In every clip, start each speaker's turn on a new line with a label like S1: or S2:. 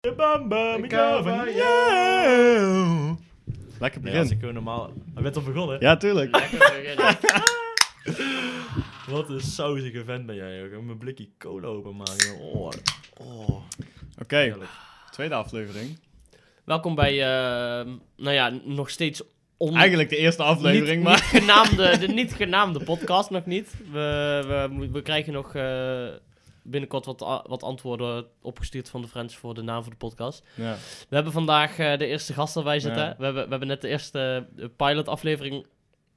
S1: Je bamba,
S2: Ik
S1: ik hou
S2: hou
S1: van
S2: van
S1: jou. Lekker
S3: Nee, als
S1: begin.
S3: ik gewoon normaal... We bent al begonnen, hè?
S1: Ja, tuurlijk.
S3: Wat een sausige vent ben jij, joh. Ik wil mijn blikje cola openmaken. joh. Oh, oh.
S1: Oké,
S3: heerlijk.
S1: tweede aflevering.
S4: Welkom bij, ehm, nou ja, nog steeds on...
S1: Eigenlijk de eerste aflevering,
S4: niet,
S1: maar...
S4: niet genaamde, de niet genaamde podcast nog niet. We, we, mo- we krijgen nog eh, binnenkort wat, a- wat antwoorden opgestuurd van de friends voor de naam van de podcast.
S1: Ja.
S4: We hebben vandaag eh, de eerste gast erbij zitten.
S1: Ja.
S4: We, hebben, we hebben net de eerste eh, pilot-aflevering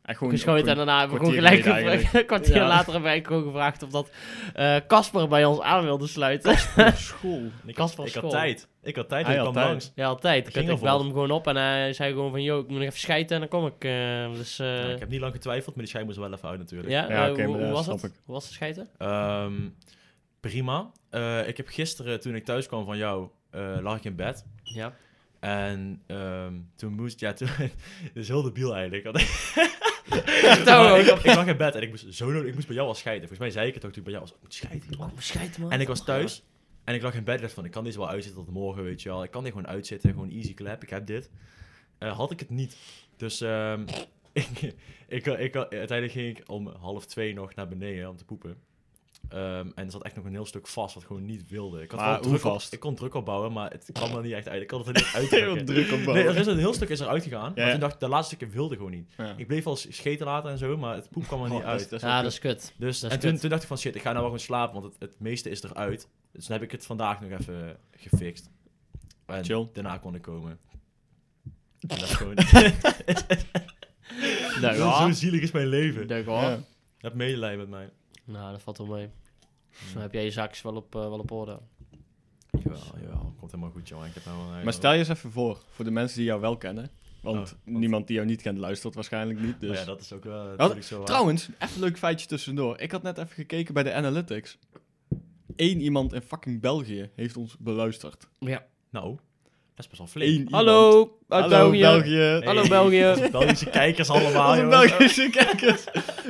S1: Echt gewoon,
S4: geschoten. En
S1: gewoon-
S4: daarna hebben we gewoon
S1: kwartier
S4: gelijk
S1: geleden
S4: gevra- een kwartier
S1: Ja.
S4: later hebben wij gewoon gevraagd of dat eh, Casper bij ons aan wilde sluiten.
S1: school.
S3: Ik, had,
S4: Casper
S3: ik had
S4: School.
S3: tijd. Ik had tijd,
S1: Hij
S3: ik
S1: had
S3: kwam
S1: tijd.
S3: langs.
S4: Ja, altijd. Ik,
S3: Ging
S4: ik
S3: ervoor.
S4: belde hem gewoon op en hij zei gewoon van... Yo, ik moet nog even schijten en dan kom ik. eh, dus, eh,
S3: Ja, Nou, ik heb niet lang getwijfeld, maar die schijn moest er wel even uit natuurlijk.
S4: Ja,
S1: Ja,
S4: eh,
S1: oké,
S4: hoe,
S1: maar
S4: hoe
S1: ja,
S4: was
S1: snap
S4: het?
S1: ik.
S4: Hoe was het schijten?
S3: Ehm, prima. Eh, ik heb gisteren, toen ik thuis kwam van jou, eh, lag ik in bed.
S4: Ja.
S3: En ehm, toen moest... Ja, toen... Dit is heel debiel eigenlijk. Want
S4: Vertel
S3: ik,
S4: gewoon.
S3: lag- ik lag in bed en ik moest, zo nodig, ik moest bij jou al scheiden. Volgens mij zei ik het ook toen ik bij jou was. Ik moet scheiden, man.
S4: Oh, schijten, man.
S3: En ik was thuis en ik lag in bed en dacht van, ik kan deze wel uitzitten tot morgen, weet je wel. Ik kan dit gewoon uitzitten, gewoon easy clap, ik heb dit. Eh, had ik het niet. Dus ehm, ik, ik, ik, uiteindelijk ging ik om half twee nog naar beneden om te poepen. Ehm, en er zat echt nog een heel stuk vast wat ik gewoon niet wilde. Ik, had
S1: Maar
S3: wel
S1: hoe
S3: druk op-
S1: vast?
S3: ik kon druk opbouwen, maar het kwam er niet echt uit. Ik kon het er niet
S1: Heel
S3: uitdrukken.
S1: druk op
S3: Nee, er
S1: bouwen.
S3: is een heel stuk is eruit gegaan.
S1: Ja.
S3: Maar toen dacht ik, de laatste stukje wilde gewoon niet.
S1: Ja.
S3: Ik bleef al scheten laten en zo, maar het poep kwam er niet
S1: Oh, dat
S3: uit.
S1: is- dat is
S4: Ja,
S1: wel
S4: dat is kut.
S3: Dus
S4: Dat is
S3: en toen,
S4: kut.
S3: toen dacht ik van shit, ik ga nou wel gewoon slapen, want het, het meeste is eruit. Dus dan heb ik het vandaag nog even gefixt. En
S1: Chill.
S3: daarna kon ik komen. En dat is gewoon...
S4: Deug
S3: zo zielig is mijn leven.
S4: Deug
S1: kut.
S4: hoor.
S1: Ja.
S3: Heb medelijden met mij.
S4: Nou, dat valt wel mee. Dus dan heb jij je zakjes wel op, eh, wel op orde.
S3: Jawel, jawel. Komt helemaal goed, jongen. Ik heb nou wel een-
S1: Maar stel je eens even voor, voor de mensen die jou wel kennen. Want
S3: Oh, want-
S1: niemand die jou niet kent luistert waarschijnlijk niet.
S3: Maar
S1: Dus.
S3: Oh ja, dat is ook wel natuurlijk zo waar.
S1: Trouwens, even een leuk feitje tussendoor. Ik had net even gekeken bij de analytics. Eén iemand in fucking België heeft ons beluisterd.
S4: Ja.
S3: Nou, dat is best wel flink.
S1: Eén iemand.
S4: Hallo, uit
S1: Hallo
S4: België.
S1: België.
S4: Hallo,
S3: Hey,
S4: België.
S3: Belgische kijkers allemaal,
S1: Onze
S3: jongen.
S1: Belgische kijkers.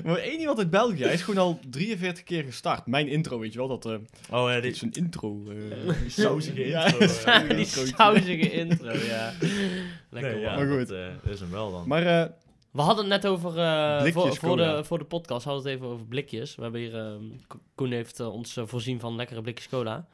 S1: Maar één iemand uit België. Hij is gewoon al 43 keer gestart. Mijn intro, weet je wel. Dat eh,
S3: Oh ja,
S1: dit
S3: die
S1: is een intro. eh.
S3: die sausige
S1: Ja.
S3: intro. eh.
S4: Die
S1: Grootje.
S4: sausige intro, ja. Lekker
S3: Nee,
S4: man.
S3: ja,
S1: Maar goed.
S3: dat eh, dat is hem wel dan.
S1: maar eh,
S4: We hadden het net over. eh,
S1: Blikjes
S4: voor, voor,
S1: cola.
S4: de, voor de podcast hadden we het even over blikjes. We hebben hier. ehm, Ko- Koen heeft eh, ons eh, voorzien van lekkere blikjes cola.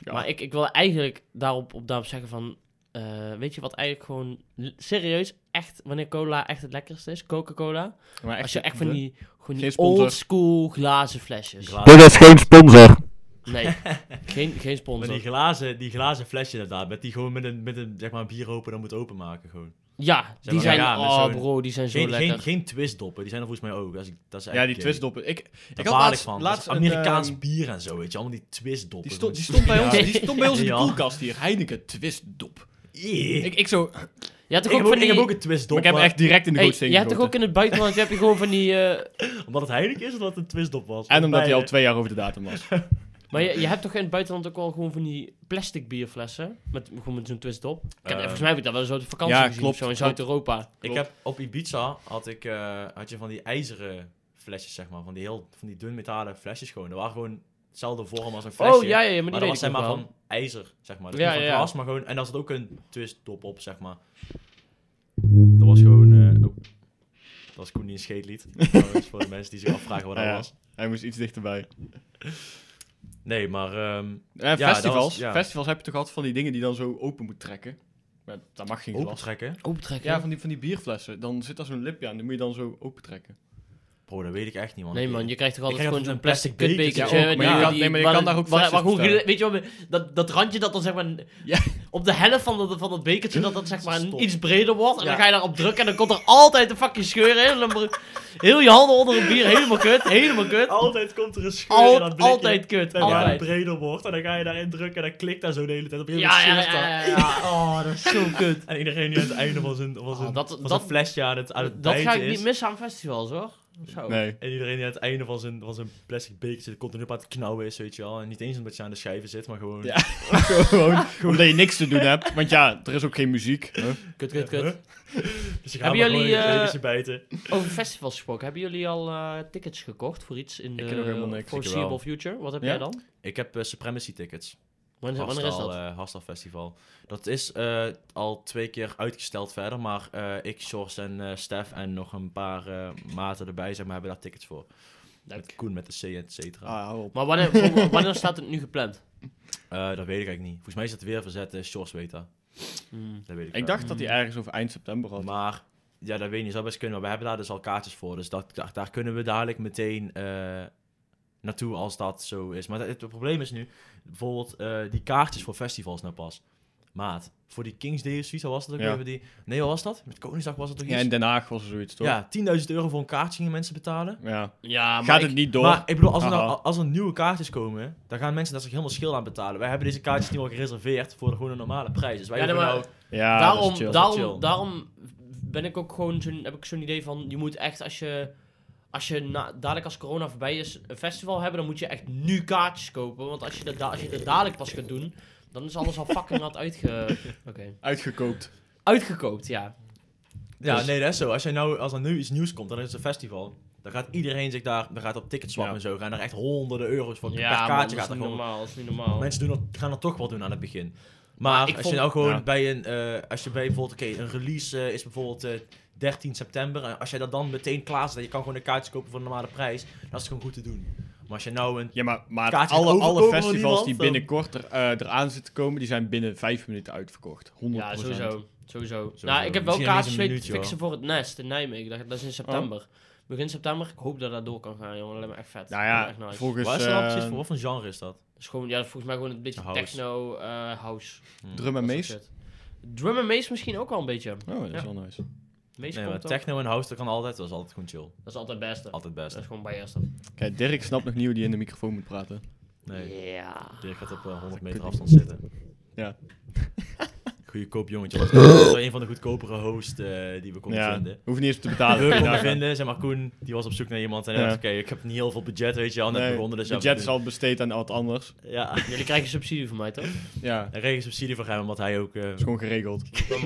S1: Ja.
S4: Maar ik, ik wil eigenlijk daarop, op, daarop zeggen van. eh, weet je wat eigenlijk gewoon l- serieus echt wanneer cola echt het lekkerste is? Coca-Cola.
S1: maar echt,
S4: Als je echt van die, gewoon
S1: Geen
S4: die
S1: sponsor.
S4: old school glazen flesjes.
S3: Glazen-
S5: Dit is geen sponsor.
S4: nee, geen, geen
S3: Maar die
S4: sponsor.
S3: glazen, die glazen flesjes inderdaad, met die gewoon met een, met een zeg maar, een bieropener dan moet openmaken gewoon.
S4: Ja,
S3: maar
S4: die zijn.
S3: ja, met
S4: oh
S3: zo'n-
S4: bro, die zijn zo
S3: Geen,
S4: lekker.
S3: geen, geen twistdoppen, die zijn er volgens mij ook. Dat is, dat is echt
S1: Ja, die
S3: gay.
S1: twistdoppen. Ik,
S3: Daar baal
S1: ik had
S3: ik
S1: laatst,
S3: van.
S1: laatst
S3: Dat
S1: een,
S3: is Amerikaans
S1: ehm,
S3: bier en zo, weet je, allemaal die twistdoppen.
S1: die, stond, die, stond bij ons,
S3: Ja.
S1: die stond bij ons in de
S3: Ja.
S1: koelkast hier. Heineken twistdop.
S3: Eeh.
S1: Ik, ik
S4: Ja,
S1: zo...
S4: toch
S3: Ik
S4: ook
S3: heb
S4: van
S3: ook, ik
S4: die.
S3: heb ook een twistdop,
S1: ik heb
S3: maar
S1: echt direct in de
S4: Hey,
S1: gootsteen
S4: je hebt toch ook in het buitenland heb je gewoon van die. eh,
S3: omdat het heilig is, omdat het een twistdop was. eh,
S1: En omdat hij al
S3: Beide.
S1: twee jaar over de datum was.
S4: Maar je, je hebt toch in het buitenland ook al gewoon van die plastic bierflessen? Met, gewoon met zo'n twist op. Ik heb,
S3: Eh.
S4: volgens mij heb ik dat wel eens op de vakantie
S1: Ja,
S4: gezien
S1: klopt,
S4: of zo in
S1: klopt.
S4: Zuid-Europa.
S3: Ik heb op Ibiza had ik eh, had je van die ijzeren flesjes zeg maar, van die heel van die dun metalen flesjes gewoon. Dat waren gewoon hetzelfde vorm als een flesje.
S4: Oh, ja, ja, ja, maar die
S3: Maar
S4: weet
S3: dat
S4: ik
S3: was zeg
S4: nog
S3: maar
S4: wel.
S3: van ijzer, zeg maar. Dus
S4: Ja,
S3: niet van
S4: ja, ja.
S3: glas, maar gewoon... En daar zat ook een twistdop op, zeg maar. Dat was gewoon... eh, oh. Dat was Koen die een scheet liet. Trouwens, voor de mensen die zich afvragen wat dat
S1: Ja, ja.
S3: was.
S1: Hij moest iets dichterbij.
S3: Nee, maar... ehm
S1: Eh,
S3: dat
S1: festivals.
S3: was- ja.
S1: Festivals heb je toch altijd van die dingen die dan zo open moet trekken? Maar daar mag geen glas.
S3: opentrekken?
S4: Opentrekken?
S1: Ja, van die, van die bierflessen. Dan zit daar zo'n lipje aan. Die moet je dan zo open trekken.
S3: Bro, dat weet ik echt niet, man.
S4: Nee man, je krijgt toch altijd
S3: krijg
S4: gewoon
S3: altijd
S4: zo'n
S3: een
S4: plastic
S3: plastic
S4: kutbekertje.
S1: bekertje. Ja, ook, maar je
S4: die-
S1: kan-
S4: die-
S1: nee, maar je
S4: waar-
S1: kan daar ook
S4: waar-
S1: flesjes
S4: waar gewoon
S1: bestellen.
S4: gele- Weet je wel, dat, dat randje dat dan zeg maar...
S1: Ja.
S4: Op de helft van, dat van het bekertje dat dat zeg maar
S3: Stop.
S4: iets breder wordt. En
S1: Ja.
S4: dan ga je daarop drukken en dan komt er altijd een fucking scheur in. En dan bro- heel je handen onder het bier, helemaal kut, helemaal kut.
S3: Altijd komt er een scheur
S4: Al-
S3: in dat blikje.
S4: altijd kut,
S3: Dan gaat het
S4: altijd.
S3: breder wordt en dan ga je daarin drukken en dan klikt daar zo de hele tijd op.
S4: Ja, ja, ja, ja, ja. Oh, dat is zo kut.
S3: En iedereen die aan het einde was een, was
S4: Oh,
S3: een,
S4: dat-
S3: was
S4: dat-
S3: een flesje aan
S1: Ah,
S3: het, aan het
S4: Dat ga
S3: bijten
S4: ik
S3: is.
S4: niet missen aan festivals hoor. Zo.
S1: Nee.
S3: En iedereen die aan het einde van zijn, van zijn plastic bekertje continu op aan het knauwen is, weet je wel. En niet eens omdat je aan de schijven zit, maar gewoon...
S1: Ja. gewoon omdat je niks te doen hebt. Want ja, er is ook geen muziek. Huh?
S4: Kut, kut, kut.
S3: Dus
S4: Hebben jullie,
S3: een
S4: eh,
S3: bekertje bijten.
S4: Over festivals gesproken, hebben jullie al eh, tickets gekocht voor iets in de
S1: ken nog helemaal niks.
S3: Ik
S4: foreseeable
S3: wel.
S4: future? Wat heb
S1: Ja?
S4: jij dan?
S3: Ik heb eh, Supremacy tickets.
S4: Wanneer, wanneer is
S3: Hardstyle,
S4: dat?
S3: eh, Hardstyle Festival. Dat is eh, al twee keer uitgesteld verder, maar eh, ik, Sjors en eh, Stef en nog een paar eh, maten erbij zeg maar, hebben daar tickets voor.
S4: Leuk.
S3: Met Koen, met de C, et cetera.
S1: Ah, hou op.
S4: Maar wanneer, wanneer staat het nu gepland?
S3: Eh, dat weet ik eigenlijk niet. Volgens mij is het weer verzet, eh, Sjors weet dat. Dat weet ik,
S1: Ik
S3: wel.
S1: dacht dat hij ergens over eind september had.
S3: Maar, ja, dat weet ik niet. Zou best kunnen, maar we hebben daar dus al kaartjes voor. Dus dat, daar, daar kunnen we dadelijk meteen eh, naartoe als dat zo is. Maar het, het probleem is nu, bijvoorbeeld eh, die kaartjes voor festivals nou pas. Maat, voor die Kings Day of zoiets, wat was dat ook
S1: Ja.
S3: weer? Die... Nee, wat was dat? Met Koningsdag was het toch
S1: Ja,
S3: iets?
S1: in Den Haag was er zoiets, toch?
S3: Ja, 10.000 euro voor een kaartje gingen mensen betalen.
S1: Ja.
S4: Ja, maar
S1: Gaat
S4: ik-
S1: het niet door?
S3: Maar ik bedoel, als er,
S1: Haha.
S3: nou, als er nieuwe kaartjes komen, dan gaan mensen daar zich helemaal schil aan betalen. Wij hebben deze kaartjes niet al gereserveerd voor gewoon een normale prijs. Dus wij
S4: Ja,
S3: hoeven
S4: nee, maar-
S3: nou...
S1: ja, dat is
S4: daarom,
S1: chill.
S3: chill.
S4: daarom, daarom ben ik ook gewoon zo'n, heb ik zo'n idee van, je moet echt als je, als je na- dadelijk als corona voorbij is, een festival hebben, dan moet je echt nu kaartjes kopen. Want als je dat, da- als je dat dadelijk pas gaat doen, dan is alles al fucking hard uitge... oké.
S1: Uitgekookt.
S4: uitgekoopt, ja.
S3: Ja,
S4: Dus-
S3: nee, dat is zo. Als, jij nou, als er nu iets nieuws komt, dan is het een festival. Dan gaat iedereen zich daar, dan gaat op ticketswap
S1: Ja.
S3: en zo, gaan er echt honderden euro's voor
S4: ja,
S3: per
S4: man,
S3: kaartje. Gaat
S4: dat is
S3: er
S4: niet
S3: gewoon,
S4: normaal, dat is niet normaal.
S3: mensen doen dat, gaan dat toch wel doen aan het begin. Maar
S4: ik
S3: als
S4: vond-
S3: je nou gewoon
S1: Ja.
S3: bij een, eh, als je bij bijvoorbeeld, oké, een release eh, is bijvoorbeeld eh, 13 september. En als jij dat dan meteen klaarzet, je kan gewoon een kaartje kopen voor een normale prijs, dan is het gewoon goed te doen. Maar als je nou een,
S1: Ja, maar, maar
S3: Kaartje
S1: alle,
S3: overkomen
S1: alle
S3: door
S1: festivals
S3: niemand,
S1: die
S3: dan-
S1: binnenkort er, eh, eraan zitten komen, die zijn binnen vijf minuten uitverkocht. 100%.
S4: Ja, sowieso. Sowieso.
S3: Sowieso.
S4: Nou, ik heb wel
S3: Misschien
S4: kaartjes
S3: niet eens een
S4: weten te
S3: minuutje,
S4: fixen voor het nest in Nijmegen. Dat, dat is in september. Begin september. Ik hoop dat dat door kan gaan, jongen. Dat lijkt me echt vet.
S1: Nou
S4: Dat
S1: ja,
S4: lijkt me echt nice.
S1: volgens
S3: waar is dat nou
S1: eh,
S3: precies voor? Wat voor genre is dat?
S4: Dat Dus, ehm, is gewoon, ja, volgens mij gewoon een beetje
S3: House.
S4: techno, eh, house.
S1: Drum en
S4: Dat
S1: Mace.
S4: soort shit. Drum en Mace misschien ook wel een beetje.
S1: Oh, dat is
S4: Ja.
S1: wel nice.
S4: Mace
S3: Nee, maar
S4: komt ook.
S3: techno en house, dat kan altijd, dat is altijd gewoon chill.
S4: Dat is altijd het beste.
S3: Altijd
S4: Dat
S3: best.
S4: is gewoon bij eerste.
S1: Kijk, Dirk snapt nog niet hoe die in de microfoon moet praten.
S3: Nee,
S4: Ja.
S3: Dirk gaat op eh, 100 meter
S1: Kut.
S3: afstand zitten.
S1: Ja.
S3: Goedkoop jongetje. was dat. Dat was een van de goedkopere hosts eh, die we konden
S1: ja,
S3: vinden.
S1: hoef niet eens te
S3: Ja,
S1: betalen.
S3: we konden
S1: Ja.
S3: vinden. Zeg maar, Koen die was op zoek naar iemand. En hij
S1: Ja.
S3: dacht, oké, ik heb niet heel veel budget, weet je wel. Net
S1: Nee,
S3: begonnen, dus ja,
S1: budget
S3: we
S1: is
S3: doen-
S1: al besteed aan wat anders.
S3: Ja,
S4: Jullie krijgen subsidie van mij, toch?
S1: Ja, dat
S3: en regen subsidie voor hem, omdat hij ook... eh
S1: is gewoon geregeld.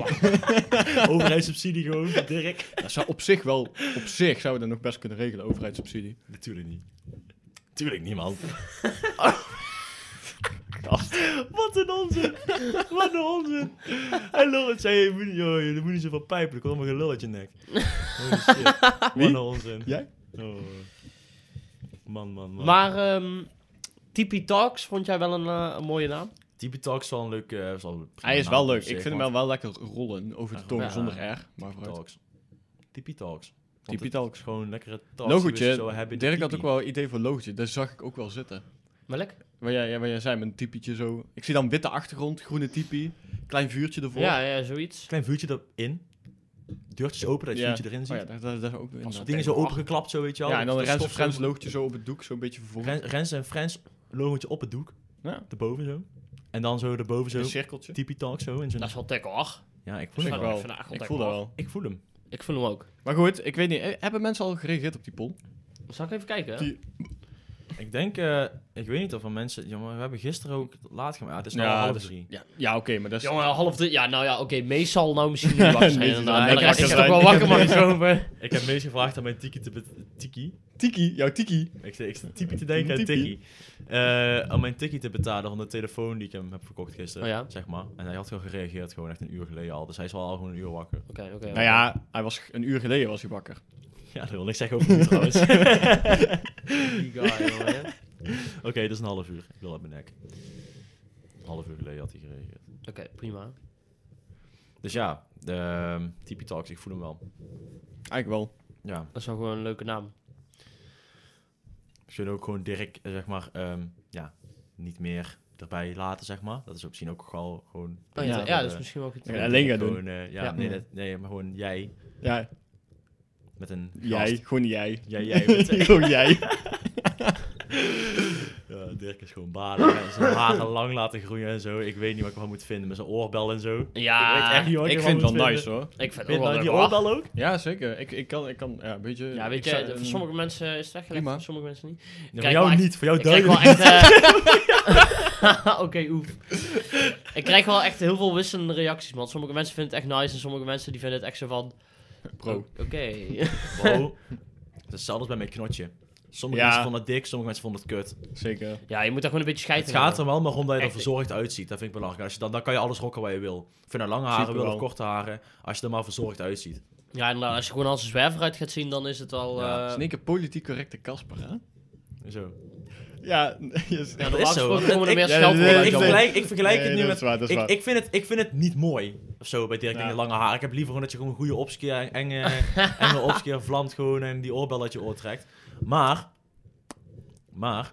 S3: overheidssubsidie gewoon, voor Dirk.
S1: Dat zou op zich wel, op zich zou dat nog best kunnen regelen, overheidssubsidie.
S3: Natuurlijk niet. Tuurlijk niemand. Wat een onzin. Wat een onzin. Hij lul, het zei, je moet, niet- joh, je moet niet zoveel pijpen, er komt allemaal gelul uit je nek. Holy shit. Wat
S1: Wie?
S3: een onzin.
S1: Jij?
S3: Oh. Man, man, man.
S4: Maar, ehm Tipi Talks vond jij wel een, eh, een mooie naam?
S3: Tipi Talk is wel een leuk... eh, is wel een prima
S1: Hij is
S3: naam
S1: wel
S3: op
S1: leuk.
S3: zich,
S1: Ik vind hem
S3: want-
S1: wel, wel lekker rollen over de
S3: Ja,
S1: tong
S4: ja.
S1: zonder R. Maar
S3: Tipi
S1: vooruit.
S3: Talks. Tipi Talks. Want
S1: Tipi
S3: het
S1: Talks.
S3: is Gewoon lekkere talks. die we zo
S1: Logootje.
S3: hebben.
S1: Dirk had
S3: Tipi.
S1: ook wel een idee voor logootje. Dat zag ik ook wel zitten.
S4: Melk?
S1: Waar jij, ja, waar jij zei, met een typetje zo. Ik zie dan witte achtergrond, groene typie, klein vuurtje ervoor.
S4: Ja, ja, zoiets.
S3: Klein vuurtje erin. Deurtjes open, dat je
S1: Ja.
S3: vuurtje erin
S1: Oh
S3: ziet.
S1: ja, dat, dat, dat ook
S3: Als
S1: inderdaad.
S3: dingen zo opengeklapt, zo weet je wel.
S1: Ja, en dan
S3: Dat
S1: Rens en
S3: stof zo-
S1: Frens logootje zo op het doek, zo'n beetje vervolgens.
S3: Rens- Rens en Frens logootje op het doek.
S1: Ja,
S3: Daarboven zo. En dan zo daarboven
S1: een
S3: zo.
S1: cirkeltje.
S3: Tipi Talk zo. En zo.
S4: Dat is wel tech, hoor.
S3: Ja, ik voel
S1: Ik
S3: hem wel.
S1: wel.
S4: Vandaag vond
S1: Ik
S4: ik
S1: voel Nou, dat
S4: wel.
S1: wel.
S3: Ik voel hem.
S4: Ik vind hem ook.
S1: Maar goed, ik weet niet. eh, Hebben mensen al gereageerd op die poll?
S4: Zal ik even kijken?
S1: Die-
S3: Ik denk, eh, ik weet niet of er mensen... Jongen, we hebben gisteren ook laat gemaakt. het is nu al half
S1: dat is-
S3: drie.
S1: Ja, dus ja oké, maar dat is...
S4: Jongen, half drie. Ja, nou ja, oké. Mees zal nou misschien niet wakker zijn.
S1: Mees is
S4: inderdaad.
S1: wel
S4: Maar de
S1: net
S4: rest is
S1: wakker
S4: toch wel
S1: zijn.
S4: wakker, man. Zo,
S3: Ik heb meest gevraagd aan mijn tiki te... bet- Tiki?
S1: Tiki, jouw Tiki.
S3: Ik zit, ik zit typie te denken aan
S1: Typie.
S3: Tikkie. Eh, om mijn tikkie te betalen van de telefoon die ik hem heb verkocht gisteren,
S4: Oh ja.
S3: zeg maar. En hij had wel gereageerd, gewoon echt een uur geleden al. Dus hij is wel al gewoon een uur wakker.
S4: Oké, oké.
S1: Nou ja, hij was, een uur geleden was hij wakker.
S3: Ja, dat wil ik zeggen over nu trouwens. Oké,
S4: Die guy, jongen, hè.
S3: dat is een half uur. Ik wil uit mijn nek. Een half uur geleden had hij gereageerd.
S4: Oké, prima.
S3: Dus ja, de ehm, Tipi Talks, ik voel hem wel.
S1: Eigenlijk wel.
S3: Ja,
S4: Dat is wel gewoon een leuke naam.
S3: we zullen ook gewoon Dirk, eh, zeg maar, ehm, ja, niet meer erbij laten, zeg maar. Dat is ook misschien ook wel gewoon...
S4: Oh,
S1: Ja,
S4: ja, ja,
S3: eh,
S4: dat is misschien wel goed.
S1: Ja, alleen gaan doen.
S3: gewoon, eh, ja,
S4: Ja.
S3: Nee, dat- nee, maar gewoon jij
S1: Ja,
S3: met een
S1: jij.
S3: gast.
S1: Gewoon jij.
S3: Jij, jij eh, met een-
S1: Gewoon jij.
S3: Ja, Dirk is gewoon baden. Hij heeft Zijn haren lang laten groeien en zo. Ik weet niet wat ik van moet vinden. Met zijn oorbel en zo.
S4: Ja,
S3: Ik weet echt niet wat
S1: ik
S3: ervan
S1: vind het
S3: moet
S1: wel
S3: vinden.
S1: nice hoor.
S4: Ik vind
S3: Vind
S4: het
S3: je
S4: ook wel
S3: nou
S4: leuk.
S3: die
S4: hoor.
S3: oorbel ook?
S1: Ja, zeker. Ik, ik kan, ik kan ja, ehm, een beetje...
S4: Ja, weet
S1: ik
S4: je,
S1: zou-
S4: voor sommige mensen is het weggelegd,
S1: prima.
S4: voor sommige mensen niet.
S3: Ja, voor
S4: Kijk,
S3: jou
S4: maar-
S3: niet. Voor jou
S4: Ik krijg wel
S3: Oh, duidelijk.
S4: echt... eh, Oké, oef. Ik krijg wel echt heel veel wisselende reacties, man. Sommige mensen vinden het echt nice en sommige mensen die vinden
S1: oh.
S4: het echt zo van...
S1: Pro.
S4: Oké.
S3: Wow. Het is hetzelfde als bij mijn knotje. Sommige
S1: Ja.
S3: mensen vonden het dik, sommige mensen vonden het kut.
S1: Zeker.
S4: Ja, je moet daar gewoon een beetje
S3: Het
S4: scheiden.
S3: gaat er wel maar om dat je er
S4: Echt.
S3: verzorgd uitziet. Dat vind ik belangrijk. Als je dan, dan kan je alles rocken waar je wil. Of je nou lange haren
S1: Super
S3: wil of
S1: wel.
S3: korte haren. Als je er maar verzorgd uitziet.
S4: Ja, inderdaad. Als je gewoon als een zwerver uit gaat zien, dan is het wel...
S3: Ja,
S4: eh,
S1: Dat is in één keer politiek correcte Kasper, hè?
S3: Zo.
S1: Ja, yes.
S3: Dat
S4: Ja,
S3: is
S4: normaal
S3: zo,
S4: gesproken
S3: want
S4: komen er
S3: ik-
S4: meer
S1: ja,
S4: scheldwoorden
S1: nee,
S4: uit,
S3: ik,
S1: ik
S4: jongen.
S1: denk-
S3: vergelijk, ik vergelijk
S1: Nee,
S3: het nu
S1: dat
S3: met...
S1: is waar, dat is
S3: ik,
S1: waar.
S3: ik, vind het, ik vind het niet mooi. Of zo, bij Dirk
S1: Ja.
S3: dingen lange haar. Ik heb liever gewoon dat je gewoon een goede opskeer... Enge, enge opskeer vlamt gewoon en die oorbel uit je oor trekt. Maar... Maar...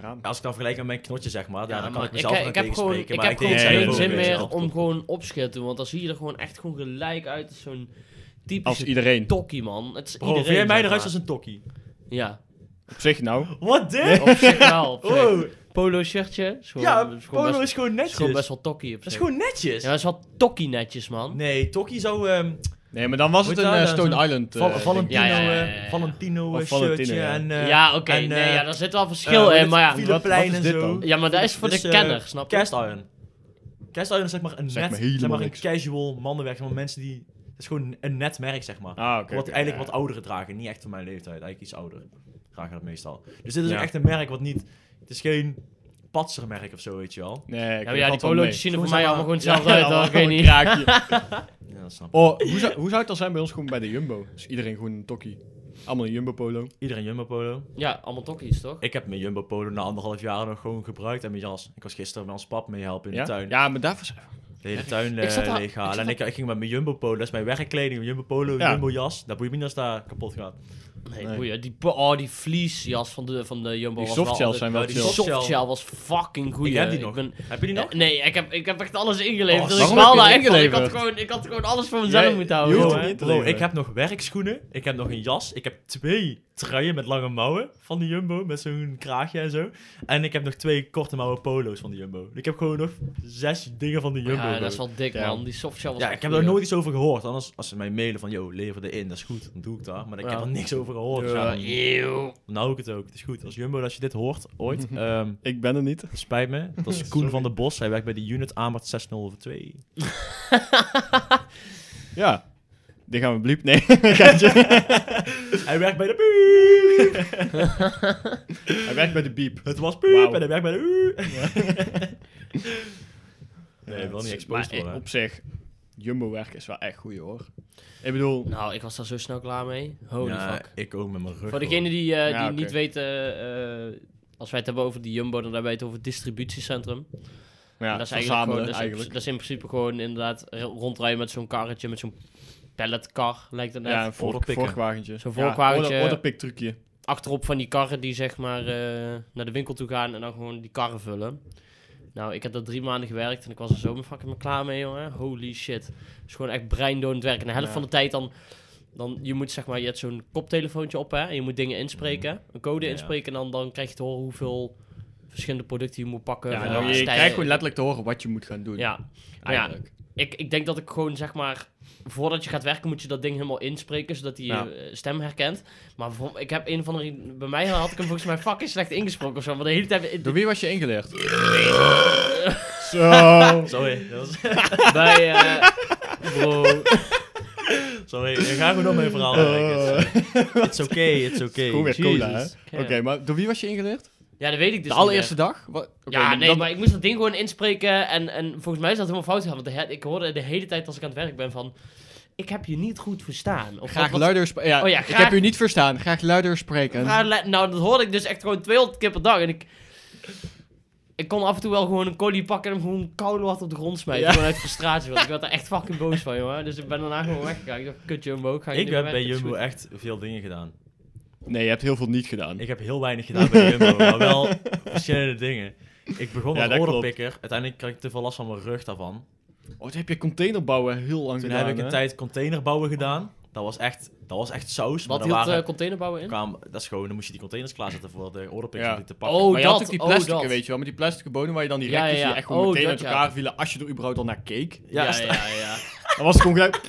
S1: Raam.
S3: Als ik dan vergelijk met mijn knotje, zeg maar. Ja,
S4: Ja,
S3: dan kan
S4: maar
S3: ik mezelf
S4: ik,
S3: ik,
S4: ik heb gewoon, ik
S3: maar
S4: heb
S3: ik
S4: gewoon
S3: denk
S1: zelf
S4: geen
S1: ook,
S4: zin
S1: weet
S3: zelf
S4: meer
S3: ook.
S4: om gewoon opschieten te doen. Want dan zie je er gewoon echt gewoon gelijk uit als zo'n
S1: Als
S4: typische
S1: iedereen.
S4: tokkie, man. Het is
S3: Bro,
S4: iedereen,
S3: vind jij mij
S4: zeg
S3: eruit
S4: maar.
S3: als een tokkie?
S4: Ja,
S1: Op zich nou.
S3: What the?
S4: op zich wel. op zich.
S3: Oh,
S4: Polo shirtje. Is gewoon,
S3: ja,
S4: is gewoon
S3: polo
S4: best,
S3: is gewoon
S4: is gewoon best
S3: netjes.
S4: wel tokkie op
S3: Dat is
S4: zich.
S3: gewoon netjes.
S4: Ja, dat is wel tokkie netjes, man.
S3: Nee, Tokkie zou ehm,
S1: Nee, maar dan was het
S3: Moet
S1: een
S3: daar
S1: eh,
S3: dan
S1: Stone
S3: zo'n-
S1: Island. eh,
S3: Val-
S1: ding.
S3: Valentino,
S4: Ja, ja, ja, ja,
S3: eh,
S4: ja.
S3: Valentino,
S1: Of
S3: eh,
S1: Valentino,
S3: shirtje
S1: ja.
S3: en... eh,
S4: ja, oké.
S3: en,
S4: nee,
S3: eh,
S4: ja, daar zit wel
S3: eh,
S4: verschil
S3: hoe heet
S4: in. Maar
S3: het?
S4: ja,
S3: Fileplein
S1: Wat- wat
S3: en
S1: is dit
S3: zo.
S1: dan?
S4: ja, maar dat is voor
S3: Dus,
S4: de
S3: eh,
S4: kenner, snap je?
S3: Cast iron. Cast iron is zeg maar een
S1: Zeg
S3: net,
S1: maar helemaal
S3: zeg maar een
S1: niks.
S3: casual mannenwerk. Zeg maar mensen die... Het is gewoon een net merk, zeg maar.
S1: Ah, oké.
S3: wat
S1: oké,
S3: eigenlijk
S1: ja.
S3: wat ouderen dragen. Niet echt van mijn leeftijd. Eigenlijk iets ouder dragen dat meestal. Dus dit is
S1: Ja.
S3: ook echt een merk wat niet... Het is geen patsermerk of zo, weet je wel.
S1: Nee,
S4: Ja, maar ja, die polootjes zien er voor
S3: Gewoon
S4: mij
S3: zeg maar-
S4: allemaal gewoon hetzelfde uit. hoor. Ik weet niet.
S3: Ja, dat snap ik.
S1: Oh, hoe zou, hoe zou het dan zijn bij ons gewoon bij de Jumbo? Dus iedereen gewoon een tokkie. Allemaal een Jumbo polo.
S3: Iedereen Jumbo Polo.
S4: Ja, allemaal tokkies, toch?
S3: Ik heb mijn Jumbo Polo na anderhalf jaar nog gewoon gebruikt en mijn jas. Ik was gisteren met ons pap mee helpen in
S1: ja?
S3: de tuin.
S1: Ja, maar daarvoor zijn
S3: De hele tuin
S4: Ik zat
S3: eh
S4: daar- ik
S3: leeghalen.
S4: zat
S3: En ik, ik ging met mijn Jumbo Polo, dat is mijn werkkleding, mijn Jumbo Polo,
S1: Ja.
S3: Jumbo jas. Dat boeit me niet als dat kapot gaat.
S4: Nee,
S1: Nee.
S4: boeien. Die, po- oh, die fleecejas van de, van de Jumbo
S1: Die
S4: was wel
S1: softshells
S4: altijd-
S1: zijn wel
S3: Ja, die
S1: chill.
S4: Die
S3: soft-
S4: softshell was fucking goed.
S3: Ik heb die nog.
S4: ben-
S3: Heb je die nog?
S4: Eh, nee, ik heb, ik heb echt alles ingeleverd.
S3: Oh,
S4: dus ik
S1: waarom heb
S4: baal
S1: je
S4: daar
S1: die
S4: echt van. Ik had,
S1: ingeleverd?
S4: gewoon, ik had gewoon alles voor mezelf
S1: Jij-
S4: moeten
S1: je
S4: houden.
S1: hoeft
S4: jongen.
S1: het niet.
S3: Bro,
S1: leveren.
S3: ik heb nog werkschoenen, ik heb nog een jas, ik heb twee truien met lange mouwen van de Jumbo, met zo'n kraagje en zo. En ik heb nog twee korte mouwen polo's van de Jumbo. Ik heb gewoon nog zes dingen van de Jumbo.
S4: Ja,
S3: bro.
S4: dat is wel dik,
S1: Ja.
S4: man. Die softshell was
S3: Ja,
S4: echt
S3: ik heb
S4: goed,
S3: daar
S4: joh.
S3: nooit iets over gehoord. Anders, als ze mij mailen van, yo, lever erin, dat is goed, dan doe ik dat. Maar ik
S4: Ja.
S3: heb er niks over gehoord. Dus ja,
S4: Ja,
S3: dan-
S4: eeuw.
S3: nou ook het ook. Het is goed. Als Jumbo, als je dit hoort, ooit, ehm,
S1: Ik ben er niet.
S3: spijt me. Dat is Koen
S1: Sorry.
S3: van de Bos. Hij werkt bij de unit Amert 6002.
S1: Ja. Die gaan we bliep. Nee.
S3: hij werkt bij de piep.
S1: Hij werkt bij de Beep.
S3: Het was piep
S1: Wauw.
S3: en hij werkt bij de u. Nee,
S1: Ja,
S3: wel niet
S1: het-
S3: exposed
S1: maar
S3: worden.
S1: Op zich, Jumbo werk is wel echt goed hoor. Ik bedoel,
S4: Nou, ik was daar zo snel klaar mee. Holy
S3: ja,
S4: fuck.
S3: ik ook met mijn rug.
S4: Voor
S3: hoor.
S4: degenen die, eh, die
S1: Ja, oké.
S4: niet weten... eh, eh, als wij het hebben over die Jumbo, dan hebben wij het over het distributiecentrum.
S1: ja,
S4: En dat is eigenlijk
S1: verzamelen
S4: gewoon, dat is, in-
S1: eigenlijk.
S4: dat is in principe gewoon inderdaad r- rondrijden met zo'n karretje, met zo'n palletkar, lijkt het net.
S1: Ja, een vork,
S3: Orderpikken.
S1: vorkwagentje.
S4: Zo'n
S1: Ja,
S4: vorkwagentje.
S1: order- orderpik trucje.
S4: Achterop van die karren die zeg maar eh, naar de winkel toe gaan en dan gewoon die karren vullen. Nou, ik heb daar drie maanden gewerkt en ik was er zo fucking maar klaar mee, jongen. Holy shit. Het is gewoon echt breindonend werk. En de helft
S1: Ja.
S4: van de tijd dan, dan... Je moet zeg maar, je hebt zo'n koptelefoontje op, hè. En je moet dingen inspreken.
S1: Mhm.
S4: Een code
S3: Ja.
S4: inspreken en dan, dan krijg je te horen hoeveel verschillende producten je moet pakken.
S1: Ja,
S4: van
S1: dan- je
S4: stijlen.
S1: krijgt gewoon letterlijk te horen wat je moet gaan doen.
S4: Ja, Maar ja,
S1: eigenlijk.
S4: ik, ik denk dat ik gewoon zeg maar. Voordat je gaat werken, moet je dat ding helemaal inspreken zodat hij
S1: Ja.
S4: je eh, stem herkent. Maar voor- ik heb een van de. Bij mij had ik hem volgens mij fucking slecht ingesproken of zo. Maar de hele tijd.
S1: Door wie was je ingeleerd? Zo.
S3: Sorry, dat was-
S4: bij. eh, bro.
S3: sorry. Ik ga gewoon door mijn verhaal.
S1: Eh.
S3: Het It's okay, it's okay.
S1: Gewoon weer cola, hè?
S4: Jesus.
S1: Oké, maar door wie was je ingeleerd?
S4: Ja, dat weet ik dus.
S1: De
S4: niet
S1: allereerste dag? Wat-
S4: meer.
S1: oké,
S4: ja,
S1: dan-
S4: nee,
S1: dan-
S4: maar ik moest dat ding gewoon inspreken. En, en volgens mij is dat helemaal fout gegaan. Want de he- ik hoorde de hele tijd als ik aan het werk ben van. Ik heb je niet goed verstaan. Of
S1: Graag
S4: wat- wat-
S1: luider spreken. Ja,
S4: Oh ja,
S1: Ik
S4: graag-
S1: heb u niet verstaan. Graag luider spreken.
S4: Vraag le- nou, dat hoorde ik dus echt gewoon 200 keer per dag. En ik, ik kon af en toe wel gewoon een collie pakken en hem gewoon koud wat op de grond smijten.
S1: Ja.
S4: Gewoon uit frustratie. Want ik werd er echt fucking boos van, jongen. Dus ik ben daarna gewoon weggegaan. Ik dacht, kut Jumbo, ik ga hier
S3: Ik
S4: niet
S3: heb
S4: meer
S3: bij
S4: werken. Het is
S3: Jumbo
S4: goed.
S3: echt veel dingen gedaan.
S1: Nee, je hebt heel veel niet gedaan.
S3: Ik heb heel weinig gedaan bij Jumbo, maar wel verschillende dingen. Ik begon
S1: Ja,
S3: als
S1: dat klopt.
S3: orderpikker. Uiteindelijk kreeg ik te veel last van mijn rug daarvan.
S1: Oh, toen heb je containerbouwen heel lang
S3: Toen
S1: gedaan,
S3: heb ik
S1: hè?
S3: een tijd containerbouwen gedaan. Dat was echt, dat was echt saus. maar
S4: Wat hield
S3: daar
S4: eh
S3: waren,
S4: containerbouwen in?
S3: kwam, dat is gewoon, dan moest je die containers klaarzetten voor de orderpikkers
S1: Ja.
S3: om die te pakken.
S4: Oh,
S1: maar je had
S4: dat,
S1: ook die
S4: oh,
S1: plastic,
S4: dat.
S1: weet je wel, met die plastic bonen waar je dan die
S4: Ja,
S1: rekjes
S4: ja, ja.
S1: die echt gewoon
S4: Oh,
S1: meteen
S4: dat,
S1: uit elkaar vielen als je er überhaupt al naar keek.
S3: ja,
S4: Ja, ja,
S3: sta-
S4: ja. ja.
S1: Dan was het gewoon gelijk...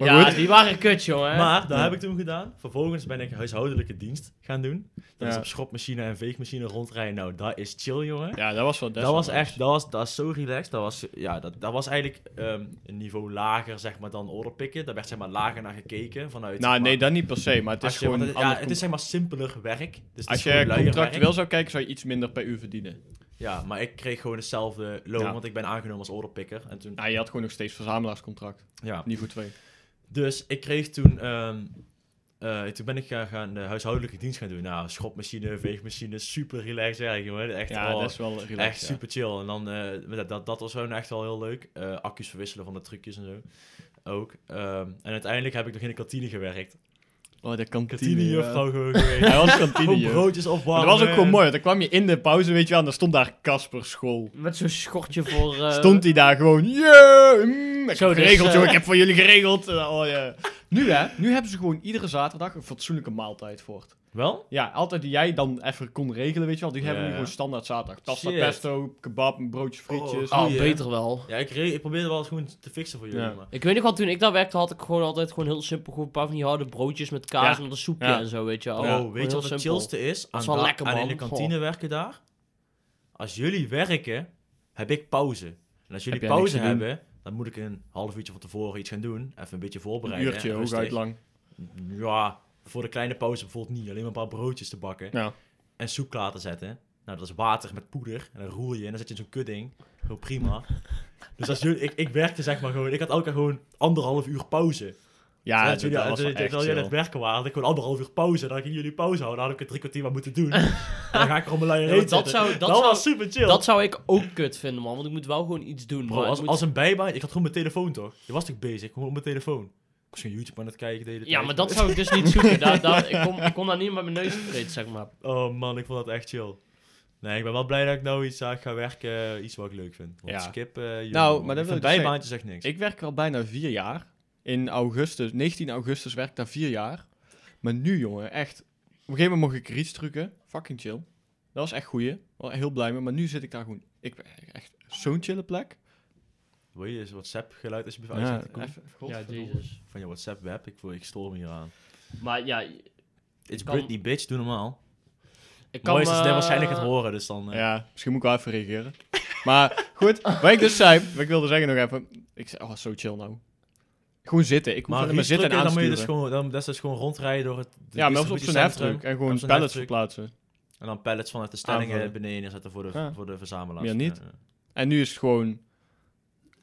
S1: Maar
S4: ja,
S1: goed.
S4: die waren kut, jongen.
S3: Maar dat
S1: Ja.
S3: heb ik toen gedaan. Vervolgens ben ik huishoudelijke dienst gaan doen. Dat is
S1: Ja.
S3: op schopmachine en veegmachine rondrijden. Nou, dat is chill, jongen.
S1: Ja, dat was wel
S3: Dat,
S1: best
S3: was
S1: wel
S3: echt, dat was, dat is zo relaxed. Dat was, ja, dat, dat was eigenlijk ehm, een niveau lager, zeg maar, dan order pikken. Daar werd, zeg maar, lager naar gekeken vanuit...
S1: Nou,
S3: zeg
S1: nee,
S3: maar,
S1: dat niet per se, maar het
S3: als
S1: is
S3: je-
S1: gewoon.
S3: want het, ja,
S1: ander
S3: het is, zeg maar, simpeler werk. Dus het
S1: con- als
S3: is gewoon
S1: je
S3: luier werk.
S1: contractueel zou kijken, zou je iets minder per uur verdienen.
S3: Ja, maar ik kreeg gewoon hetzelfde loon,
S1: Ja.
S3: want ik ben aangenomen als orderpikker. En toen,
S1: Nou, je had gewoon nog steeds verzamelaarscontract.
S3: ja.
S1: Niveau 2.
S3: Dus ik kreeg toen... ehm, eh, toen ben ik gaan, gaan de huishoudelijke dienst gaan doen. Nou, schopmachine, veegmachine, super relaxed werk, jongen. Echt,
S1: Ja,
S3: oh,
S1: dat is wel relaxed.
S3: echt
S1: ja.
S3: super chill. En dan, eh, dat, dat, dat was gewoon echt wel heel leuk. Eh, accu's verwisselen van de trucjes en zo. Ook. Ehm, en uiteindelijk heb ik nog in de kantine gewerkt.
S1: Oh, de kantine. Oh, ja.
S3: Kantinejuffrouw gewoon geweest.
S1: Hij was
S3: Gewoon
S1: kantine.
S3: broodjes
S1: Maar
S3: opwarmen.
S1: dat was ook gewoon mooi. want Dan kwam je in de pauze, weet je wel, en dan stond daar Casper School.
S4: Met zo'n schortje voor... eh,
S1: Stond hij daar gewoon, yeah, mm, ik
S4: Zo,
S1: heb
S4: dus,
S1: geregeld,
S4: eh,
S1: joh, ik heb voor jullie geregeld. En dan, Oh, ja. Nu hè, nu hebben ze gewoon iedere zaterdag een fatsoenlijke maaltijd voor. het.
S3: Wel?
S1: Ja, altijd die jij dan even kon regelen, weet je wel. Die
S3: Ja,
S1: hebben nu
S3: ja.
S1: gewoon standaard zaterdag. Pasta,
S3: Shit.
S1: pesto, kebab, een broodje, frietjes.
S3: Oh,
S4: Ah,
S3: Goeie, hè?
S4: beter wel.
S3: Ja, ik, re- ik probeerde wel eens gewoon te fixen voor jullie.
S1: Ja.
S3: Maar...
S4: Ik weet nog wel, toen ik daar werkte, had ik gewoon altijd gewoon heel simpel gewoon een paar van die harde broodjes met kaas
S1: Ja.
S4: en een soepje
S1: Ja.
S4: en zo, weet je wel.
S3: Oh,
S4: Ja. Gewoon
S3: weet je
S4: heel
S3: wat het
S4: simpel.
S3: chillste is? Aan,
S4: is wel
S3: da-
S4: lekker,
S3: aan in
S4: man.
S3: de kantine werken daar. Als jullie werken, heb ik pauze. En als jullie
S1: Heb jij niks
S3: pauze
S1: te doen?
S3: hebben, dan moet ik een half uurtje van tevoren iets gaan doen. Even een beetje
S1: Een
S3: voorbereiden.
S1: uurtje,
S3: en oh, rustig.
S1: hooguit lang.
S3: Ja, voor de kleine pauze bijvoorbeeld niet. Alleen maar een paar broodjes te bakken
S1: Ja.
S3: en soep klaar te zetten. Nou, dat is water met poeder. En dan roer je en dan zet je in zo'n kudding. Heel prima. dus als jullie, ik, ik werkte zeg maar gewoon, ik had elke keer gewoon anderhalf uur pauze.
S1: Ja,
S3: Terwijl
S1: dat,
S3: jullie-
S1: dat was wel
S3: terwijl
S1: echt
S3: jullie aan het
S1: chill.
S3: werken waren, had ik gewoon anderhalf uur pauze. Dan gingen jullie pauze houden. Dan had ik er drie kwartier wat moeten doen. en dan ga ik er om een lijn
S4: Ja, want dat zou- dat zou-
S3: was super chill.
S4: Dat zou ik ook kut vinden, man, want ik moet wel gewoon iets doen.
S3: Bro,
S4: maar het
S3: als,
S4: moet-
S3: als een bijbaan, ik had gewoon mijn telefoon toch? Je was toch bezig? Gewoon op mijn telefoon. Ik was gewoon YouTube aan het kijken de hele
S4: Ja,
S3: tijd.
S4: maar dat zou ik dus niet zoeken. Daar, daar, ik, kon, ik kon daar niet met mijn neus vreten, zeg maar.
S3: Oh man, ik vond dat echt chill. Nee, ik ben wel blij dat ik nou iets aan ga werken, eh, iets wat ik leuk vind. Want
S1: Ja.
S3: skip, eh, jongen,
S1: Nou,
S3: man.
S1: maar dat
S3: Ik
S1: wil
S3: vind
S1: ik dus
S3: bijbaantjes echt niks.
S1: Ik werk al bijna vier jaar. In augustus, 19 augustus werk ik daar vier jaar. Maar nu, jongen, echt. Op een gegeven moment mocht ik reach drukken. Fucking chill. Dat was echt goeie. Wel heel blij mee. Maar nu zit ik daar gewoon... Ik ben echt zo'n chille plek.
S3: Wil je eens WhatsApp geluid alsjeblieft
S1: Ja,
S3: uitzetten? Koen?
S1: even-
S4: Ja, Jezus.
S3: Van je WhatsApp web, ik, voel- ik stoor me hier aan.
S4: Maar ja,
S3: It's
S4: Kan-
S3: Britney, bitch, doe normaal.
S4: ik kan
S3: Mooi is dat ze dit
S4: eh,
S3: waarschijnlijk het horen, dus dan... eh,
S1: Ja, misschien moet ik wel even reageren. Maar goed, wat ik dus zei, wat ik wilde zeggen nog even. Ik zei, oh, zo chill nou. Gewoon zitten. Ik moet
S3: Maar
S1: alleen maar
S3: reach
S1: zitten en
S3: drukken, dan moet je
S1: aansturen.
S3: dus gewoon, dan, dat is dus gewoon rondrijden door het...
S1: ja, maar dus op zo'n
S3: distributiecentrum.
S1: heftruck en
S3: op
S1: gewoon
S3: zo'n
S1: pallets
S3: heftruck.
S1: verplaatsen.
S3: En dan pallets vanuit de stellingen
S1: Aanvullen.
S3: beneden neerzetten voor de,
S1: Ah, Ja.
S3: voor de verzamelaars.
S1: Meer niet.
S3: Ja, ja.
S1: En nu is het gewoon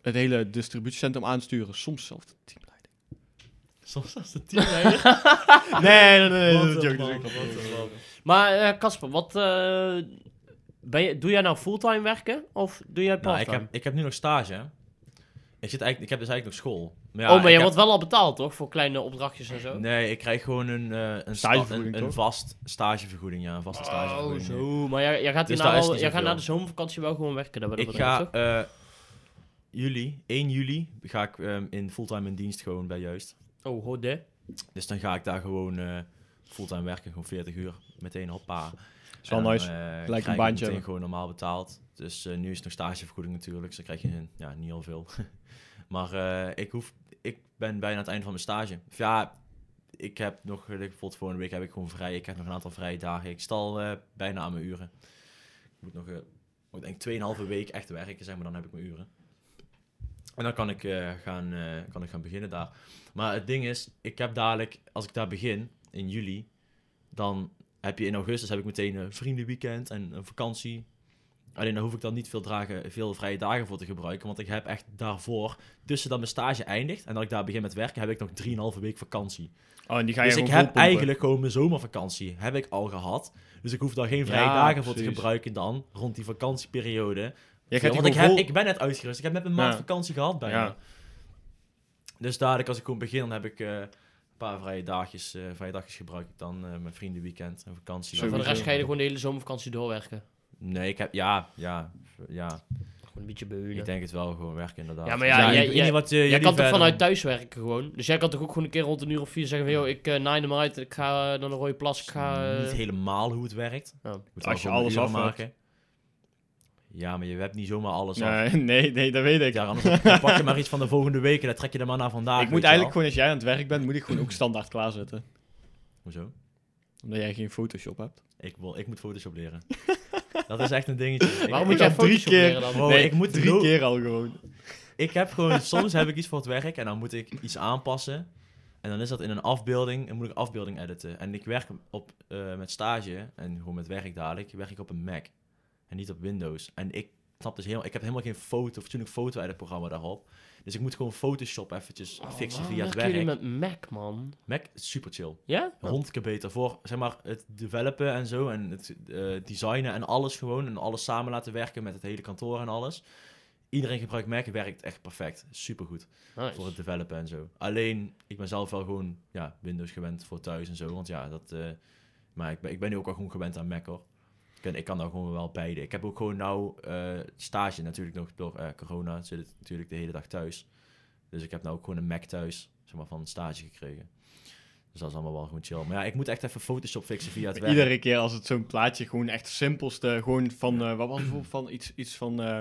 S1: het hele distributiecentrum aansturen. Soms zelfs de teamleiding.
S3: Soms als de teamleider...
S1: Nee, nee, nee.
S3: Wat
S1: dat
S3: een
S1: joke, dat
S3: man,
S1: is
S3: wat
S1: ook
S3: een man.
S4: Maar eh, Casper, wat... eh, ben je, doe jij nou fulltime werken? Of doe jij
S3: Nou,
S4: parttime?
S3: ik heb, ik heb nu nog stage. hè. Ik, zit eigenlijk, ik heb dus eigenlijk nog school. Maar ja,
S4: oh, maar
S3: ik
S4: je
S3: heb-
S4: wordt wel al betaald, toch? Voor kleine opdrachtjes en zo?
S3: Nee, ik krijg gewoon een, eh, een, sta-
S1: Stagevergoeding,
S3: een, een
S1: toch?
S3: vast stagevergoeding. Ja, een vaste
S4: Oh,
S3: stagevergoeding.
S4: zo. Maar jij, jij gaat,
S3: Dus
S4: hierna
S3: daar is
S4: wel-
S3: niet
S4: jij gaat
S3: zoveel.
S4: na de zomervakantie wel gewoon werken. Dat
S3: Ik ga eh, juli, 1 juli, ga ik ehm, in fulltime in dienst gewoon bij Juist.
S4: Oh, hode.
S3: Dus dan ga ik daar gewoon eh, fulltime werken, gewoon 40 uur. Meteen hoppa.
S1: Is wel
S3: En dan,
S1: nice.
S3: eh,
S1: een
S3: krijg ik
S1: baantje
S3: meteen
S1: hebben.
S3: gewoon normaal betaald. Dus eh, nu is het nog stagevergoeding natuurlijk. Dus dan krijg je een- ja, niet heel veel. maar eh, ik, hoef, ik ben bijna aan het einde van mijn stage. Of ja, ik heb nog, eh, bijvoorbeeld volgende week heb ik gewoon vrij. Ik heb nog een aantal vrije dagen. Ik stal eh, bijna aan mijn uren. Ik moet nog, eh ik denk 2,5 week echt werken, zeg maar. Dan heb ik mijn uren. En dan kan ik, eh, gaan, eh, kan ik gaan beginnen daar. Maar het ding is, ik heb dadelijk, als ik daar begin, in juli, dan heb je in augustus heb ik meteen een vriendenweekend en een vakantie. Alleen dan hoef ik dan niet veel, dragen, veel vrije dagen voor te gebruiken. Want ik heb echt daarvoor, tussen dat mijn stage eindigt en dat ik daar begin met werken, heb ik nog 3,5 week vakantie.
S1: Oh, en die ga je
S3: dus ik
S1: gewoon
S3: heb
S1: volpompen.
S3: eigenlijk gewoon mijn zomervakantie, heb ik al gehad. Dus ik hoef daar geen vrije
S1: Ja,
S3: dagen voor te
S1: precies.
S3: gebruiken dan, rond die vakantieperiode.
S1: Jij gaat die
S3: Want ik, heb,
S1: gewoon vol...
S3: ik ben net uitgerust, ik heb net een maand
S1: Ja.
S3: vakantie gehad bijna.
S1: Ja.
S3: Dus dadelijk als ik gewoon begin, dan heb ik eh, een paar vrije dagjes, eh, vrije dagjes gebruik ik dan. eh, mijn vriendenweekend en vakantie.
S4: Voor de
S1: Sowieso.
S4: rest ga je er gewoon de hele zomervakantie doorwerken.
S3: Nee, ik heb... Ja, ja, ja.
S4: Gewoon een beetje
S3: Ik
S4: beunen.
S3: denk het wel gewoon werken inderdaad.
S4: Ja, maar ja, jij-
S3: ik weet
S4: jij-
S3: niet wat, eh,
S4: Jij
S3: jullie
S4: kan toch
S3: verder-
S4: vanuit thuis werken gewoon? Dus jij kan toch ook gewoon een keer rond een uur of vier zeggen van... ...joh, ik uh, naai hem uit, ik ga eh, naar de Rode Plas, ik ga... eh,
S3: Niet Mm, helemaal hoe het werkt.
S4: Ja.
S3: Ik moet
S1: Als je
S3: wel gewoon
S1: alles
S3: uren
S1: afwerkt.
S3: maken. Ja, maar je hebt niet zomaar alles af.
S1: Nee, nee, nee, dat weet ik.
S3: Ja, anders dan pak je maar iets van de volgende week en dan trek je er maar naar vandaag.
S1: ik
S3: weet
S1: moet
S3: je
S1: eigenlijk gewoon, als jij aan het werk bent, moet ik gewoon ook standaard klaarzetten.
S3: wel. Hoezo?
S1: Omdat jij geen Photoshop hebt.
S3: Ik, wil, ik moet Photoshop leren. dat is echt een dingetje. Ik-
S4: Waarom
S3: ik
S4: moet jij
S1: heb drie
S4: Photoshop
S1: keer-
S4: leren dan?
S3: Bro, Oh, ik moet
S1: drie
S3: lo-
S1: keer al gewoon.
S3: Ik heb gewoon, soms heb ik iets voor het werk en dan moet ik iets aanpassen. En dan is dat in een afbeelding en moet ik afbeelding editen. En ik werk op, eh, met stage en gewoon met werk dadelijk, werk ik op een Mac. En niet op Windows. En ik snap dus helemaal, ik heb helemaal geen foto, fatsoenlijk foto edit programma daarop. Dus ik moet gewoon Photoshop eventjes
S4: Oh,
S3: fixen
S4: waarom
S3: via het
S4: werken
S3: werk.
S4: jullie met Mac, man?
S3: Mac is super chill.
S4: Ja?
S3: Hondke beter voor, zeg maar, het developen en zo. En het eh, designen en alles gewoon. En alles samen laten werken met het hele kantoor en alles. Iedereen gebruikt Mac, werkt echt perfect. Supergoed voor het
S4: Oh, Nice.
S3: developen en zo. Alleen, ik ben zelf wel gewoon ja, Windows gewend voor thuis en zo. Want ja, dat. eh, maar ik ben, ik ben nu ook al gewoon gewend aan Mac hoor. Ik kan, ik kan daar gewoon wel beide. Ik heb ook gewoon nou eh, stage natuurlijk nog door eh, corona. Zit het natuurlijk de hele dag thuis. Dus ik heb nou ook gewoon een Mac thuis, zeg maar, van stage gekregen. Dus dat is allemaal wel gewoon chill. Maar ja, ik moet echt even Photoshop fixen via het werk.
S1: Iedere keer als het zo'n plaatje gewoon echt simpelste, gewoon van, eh, wat was het bijvoorbeeld, van iets, iets van eh,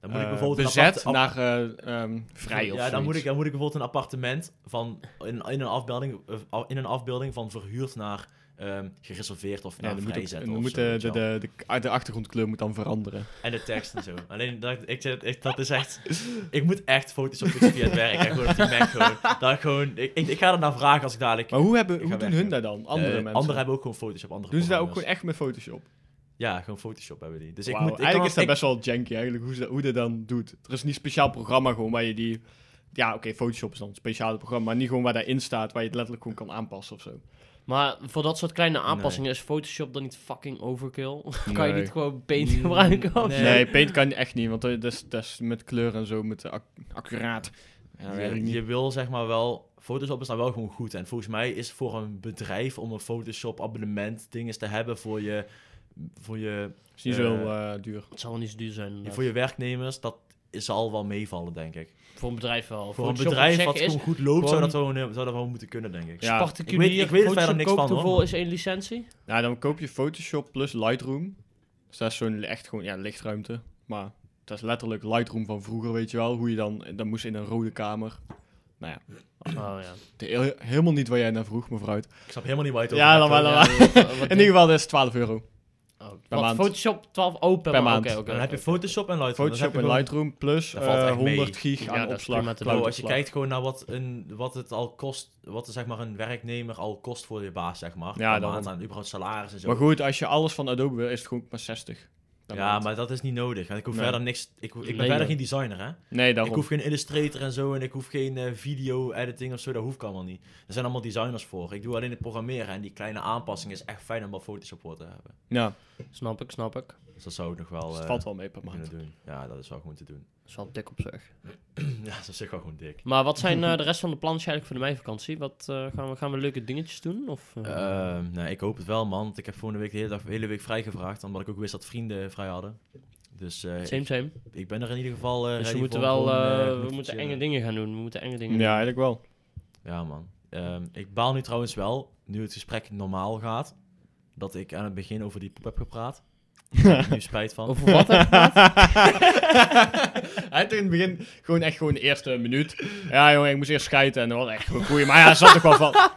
S3: Dan moet ik
S1: eh,
S3: bijvoorbeeld een
S1: bezet
S3: aparte- ap-
S1: naar eh, ehm, vrij of
S3: Ja, dan moet, ik,
S1: zoiets.
S3: dan moet ik bijvoorbeeld een appartement van, in, in, een, afbeelding, eh, af- in een afbeelding van verhuurd naar ehm, gereserveerd of
S1: Ja,
S3: naar
S1: dan moet, ook-
S3: vrijzetten.
S1: dan
S3: of
S1: moet
S3: zo,
S1: de,
S3: weet je
S1: de,
S3: wel.
S1: de, de, de achtergrondkleur moet dan veranderen.
S3: En de tekst en zo. Alleen dat, ik, zit- ik, dat is echt. Ik moet echt foto's op via het werk. En gewoon op die Mac gewoon. Dat ik gewoon ik, ik, ik ga er naar vragen als ik dadelijk.
S1: Maar hoe, hebben,
S3: Ik
S1: hoe
S3: ga
S1: doen
S3: weg,
S1: hun
S3: ja.
S1: dat dan? Andere
S3: Eh,
S1: mensen?
S3: Anderen hebben ook gewoon foto's op andere
S1: doen ze dat ook gewoon
S3: programma's.
S1: echt met Photoshop?
S3: Ja, gewoon Photoshop hebben die. Dus ik
S1: Wauw,
S3: moet. Ik kan
S1: eigenlijk is dat
S3: nog-
S1: best wel janky eigenlijk, hoe, ze, hoe dat dan doet. Er is niet speciaal programma gewoon waar je die... Ja, oké, Photoshop is dan een speciaal programma, maar niet gewoon waar daarin staat, waar je het letterlijk gewoon kan aanpassen of zo.
S4: Maar voor dat soort kleine aanpassingen is Photoshop dan niet fucking overkill? kan je
S1: Nee.
S4: niet gewoon paint gebruiken? of
S3: Nee.
S4: zo?
S1: Nee, paint kan je echt niet, want eh, dat is, dat is met kleur en zo, met de ac- accuraat. Ja, dat
S3: Je-
S1: werkt
S3: je,
S1: niet.
S3: wil zeg maar wel. Photoshop is dan wel gewoon goed. En volgens mij is voor een bedrijf om een Photoshop abonnement dinges te hebben voor je. Voor je,
S1: is niet
S3: Eh,
S1: zo eh, duur.
S4: Het zal wel niet zo duur zijn. inderdaad.
S3: voor je werknemers, dat zal wel meevallen, denk ik.
S4: Voor een bedrijf wel.
S3: Voor een
S4: Photoshop
S3: bedrijf
S4: op
S3: wat
S4: zich is
S3: gewoon goed loopt, zou
S4: gewoon-
S3: dat gewoon, eh, zou dat wel moeten kunnen, denk ik.
S1: Ja,
S4: particulier.
S3: ik weet- ik weet er verder
S4: Photoshop
S3: niks
S4: koopt
S3: van, hoor,
S4: hoeveel
S3: maar-
S4: is één licentie?
S1: Nou, dan koop je Photoshop plus Lightroom. Dus dat is zo'n echt gewoon, ja, lichtruimte. Maar dat is letterlijk Lightroom van vroeger, weet je wel. Hoe je dan, dan moest je in een rode kamer. Nou ja,
S4: Oh ja.
S1: de- heel- helemaal niet waar jij naar vroeg, mevrouw.
S3: Ik snap helemaal niet waar je het
S1: Ja,
S3: over hebt,
S1: dan maar,
S3: hoor.
S1: dan
S4: Ja,
S1: maar.
S4: wat- wat-
S1: In ieder geval, dat is 12 euro.
S4: Oh, wat,
S1: per maand.
S4: Photoshop 12 open
S1: Per maand.
S4: Oké, oké.
S3: Dan heb je Photoshop en Lightroom. Dan
S1: Photoshop
S3: heb je
S1: en
S3: gewoon-
S1: Lightroom plus
S3: Dat valt
S1: eh,
S3: echt mee.
S1: 100 gig
S4: Ja,
S1: aan
S4: dat is
S1: opslag.
S4: prima te
S3: Bro,
S4: doen.
S3: als je
S1: cloudopslag.
S3: kijkt gewoon naar wat, een, wat het al kost, wat er, zeg maar een werknemer al kost voor je baas, zeg maar.
S1: Ja,
S3: per
S1: daarom.
S3: maand aan überhaupt salaris en zo.
S1: Maar goed, als je alles van Adobe wil, is het gewoon maar 60. per
S3: ja,
S1: maand.
S3: maar dat is niet nodig. Want ik hoef
S1: Nee.
S3: verder niks. Ik, ik ben
S4: Nee,
S3: verder
S4: joh.
S3: geen designer, hè?
S1: Nee,
S3: Ik
S1: daarom.
S3: hoef geen illustrator en zo. En ik hoef geen eh, video editing of zo. Dat hoef ik allemaal niet. Er zijn allemaal designers voor. Ik doe alleen het programmeren. En die kleine aanpassing is echt fijn om wel Photoshop voor te hebben.
S1: Ja,
S4: Snap ik, snap ik.
S3: Dus dat zou ik nog wel
S1: dus het
S3: eh,
S1: valt wel mee per
S3: kunnen
S1: maand.
S3: doen. Ja, dat is wel gewoon te doen.
S4: Dat is wel dik op zich.
S3: ja, dat is zich wel gewoon dik.
S4: Maar wat zijn eh, de rest van de plannen eigenlijk voor de meivakantie? Wat, eh, gaan, we, gaan we leuke dingetjes doen? Of, eh?
S3: Ehm, nou, ik hoop het wel, man. Want ik heb volgende week de hele, dag, de hele week vrijgevraagd. Omdat ik ook wist dat vrienden vrij hadden. Dus eh,
S4: same,
S3: ik,
S4: same.
S3: ik ben er in ieder geval. eh,
S4: Dus we
S3: ready
S4: moeten
S3: voor om
S4: wel
S3: gewoon,
S4: eh,
S3: eh,
S4: we
S3: goed
S4: moeten
S3: te
S4: enge
S3: chillen.
S4: dingen gaan doen. We moeten enge dingen
S1: Ja, eigenlijk wel.
S3: Ja, man. Ehm, ik baal nu trouwens wel, nu het gesprek normaal gaat, dat ik aan het begin over die poep heb gepraat. Daar heb ik nu spijt van.
S4: doen. Over wat? hè?
S1: Hij had in het begin gewoon echt gewoon de eerste minuut. Ja, jongen, ik moest eerst schijten en dat was echt een goeie. Maar ja, er zat toch wel van.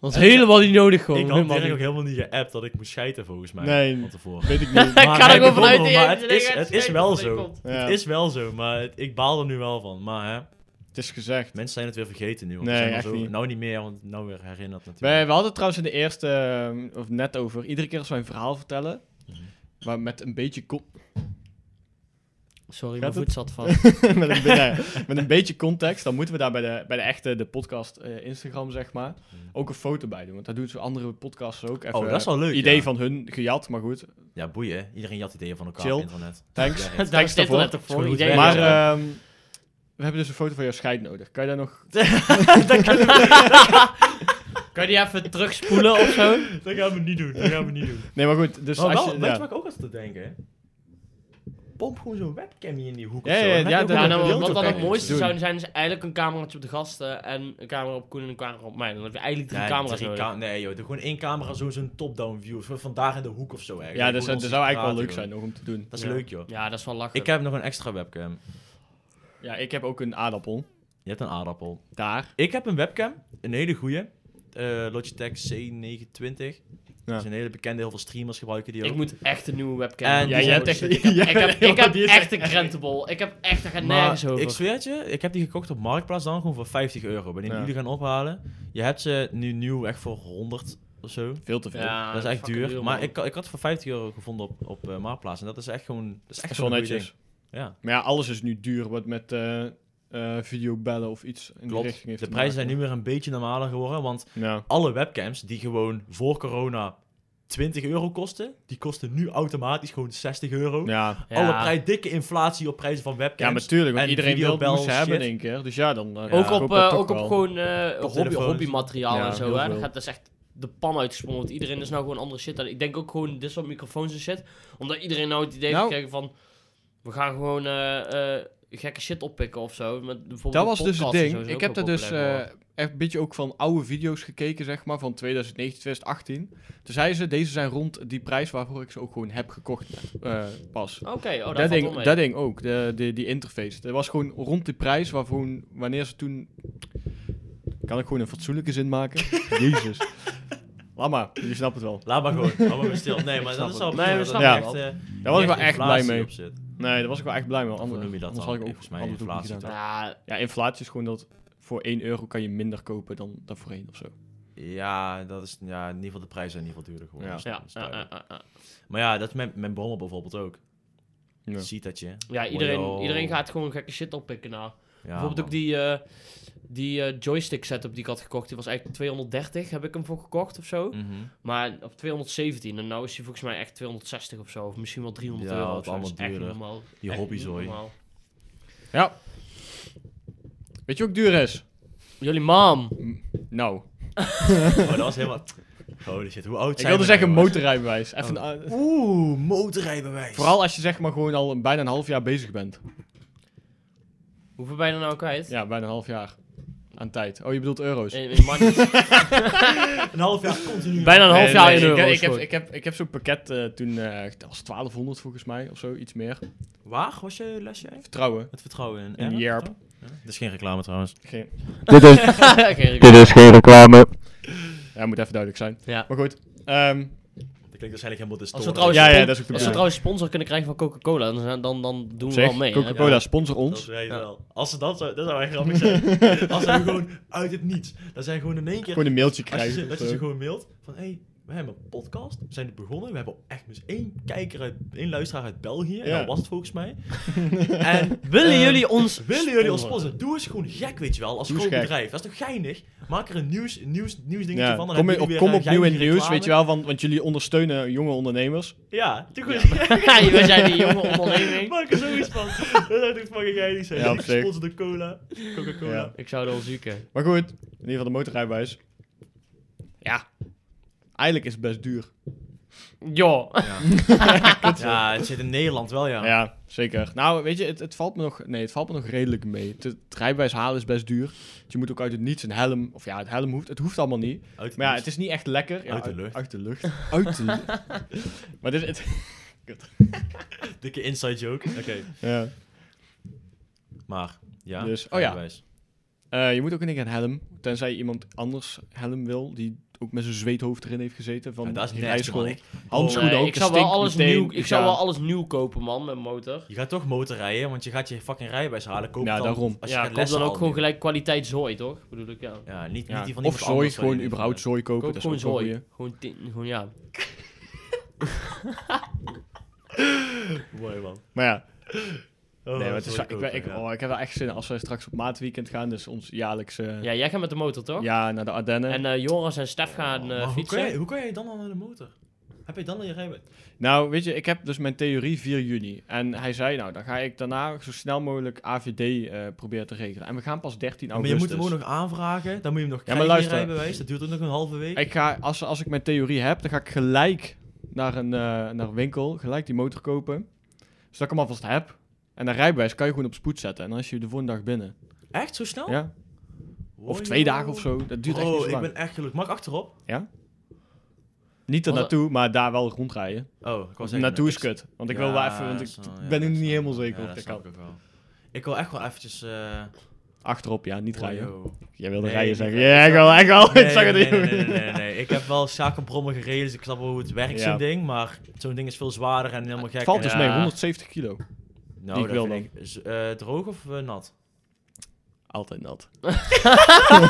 S4: Dat is helemaal niet nodig gewoon.
S3: ik had
S4: helemaal
S3: Dirk ook
S4: niet.
S3: helemaal niet geappt dat ik moest scheiden, volgens mij.
S1: Nee.
S3: Van tevoren.
S1: Weet ik niet.
S4: Ik
S3: Maar hij
S4: ga er gewoon vanuit
S3: begon
S4: die
S3: wel, maar
S4: hele
S3: het is-
S4: dingen
S3: het is
S4: uit-
S3: wel
S4: uit-
S3: zo.
S4: komt.
S1: Ja,
S3: Het is wel zo, maar het- ik baal er nu wel van. Maar hè,
S1: gezegd.
S3: mensen zijn het weer vergeten nu. Want
S1: Nee,
S3: we zijn er
S1: echt
S3: zo,
S1: niet.
S3: Nou niet meer, want nou weer herinnerd natuurlijk.
S1: Wij, we hadden het trouwens in de eerste, ehm, of net over, iedere keer als wij een verhaal vertellen,
S3: Mhm.
S1: maar met een beetje, con-
S4: Sorry,
S1: Gaat
S4: mijn
S1: het?
S4: voet zat vast.
S1: met, een, nee, met een beetje context, dan moeten we daar bij de, bij de echte, de podcast eh, Instagram zeg maar, ook een foto bij doen. Want dat doen ze andere podcasts ook. Even,
S3: Oh, dat is wel leuk,
S1: Idee
S3: ja.
S1: van hun gejat, maar goed.
S3: Ja, boeien. Iedereen jat ideeën van elkaar
S1: Chill.
S3: op internet.
S1: Thanks.
S3: Ja, ja.
S4: Daar is
S1: Thanks
S4: het
S1: daarvoor.
S4: internet toch
S3: Het
S4: voor.
S3: is goed
S4: Idee.
S3: werk.
S1: Maar
S3: ja.
S1: ehm, we hebben dus een foto van jouw scheid nodig. Kan je daar nog...
S4: Kan je die even terugspoelen of zo?
S3: Dat gaan we niet doen, dat gaan we niet doen.
S1: Nee, maar goed. Dus
S3: Maar
S1: als
S3: wel,
S1: je,
S3: weet
S1: ja.
S3: je wat ik ook altijd te denken? pomp gewoon zo'n webcam hier in die hoek.
S1: Ja,
S3: of zo.
S1: ja,
S3: En dan
S1: ja,
S3: heb je
S1: dat-
S3: ook
S4: Ja,
S3: nog een
S1: dat-
S4: nou,
S1: beeld
S4: wat dan
S1: erbij
S4: het
S1: is.
S4: mooiste
S1: Doen.
S4: zou zijn, is eigenlijk een cameraatje op de gasten en een camera op Koen en een camera op mij. Dan heb je eigenlijk drie
S3: Nee,
S4: camera's
S3: drie
S4: nodig.
S3: ka- nee, joh. Doe gewoon één camera, zo- zo'n top-down view. Zo Vandaag in de hoek of zo. Eigenlijk.
S1: Ja,
S3: Gewoon
S1: dat zou,
S3: ons
S1: dat zou eigenlijk wel
S3: praten,
S1: leuk
S3: joh.
S1: zijn nog om te doen.
S3: Dat is
S4: Ja.
S3: leuk, joh.
S4: ja, dat is wel lachen.
S3: Ik heb nog een extra webcam.
S1: Ja, ik heb ook een aardappel.
S3: Je hebt een aardappel.
S1: Daar.
S3: Ik heb een webcam. Een hele goede. Logitech C920. Dat is een hele bekende. Heel veel streamers gebruiken die ook.
S4: Ik moet echt een nieuwe webcam.
S3: En-
S4: hebben.
S1: Ja, jij hebt echt...
S4: Ik heb, ik heb, ik heb echt een
S1: krent.
S4: krentenbol. Ik heb echt, daar gaat
S3: Maar
S4: nergens over.
S3: Ik zweer het je, ik heb die gekocht op Marktplaats dan gewoon voor 50 euro. Ben ik
S1: Ja.
S3: jullie gaan ophalen. Je hebt ze nu nieuw echt voor 100 of zo.
S1: Veel te veel.
S4: Ja,
S3: dat is echt
S4: Ah, fucking
S3: duur. maar
S4: man.
S3: ik, ik had het voor 50 euro gevonden op, op eh, Marktplaats. En dat is echt gewoon. Dat is
S1: Dat
S3: echt
S1: is wel
S3: gewoon een goeie
S1: netjes.
S3: ding. Ja,
S1: Maar ja, alles is nu duur wat met eh eh, videobellen of iets in die richting
S3: klopt.
S1: heeft
S3: De
S1: te
S3: prijzen zijn
S1: maken.
S3: nu weer een beetje normaler geworden. Want
S1: Ja.
S3: alle webcams die gewoon voor corona 20 euro kosten, die kosten nu automatisch gewoon 60 euro.
S1: Ja.
S4: Ja.
S3: Alle prij dikke inflatie op prijzen van webcams.
S1: ja, maar tuurlijk, want
S3: En
S1: iedereen wil
S3: videobel
S1: het moest hebben in
S3: shit.
S1: één keer. Dus ja, dan... eh,
S4: Ook
S1: ja,
S4: op,
S1: koop dat
S4: eh,
S1: toch
S4: ook op
S1: wel.
S4: gewoon eh, op hobby,
S3: telefoons.
S4: hobbymateriaal
S1: Ja,
S4: en zo.
S1: heel
S4: Hè.
S1: veel.
S4: Dat, gaat, dat is echt de pan uitgesprongen. Want iedereen is nou gewoon andere shit. aan- Ik denk ook gewoon dit soort microfoons en shit. Omdat iedereen nou het idee
S1: Nou.
S4: heeft gekregen van... We gaan gewoon eh, eh, gekke shit oppikken of zo. Met bijvoorbeeld
S1: Dat was dus het
S4: podcasts en zo
S1: ding.
S4: is
S1: Ik
S4: ook
S1: heb
S4: heel
S1: daar dus
S4: populair
S1: eh, echt een beetje ook van oude video's gekeken, zeg maar, van 2019, 2018. Toen zeiden ze, deze zijn rond die prijs waarvoor ik ze ook gewoon heb gekocht eh, pas.
S4: geworden. Oké, oh, dat,
S1: dat,
S4: valt wel
S1: ding,
S4: mee.
S1: dat ding ook, de, de, die interface. Dat was gewoon rond die prijs waarvoor, wanneer ze toen... Kan ik gewoon een fatsoenlijke zin maken? Jezus. Laat maar, je snapt het wel.
S3: Laat maar gewoon. Hou maar weer stil. Nee, maar dat
S4: snap
S3: is
S4: het.
S3: wel
S4: Nee,
S3: prima
S4: we
S3: dat er
S1: snappen
S3: echt,
S4: het.
S3: eh,
S1: Daar was ik
S3: echt
S1: wel echt blij
S3: inflatie
S1: mee.
S3: op zit.
S1: Nee, daar was ik wel echt blij mee. Anders,
S3: noem je dat
S1: anders
S3: dan?
S1: had ik ook
S3: Volgens mij
S1: andere doekjes
S3: inflatie,
S1: gedaan.
S4: Ja,
S1: Ja, inflatie is gewoon dat voor 1 euro kan je minder kopen dan, dan voorheen of zo.
S3: Ja, dat is, ja, in ieder geval de prijzen zijn in ieder geval duurder geworden.
S1: Ja.
S3: Dus
S4: ja,
S3: dat is
S4: ja,
S3: duidelijk.
S4: ja, ja, ja.
S3: Maar ja, dat is mijn, mijn brommel bijvoorbeeld ook.
S1: Ja.
S3: Ziet dat je.
S4: Ja, iedereen,
S1: oh.
S3: Wow.
S4: iedereen gaat gewoon gekke shit oppikken nou.
S3: Ja,
S4: Bijvoorbeeld
S3: man.
S4: ook die, eh, die eh, joystick setup die ik had gekocht. Die was eigenlijk 230, heb ik hem voor gekocht of zo.
S3: Mhm.
S4: Maar op 217, en nou is hij volgens mij echt 260 of zo. Of misschien wel 300
S3: Ja,
S4: euro.
S3: wat
S4: of zo.
S3: allemaal
S4: Dat is echt niet
S3: duurder.
S4: normaal.
S3: Die
S4: Echt
S3: hobbyzooi.
S4: niet normaal.
S1: Ja. Weet je wat ook duur is?
S4: Jullie mam.
S1: Nou,
S3: Oh, dat was helemaal... Holy shit, hoe oud
S1: ik
S3: zijn
S1: wilde
S3: we
S1: zeggen
S3: nou,
S1: motorrijbewijs. Even, een- eh,
S3: jongens? Oeh, motorrijbewijs.
S1: vooral als je zeg maar gewoon al bijna een half jaar bezig bent.
S4: Hoeveel ben je er nou kwijt?
S1: Ja, bijna een half jaar aan tijd. Oh, je bedoelt euro's.
S4: In, in mandjes.
S3: een half jaar continu.
S4: Bijna een half
S1: Nee,
S4: jaar
S1: nee,
S4: in
S1: ik,
S4: euro's.
S1: ik, heb,
S4: gewoon.
S1: ik, heb, ik heb zo'n pakket eh, toen, eh, dat was 1200 volgens mij, of zo, iets meer.
S3: Waar was je lesje? eigenlijk?
S1: Vertrouwen.
S3: Het vertrouwen in.
S1: In
S3: Ja,
S1: Jerp.
S3: vertrouwen? Ja. Dat is geen reclame trouwens.
S1: Geen...
S2: Dit is,
S4: Geen reclame.
S2: dit is geen reclame.
S1: Ja, moet even duidelijk zijn.
S4: Ja.
S1: Maar goed, ehm,
S3: Dat klinkt waarschijnlijk helemaal de
S4: Als
S3: story.
S4: we trouwens,
S1: Ja, ja,
S4: spon-
S1: dat is ook
S4: als
S1: de
S4: we
S1: bedoeling.
S4: trouwens sponsor kunnen krijgen van Coca-Cola, dan, zijn- dan, dan doen we
S1: zeg,
S4: wel mee. hè.
S1: Coca-Cola sponsor
S3: Dat
S1: ons.
S3: weet je
S4: Ja.
S3: wel. Als ze dat zou, dat zou echt grappig zijn. Als ze gewoon uit het niets, dan zijn gewoon in één keer
S1: Gewoon een mailtje
S3: Als je,
S1: krijgen.
S3: ze-
S1: of
S3: dat
S1: zo.
S3: je ze gewoon mailt van, hé, hey, we hebben een podcast, we zijn dit begonnen, we hebben echt dus één kijker uit, één luisteraar uit België, en
S1: Ja.
S3: dat was het volgens mij. en
S4: Willen
S3: eh,
S4: jullie ons
S3: willen jullie ons
S4: sponsoren?
S3: sponsoren? Doe eens gewoon gek, weet je wel, als
S1: Doe eens
S3: groot
S1: gek.
S3: bedrijf. Dat is toch geinig? Maak er een nieuws, nieuws, nieuwsdingetje
S1: Ja,
S3: van. dan
S1: Kom,
S3: hebben
S1: op,
S3: jullie
S1: kom
S3: weer, eh,
S1: opnieuw in het
S3: geinige
S1: nieuws,
S3: reclame.
S1: weet je wel, want, want jullie ondersteunen jonge ondernemers.
S3: Ja, doe
S4: Ja.
S3: gewoon gek.
S4: We zijn die jonge onderneming.
S3: Maak er zoiets van. Dat zou toch fucking geinig zijn.
S1: Ja, op zich.
S3: Gesponsord door cola, Coca-Cola.
S1: Ja.
S4: Ik zou er wel zoeken.
S1: Maar goed, in ieder geval de motorrijbewijs. Ja, eigenlijk is het best duur.
S4: Ja.
S3: Ja, het zit in Nederland wel, ja.
S1: Ja, zeker. Nou, weet je, het, het, valt me nog, nee, het valt me nog redelijk mee. Het, het rijbewijs halen is best duur. Dus je moet ook uit het niets een helm, of ja, het helm hoeft, het hoeft allemaal niet.
S3: Uit het
S1: Maar ja,
S3: nieuws.
S1: het is niet echt lekker. Ja,
S3: Uit de lucht.
S1: Uit de lucht. Dus Uit de lucht. maar dit is het.
S3: Dikke inside joke. Oké,
S1: Ja.
S3: maar ja.
S1: Dus, oh ja.
S3: rijbewijs.
S1: Eh, je moet ook in één keer een helm. Tenzij iemand anders helm wil, die ook met zijn zweethoofd erin heeft gezeten. Van
S3: Ja, dat is
S1: die
S3: nasty,
S1: rijschool.
S3: man. Ik-
S1: Handschoenen
S4: Nee,
S1: ook.
S4: ik
S1: dat
S4: zou, wel
S1: stinkt
S4: alles
S1: meteen.
S4: nieuw, ik
S1: Dus
S4: zou
S1: ja.
S4: wel alles nieuw kopen, man, met motor.
S3: Je gaat toch motorrijden, want je gaat je fucking rijbewijs halen. Koop
S1: Ja,
S3: dan,
S1: daarom.
S3: Als je
S4: ja,
S3: gaat
S4: koop dan
S3: lessen
S4: ook
S3: al
S4: gewoon
S3: nieuw.
S4: gelijk kwaliteit zooi, toch? Bedoel ik, ja. Koop
S3: Ja, niet,
S1: Ja.
S3: niet die van
S1: Of
S3: iemand
S1: zooi,
S3: anders waar je
S1: gewoon
S3: niet
S1: überhaupt
S3: van
S1: zooi kopen. dat is
S4: gewoon
S1: ook wel
S4: zooi.
S1: goeie.
S4: Gewoon, tin- gewoon, ja.
S3: bent. Mooi man.
S1: Maar ja,
S3: Oh,
S1: nee, maar het is,
S3: zooi
S1: wel- ik, ben-
S3: kopen,
S1: ik,
S3: ja.
S1: oh, ik heb wel echt zin in als we straks op maatweekend gaan. Dus ons jaarlijkse ja.
S4: Ja, jij gaat met de motor, toch?
S1: naar de Ardennen.
S4: En eh, Joris en Stef gaan eh,
S1: Oh,
S3: Maar hoe,
S4: fietsen.
S3: kan je, hoe kan je dan al naar de motor? Heb je dan al je rijbewijs?
S1: Nou, weet je, ik heb dus mijn theorie 4 juni. En hij zei, nou, dan ga ik daarna zo snel mogelijk AVD eh, proberen te regelen. En we gaan pas 13
S3: maar
S1: augustus.
S3: je moet hem ook nog aanvragen. Dan moet je hem nog
S1: dus maar
S3: krijgen, je
S1: luister.
S3: rijbewijs. Dat duurt ook nog een halve week.
S1: Ik ga, als, als ik mijn theorie heb, dan ga ik gelijk naar een, eh, naar een winkel, gelijk die motor kopen. Dus Zodat ik hem alvast heb. En dat rijbewijs kan je gewoon op spoed zetten. En dan is je de volgende dag binnen.
S3: Echt? Zo snel?
S1: Ja? Of twee dagen of zo. Dat duurt echt niet
S3: Oh,
S1: zo
S3: ik
S1: lang.
S3: ben echt gelukkig. Mag ik achterop? Oh,
S1: Niet er
S4: Want dat-
S1: naartoe, maar daar wel rondrijden.
S3: Oh, ik was even...
S1: Naartoe is kut. Want ik wil wel even... Want ik ben nu niet helemaal zeker
S3: ja, dat
S1: of dat
S3: snap
S1: kan.
S3: ik ook wel. Ik wil echt wel eventjes... eh,
S1: Achterop, ja. Niet rijden.
S3: oh, yo.
S1: Jij wilde
S3: Nee,
S1: rijden
S3: niet
S1: zeggen.
S3: rijden.
S1: Ja, ik wel, ik wel.
S3: Nee,
S1: ik zag het
S3: nee,
S1: in.
S3: nee, nee, nee, nee, nee. Ik heb wel zakenbrommen gereden, dus ik snap wel hoe het werkt,
S1: Ja.
S3: zo'n ding. Maar zo'n ding is veel zwaarder en helemaal gek.
S1: Het valt
S3: en-
S1: dus
S3: Ja.
S1: mee, 170 kilo.
S3: Nou,
S1: die ik
S3: dat
S1: wil
S3: vind ik- z- eh, droog of eh, nat?
S1: Altijd nat.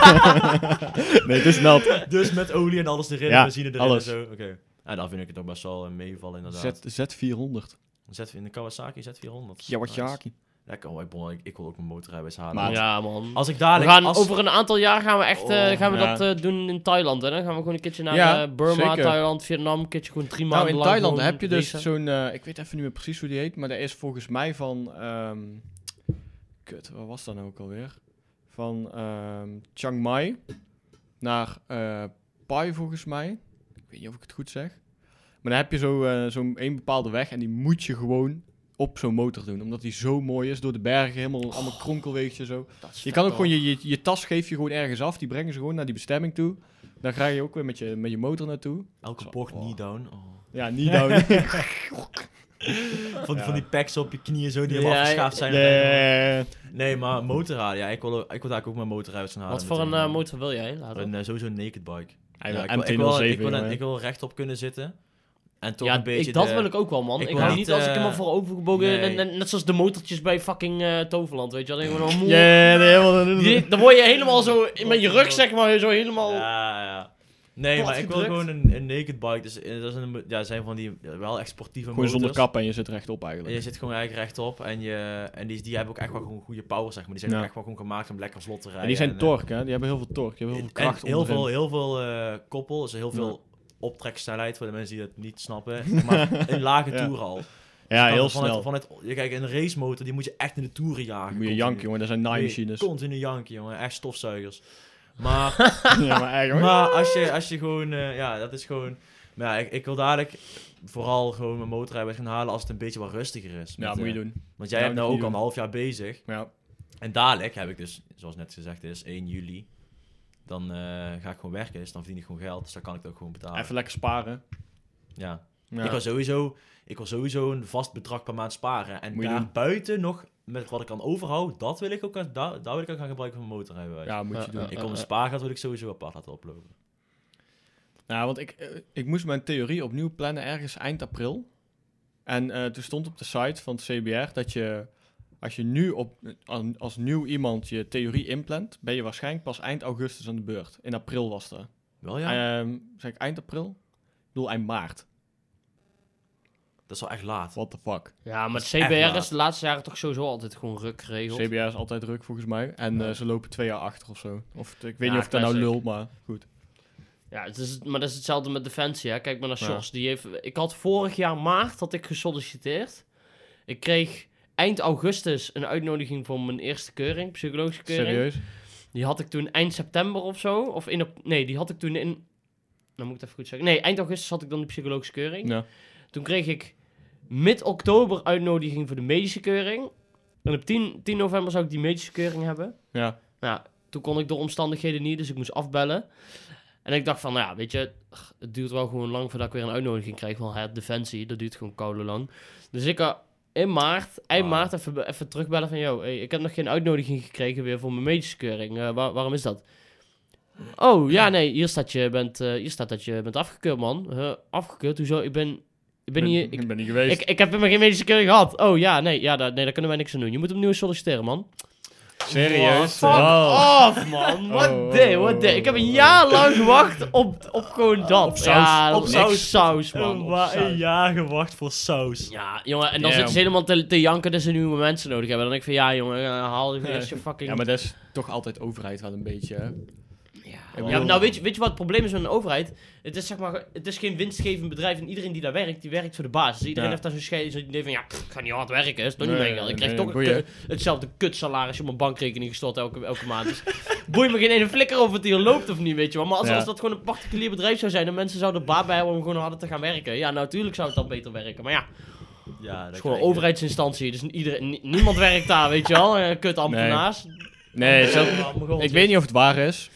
S1: nee, het is nat.
S3: Dus met olie en alles erin,
S1: Ja,
S3: benzine erin
S1: alles.
S3: en zo. Oké. En daar vind ik het ook best wel een meevallen, inderdaad.
S1: Z, Z400.
S3: Zet in de Kawasaki Z400. Nice.
S1: Kawasaki.
S3: Lekker, oh, ik, bon, ik, ik wil ook een motorrijbewijs halen.
S1: Maar-
S3: Want
S4: Ja, man.
S3: als ik
S4: We
S3: dadelijk...
S4: gaan,
S3: als-
S4: over een aantal jaar gaan we, echt, eh,
S3: Oh,
S4: gaan we
S1: ja.
S4: dat eh, doen in Thailand. Hè? Dan gaan we gewoon een keertje naar
S1: Ja,
S4: eh, Burma,
S1: zeker.
S4: Thailand, Vietnam. Een keertje gewoon drie
S1: Nou,
S4: maanden
S1: in
S4: lang
S1: Thailand
S4: gewoon
S1: heb je dus
S4: racen.
S1: zo'n... eh, ik weet even niet meer precies hoe die heet, maar daar is volgens mij van... ehm, kut, wat was dat nou ook alweer? Van ehm, Chiang Mai naar eh Pai volgens mij. Ik weet niet of ik het goed zeg. Maar dan heb je zo, eh, zo'n één bepaalde weg en die moet je gewoon op zo'n motor doen. Omdat die zo mooi is, door de bergen, helemaal allemaal kronkelweegjes en zo.
S4: Oh, Dat is
S1: Je kan ook
S4: vet,
S1: gewoon je, je, je tas geef je gewoon ergens af. Die brengen ze gewoon naar die bestemming toe. Dan ga je ook weer met je, met je motor naartoe.
S3: Elke bocht
S1: Oh.
S3: knee down. oh.
S1: Ja, niet nou. down.
S3: Van, van die packs op je knieën zo, die
S4: Ja,
S3: helemaal
S4: ja,
S3: afgeschaafd zijn.
S1: Yeah.
S3: Nee, maar motorrijden. Ja, ik wil, ook- ik wil daar ook mijn motorrijbewijs gaan
S4: hoor.
S3: halen.
S4: Wat voor een
S3: natuurlijk.
S4: eh, motor wil jij? Later?
S3: Een, eh, sowieso een naked bike.
S1: Hij
S3: Ja,
S1: wil
S3: ik, wil,
S1: MT-07,
S3: ik, wil, ik, wil,
S1: jongen.
S3: ik wil rechtop kunnen zitten. En toch
S4: Ja,
S3: een beetje
S4: ik, dat
S3: de-
S4: wil ik ook wel, man.
S3: ik
S4: Ik,
S3: wil
S4: wil
S3: niet,
S4: niet als ik
S3: eh,
S4: hem voorover gebogen...
S3: nee.
S4: Net, net zoals de motortjes bij fucking eh, Toverland, weet je wel. Dan denk ik gewoon, oh, moe-
S1: Yeah, nee, helemaal.
S4: Die- Dan word je helemaal zo... in- Met je rug, zeg maar, zo helemaal...
S3: Ja, ja. Nee, maar ik wil
S4: Platgedrukt.
S3: gewoon een, een naked bike. Dus eh, dat is een, ja, zijn van die eh, wel echt sportieve
S1: Gewoon
S3: motors.
S1: zonder kap en je zit rechtop
S3: En je
S1: eigenlijk.
S3: zit gewoon eigenlijk rechtop. En, je, en die, die hebben ook echt wel gewoon goede power, zeg maar. Die zijn
S1: Ja.
S3: ook echt wel gewoon gemaakt om lekker vlot te rijden.
S1: En die zijn
S3: eh,
S1: torque, hè? Die hebben heel veel torque. Die hebben heel veel
S3: En
S1: kracht
S3: heel
S1: onderin.
S3: veel, heel veel eh, koppel, dus heel veel optreksnelheid voor de mensen die dat niet snappen. Maar in lage
S1: Ja.
S3: toeren al.
S1: Ja,
S3: Van
S1: heel
S3: het- van
S1: snel.
S3: Het, van het, je kijk, een racemotor, die moet je echt in de toeren jagen.
S1: Moet je
S3: continu.
S1: janken, jongen. Dat zijn
S3: Moet je
S1: naaimachines.
S3: Continu janken, jongen. Echt stofzuigers. Maar,
S1: Ja, maar eigenlijk... hoor.
S3: maar als, je, als je gewoon... eh, ja, dat is gewoon... Maar ja, ik, ik wil dadelijk vooral gewoon mijn motorrijbewijs gaan halen als het een beetje wat rustiger is.
S1: Ja,
S3: Met,
S1: moet je
S3: eh,
S1: doen.
S3: Want jij
S1: Nou,
S3: hebt nou
S1: moet
S3: ook
S1: je
S3: al een
S1: doen.
S3: half jaar bezig.
S1: Ja.
S3: En dadelijk heb ik dus, zoals net gezegd is, 1 juli. Dan eh, ga ik gewoon werken, dus dan verdien ik gewoon geld. Dus dan kan ik het ook gewoon betalen.
S1: Even lekker sparen.
S3: Ja.
S1: Ja.
S3: Ik, wil sowieso, ik wil sowieso een vast bedrag per maand sparen. En
S1: Moet je
S3: daar
S1: doen.
S3: buiten nog met wat ik aan overhoud, dat wil ik ook, aan- daar, daar wil ik ook gaan gebruiken voor mijn motorrijbewijs.
S1: Ja, moet je
S4: Ja,
S1: doen.
S4: ja.
S3: Ik kom een spaargeld wil ik sowieso apart laten oplopen.
S1: Nou, want ik, eh, ik moest mijn theorie opnieuw plannen ergens eind april. En eh, toen stond op de site van het CBR dat je, als je nu op, an- als nieuw iemand je theorie inplant, ben je waarschijnlijk pas eind augustus aan de beurt. In april was dat.
S3: Wel Ah, ja,
S1: Ehm zeg ik eind april? Ik bedoel eind maart.
S3: dat is wel echt laat.
S1: What the fuck.
S4: Ja, maar het
S3: is echt
S4: CBR
S3: laat.
S4: is de laatste jaren toch sowieso altijd gewoon ruk geregeld.
S1: CBR is altijd druk volgens mij. En
S4: Ja.
S1: eh, ze lopen twee jaar achter of zo. Of, t- ik weet
S4: Ja,
S1: niet of ik daar nou
S4: classic.
S1: lul, maar goed.
S4: Ja, het is, maar dat is hetzelfde met Defensie. Hè? Kijk maar naar
S1: Ja.
S4: Sjors. Die heeft, ik had vorig jaar maart had ik gesolliciteerd. Ik kreeg eind augustus een uitnodiging voor mijn eerste keuring, psychologische keuring.
S1: Serieus?
S4: Die had ik toen eind september of zo. Of in, op- nee, die had ik toen in... Dan moet ik het even goed zeggen. Nee, eind augustus had ik dan de psychologische keuring.
S1: Ja.
S4: Toen kreeg ik mid-oktober uitnodiging voor de medische keuring. En op 10, 10 november zou ik die medische keuring hebben.
S1: Ja.
S4: Nou, toen kon ik door omstandigheden niet, dus ik moest afbellen. En ik dacht van, nou ja, weet je, het duurt wel gewoon lang voordat ik weer een uitnodiging krijg. Want het defensie, dat duurt gewoon koude lang. Dus ik eh, in maart, eind
S3: Ah.
S4: maart, even, even terugbellen van, yo, hey, ik heb nog geen uitnodiging gekregen weer voor mijn medische keuring. Eh, waar- waarom is dat? Oh, ja, nee, hier staat, je bent, eh, hier staat dat je bent afgekeurd, man. Huh, afgekeurd? Hoezo? Ik ben, ik ben hier... Ik,
S1: ben niet geweest.
S4: ik, ik heb helemaal geen medische keuring gehad. Oh ja, nee, ja, daar, nee, daar kunnen wij niks aan doen. Je moet opnieuw solliciteren, man.
S1: Serieus?
S4: Fuck
S1: Oh.
S4: off, man. What
S1: Oh.
S4: day, what day. Ik heb een jaar lang gewacht op, op gewoon dat.
S3: Op saus,
S4: Ja,
S3: op
S4: op
S3: saus.
S4: saus. saus, man. Op
S3: maar
S4: saus.
S3: een jaar gewacht voor saus.
S4: Ja, jongen, en dan
S1: Ja.
S4: zitten ze helemaal te, te janken dat ze nieuwe mensen nodig hebben. Dan denk ik van, ja, jongen, eh, haal je eerst je fucking...
S1: Ja, maar dat is toch altijd overheid wel een beetje. hè?
S4: Ja,
S1: Ik
S4: maar
S1: bedoel-
S4: nou, weet je, weet je wat het probleem is met een overheid? Het is, zeg maar, het is geen winstgevend bedrijf en iedereen die daar werkt, die werkt voor de basis. Iedereen
S1: Ja.
S4: heeft daar zo'n schei- zo'n idee van, ja, pff, ik ga niet hard werken, is toch
S1: Nee,
S4: niet mijn geld. Ik krijg
S1: nee,
S4: toch een
S1: boeien.
S4: kut- hetzelfde kutsalaris op mijn bankrekening gestort elke, elke maand. Dus boeit me geen ene flikker of het hier loopt of niet, weet je wel. Maar als,
S1: Ja.
S4: als dat gewoon een particulier bedrijf zou zijn en mensen zouden baat bij hebben om gewoon harder te gaan werken. Ja, natuurlijk zou het dan beter werken, maar ja.
S3: Ja, dat
S4: is gewoon een
S3: krijg je.
S4: overheidsinstantie, dus iedereen, ni- niemand werkt daar, weet je wel. Eh, Kut ambtenaars.
S1: Nee, zelf-
S4: Oh, mijn god.
S1: ik weet niet of het waar is.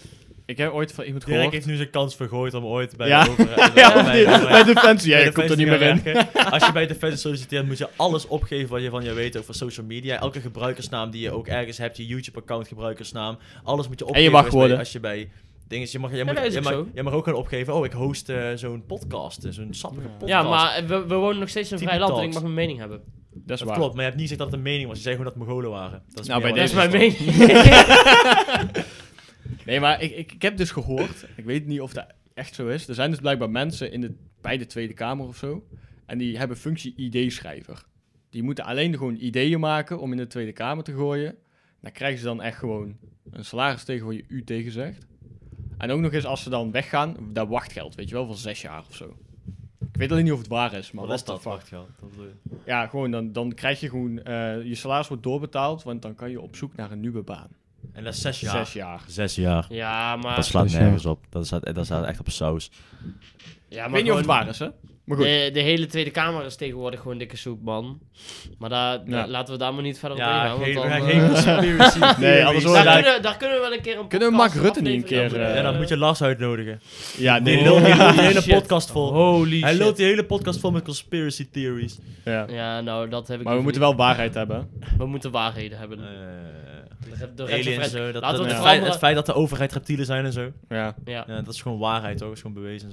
S1: Ik heb ooit van iemand
S3: Dirk
S1: gehoord.
S3: heeft nu zijn kans vergooid om ooit bij
S1: Ja.
S3: de overheid...
S1: Ja,
S3: bij-
S1: of niet?
S3: bij-
S1: bij Defensie. Ja,
S3: bij
S1: je komt er niet meer
S3: Defensie
S1: in.
S3: gaan werken. Als je bij Defensie solliciteert, moet je alles opgeven wat je van je weet over social media. Elke gebruikersnaam die je ook ergens hebt, je YouTube-account, gebruikersnaam. Alles moet je opgeven.
S1: mag
S3: als bij-
S1: worden.
S3: Als je bij dingen... Je mag, jij
S4: dat
S3: moet,
S4: is
S3: jij
S4: ook
S3: mag,
S4: zo.
S3: jij mag ook gaan opgeven, oh, ik host eh, zo'n podcast, eh, zo'n sappige
S1: Ja.
S3: podcast.
S4: Ja, maar we, we wonen nog steeds in een
S3: Type
S4: vrij land en ik
S3: talks.
S4: mag mijn mening hebben.
S1: Dat is
S3: Dat
S1: waar.
S3: klopt, maar je hebt niet gezegd dat het een mening was. Je zei gewoon dat het Mongolen waren. Dat is
S1: Nou,
S3: meer
S1: bij
S4: Dat is
S1: deze
S3: wat
S4: mijn
S3: het
S4: mening.
S1: Nee, maar ik, ik, ik heb dus gehoord, ik weet niet of dat echt zo is. Er zijn dus blijkbaar mensen in de, bij de Tweede Kamer of zo. En die hebben functie ID-schrijver. Die moeten alleen gewoon ideeën maken om in de Tweede Kamer te gooien. Dan krijgen ze dan echt gewoon een salaris tegen wat je u tegen zegt. En ook nog eens als ze dan weggaan, daar wachtgeld, weet je wel, van zes jaar of zo. Ik weet alleen niet of het waar is, maar
S3: Wat
S1: wat
S3: is dat? Wacht, ja. Dat bedoel je.
S1: Ja, gewoon dan, dan krijg je gewoon, eh, je salaris wordt doorbetaald, want dan kan je op zoek naar een nieuwe baan.
S3: En dat is zes jaar.
S1: Zes jaar.
S3: Zes jaar.
S4: Ja, maar...
S3: Dat slaat
S1: zes
S3: nergens op. Dat staat, dat staat echt op saus.
S4: ja, maar
S1: Ik weet niet of het
S4: gewoon-
S1: waar is, hè? Maar goed.
S4: De, de hele Tweede Kamer is tegenwoordig gewoon dikke soep, man. Maar daar, daar- laten we daar maar niet verder op
S3: Ja,
S4: ingaan. want
S3: geen,
S4: dan,
S3: ja,
S4: eh,
S3: geen conspiracy theories.
S1: anders hoor je
S4: daar,
S1: Ja,
S4: kunnen, daar kunnen we wel een keer een
S1: Kunnen we
S4: podcast
S1: Mark Rutte niet een
S4: aflevering
S1: keer,
S4: over-
S1: eh,
S3: Ja, dan moet je Lars uitnodigen.
S1: Ja,
S3: Die
S1: nee.
S3: lult die lult die hele
S4: Shit.
S3: podcast vol.
S4: Holy
S3: Hij
S4: shit.
S3: lult die hele podcast vol met conspiracy theories.
S1: Ja.
S4: Ja, nou, dat heb ik
S1: Maar
S4: liever
S1: we moeten
S4: niet.
S1: wel waarheid hebben.
S4: We moeten waarheden hebben. Dat heb- dat heb je
S3: aliens,
S4: Fred-
S3: zo, dat,
S4: Laten we
S3: dat-
S4: het
S3: het,
S4: veranderen.
S3: feit, het feit dat de overheid reptielen zijn en zo.
S1: Ja.
S4: Ja.
S3: Ja, dat is gewoon waarheid, toch? Dat is gewoon bewezen en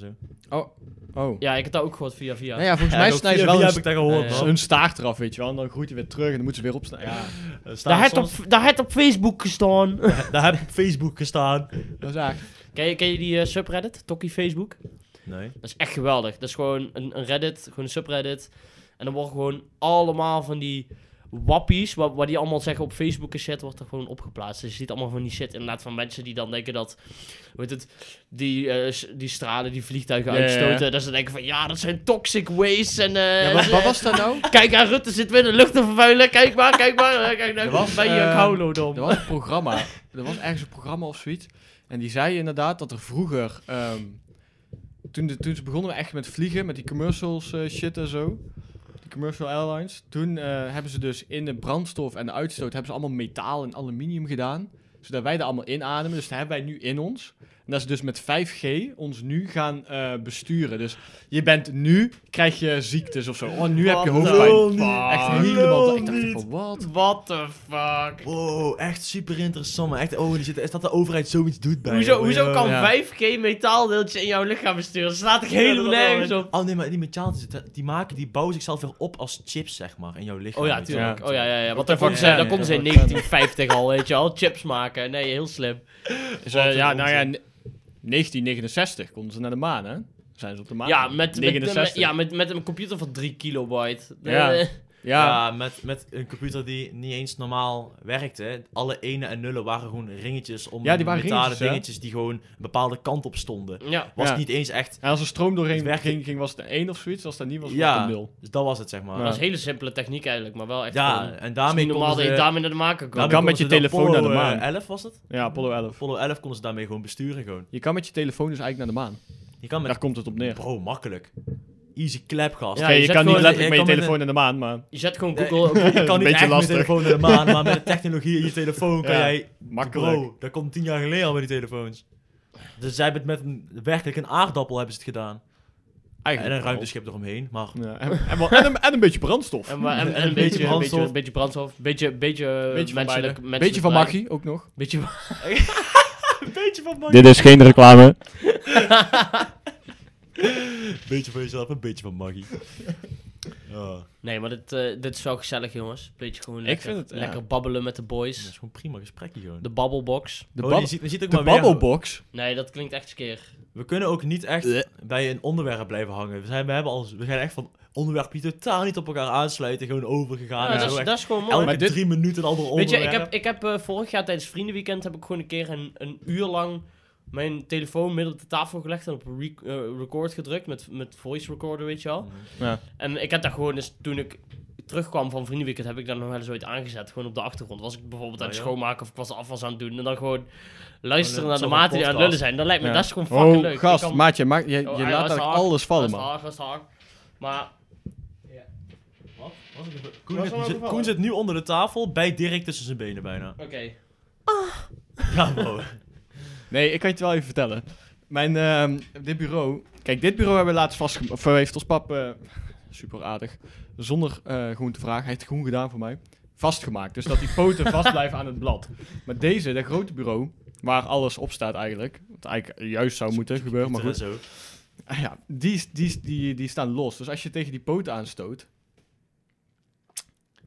S3: zo.
S1: Oh. Oh.
S4: ja, ik heb dat ook gehoord via via.
S1: Nou ja, volgens
S3: Ja,
S1: mij
S3: en ook
S1: snijden ze
S3: via-
S1: wel
S3: via
S1: een,
S3: heb ik dat gehoord,
S4: Ja, ja.
S1: sta-
S3: man.
S1: een staart eraf, weet je wel. En dan groeit hij weer terug en dan moeten ze weer opsnijden. Ja.
S3: Eh, staan
S4: Daar heb
S3: soms-
S4: op, daar heb op Facebook gestaan.
S3: daar heb ik op Facebook gestaan.
S1: Dat is eigenlijk...
S4: ken, je, ken je die eh, subreddit? Tokkie Facebook?
S3: Nee.
S4: Dat is echt geweldig. Dat is gewoon een, een Reddit, gewoon een subreddit. En dan worden gewoon allemaal van die wappies, wat, wat die allemaal zeggen op Facebook en shit, wordt er gewoon opgeplaatst. Dus je ziet allemaal van die shit inderdaad van mensen die dan denken dat, weet het, die, eh, s- die stralen die vliegtuigen
S1: Ja, ja, ja.
S4: uitstoten. Dat ze denken van, ja, dat zijn toxic waste en... eh,
S1: Ja, wat, wat was dat nou?
S4: Kijk, aan Rutte zit weer in de lucht te vervuilen. Kijk maar, kijk maar. eh, Kijk nou,
S1: Er was,
S4: bij je
S1: eh,
S4: Houlo dom.
S1: Er was een programma. Er was ergens een programma of zoiets. En die zei inderdaad dat er vroeger... ehm, toen, de, toen ze begonnen echt met vliegen, met die commercials eh, shit en zo. Die commercial airlines. Toen eh, hebben ze dus in de brandstof en de uitstoot... hebben ze allemaal metaal en aluminium gedaan. Zodat wij dat allemaal inademen. Dus dat hebben wij nu in ons. En dat is dus met 5G ons nu gaan eh, besturen. Dus je bent nu... krijg je ziektes of zo. Oh, nu heb je
S3: Wat
S1: hoofdpijn.
S3: lul niet.
S1: Echt
S3: Ah,
S1: helemaal...
S3: lul
S1: Ik dacht
S3: niet.
S1: van, wat?
S4: What the fuck?
S3: Wow, echt super interessant. Maar echt, oh, die zit, is dat de overheid zoiets doet bij
S4: Hoezo,
S3: joh.
S4: hoezo kan
S1: Ja.
S4: 5G metaaldeeltjes in jouw lichaam besturen? Dat slaat ik
S3: Ja, dat
S4: helemaal
S3: was wel
S4: nergens
S3: een-
S4: op.
S3: Oh nee, maar die metalen, die maken, die bouwen zichzelf weer op als chips, zeg maar, in jouw lichaam.
S4: Oh ja,
S3: weet je
S4: tuurlijk.
S3: wel.
S4: Oh ja, ja, ja. Want
S1: dat
S4: dat konden
S1: fuck
S4: ze,
S1: zijn,
S4: dat
S1: ja.
S4: konden ze in
S1: Dat fuck zijn.
S4: 1950 al, weet je al. Chips maken. Nee, heel slim.
S1: Dus, eh,
S3: Wat een
S1: ja, nou ja,
S3: onzin.
S1: ne- 1969 konden ze naar de maan, hè? Zijn ze op de maan?
S4: Ja, met, met, met,
S1: 69.
S4: ja, met, met een computer van 3 kilobyte.
S1: Ja.
S4: Eh,
S1: ja.
S3: Ja, met, met een computer die niet eens normaal werkte. Alle enen en nullen waren gewoon ringetjes om
S1: Ja, die waren
S3: metalen
S1: ringetjes, hè?
S3: dingetjes die gewoon een bepaalde kant op stonden.
S4: ja.
S3: Was
S1: Ja.
S3: niet eens echt...
S1: En als er stroom
S3: Het
S1: doorheen
S3: werkt-
S1: ging, ging, was het een 1 of zoiets. Als dat niet was, was
S3: Ja,
S1: het een 0.
S3: dus dat was het, zeg maar.
S1: Ja.
S4: Dat is een hele simpele techniek eigenlijk, maar wel echt
S3: Ja,
S4: gewoon-
S3: en
S4: Het is
S3: daarmee
S4: niet normaal dat
S3: konden
S4: je
S3: ze...
S4: daarmee naar de maken kan.
S1: kan met
S3: konden
S1: je
S3: ze de
S1: telefoon naar de
S3: Apollo, eh,
S1: maan.
S3: 11 was het?
S1: Ja, Apollo 11.
S3: Apollo 11 konden ze daarmee gewoon besturen, gewoon.
S1: Je kan met je telefoon dus eigenlijk naar de maan.
S3: Je kan met...
S1: Daar komt het op neer.
S3: Bro, makkelijk. Easy clap, gast.
S4: Ja,
S1: Oké,
S4: je
S1: je
S4: zet
S1: kan niet
S4: gewoon-
S1: letterlijk met
S3: je
S1: je
S3: kan met
S1: telefoon naar de maan, maar
S4: Je zet gewoon
S3: Nee,
S4: Google...
S3: Ik kan niet
S1: Beetje
S3: echt met
S1: lastig.
S3: je telefoon naar de maan, maar met de technologie in je telefoon kan
S1: Ja,
S3: jij...
S1: makkelijk.
S3: Bro, dat komt tien jaar geleden al met die telefoons. Dus zij hebben het met een, werkelijk een aardappel hebben ze het gedaan. En
S1: Eigenlijk
S3: een
S1: wel.
S3: ruimteschip eromheen, maar...
S1: Ja, en, en, wel- en een, en een beetje brandstof.
S4: En, maar- en- en
S3: En
S4: een beetje
S3: brandstof.
S4: brandstof. Een beetje brandstof. Beetje, beetje, eh,
S1: beetje, van
S4: menselijk,
S1: beide.
S4: menselijk
S1: beetje van
S4: brein.
S1: magie ook nog.
S4: Beetje van
S3: Een beetje van Maggie.
S1: Dit is geen reclame.
S3: Een beetje van jezelf, een beetje van Maggie. ja,
S4: Nee, maar dit, eh, dit is wel gezellig, jongens. Beetje gewoon lekker,
S1: vind het, ja.
S4: lekker babbelen met de
S3: dat
S4: boys.
S3: is gewoon prima gesprekje gewoon.
S4: De babbelbox.
S1: De,
S3: Oh,
S1: bab
S3: je ziet, je ziet ook
S1: de
S3: maar weer,
S1: babbelbox.
S4: Nee, dat klinkt echt skeer.
S3: we kunnen ook niet
S1: Eh.
S3: echt bij een onderwerp blijven hangen. We zijn, we hebben al, we zijn echt van onderwerpen die totaal niet op elkaar aansluiten, gewoon
S4: Ja,
S3: overgegaan. en
S4: dat,
S3: zo
S4: is,
S3: echt
S4: dat is gewoon mooi.
S3: elke
S1: Maar dit-
S3: drie minuten een ander
S4: Weet
S3: onderwerp.
S4: je, ik heb, ik heb eh, vorig jaar tijdens Vriendenweekend heb ik gewoon een keer een, een uur lang mijn telefoon midden op de tafel gelegd en op rec- eh, record gedrukt met, met voice recorder, weet je wel.
S3: Mm. Oh,
S1: Ja.
S4: En ik heb daar gewoon eens, toen ik terugkwam van Vriendenweekend, heb ik daar nog wel eens ooit aangezet. Gewoon op de achtergrond. Was ik bijvoorbeeld aan het
S3: Ah, ja.
S4: schoonmaken of ik was de afwas aan het doen. En dan gewoon luisteren
S3: Oh,
S4: naar
S3: dat is
S4: de
S3: wel een
S4: maten die aan het
S3: podcast.
S4: lullen zijn. Dat lijkt me,
S1: Ja.
S4: dat is gewoon fucking
S1: Oh,
S4: leuk.
S1: gast,
S4: Ik kan-
S1: maatje, maak- je, je
S4: Oh, hij
S1: laat
S4: was
S1: eigenlijk
S4: hard.
S1: alles vallen, man.
S4: Dat is hard, dat is hard. Maar... Wat?
S3: Wat is er-
S2: Wat
S3: Koen,
S2: is er nou
S3: zit,
S2: gevallen?
S3: Koen zit nu onder de tafel, bij Dirk tussen zijn benen bijna.
S4: Oké.
S3: Ja, bro.
S1: Nee, ik kan je het wel even vertellen. Mijn, ehm, dit bureau... Kijk, dit bureau hebben we laatst vastgemaakt. Of eh, heeft ons pap, eh, super aardig, zonder eh, groen te vragen, hij heeft groen gedaan voor mij, vastgemaakt. Dus dat die poten vast blijven aan het blad. Maar deze, dat grote bureau, waar alles op staat eigenlijk, wat eigenlijk juist zou moeten gebeuren, maar goed.
S3: Zo.
S1: Ah Ja, die, is- die, is- die, die staan los. Dus als je tegen die poten aanstoot...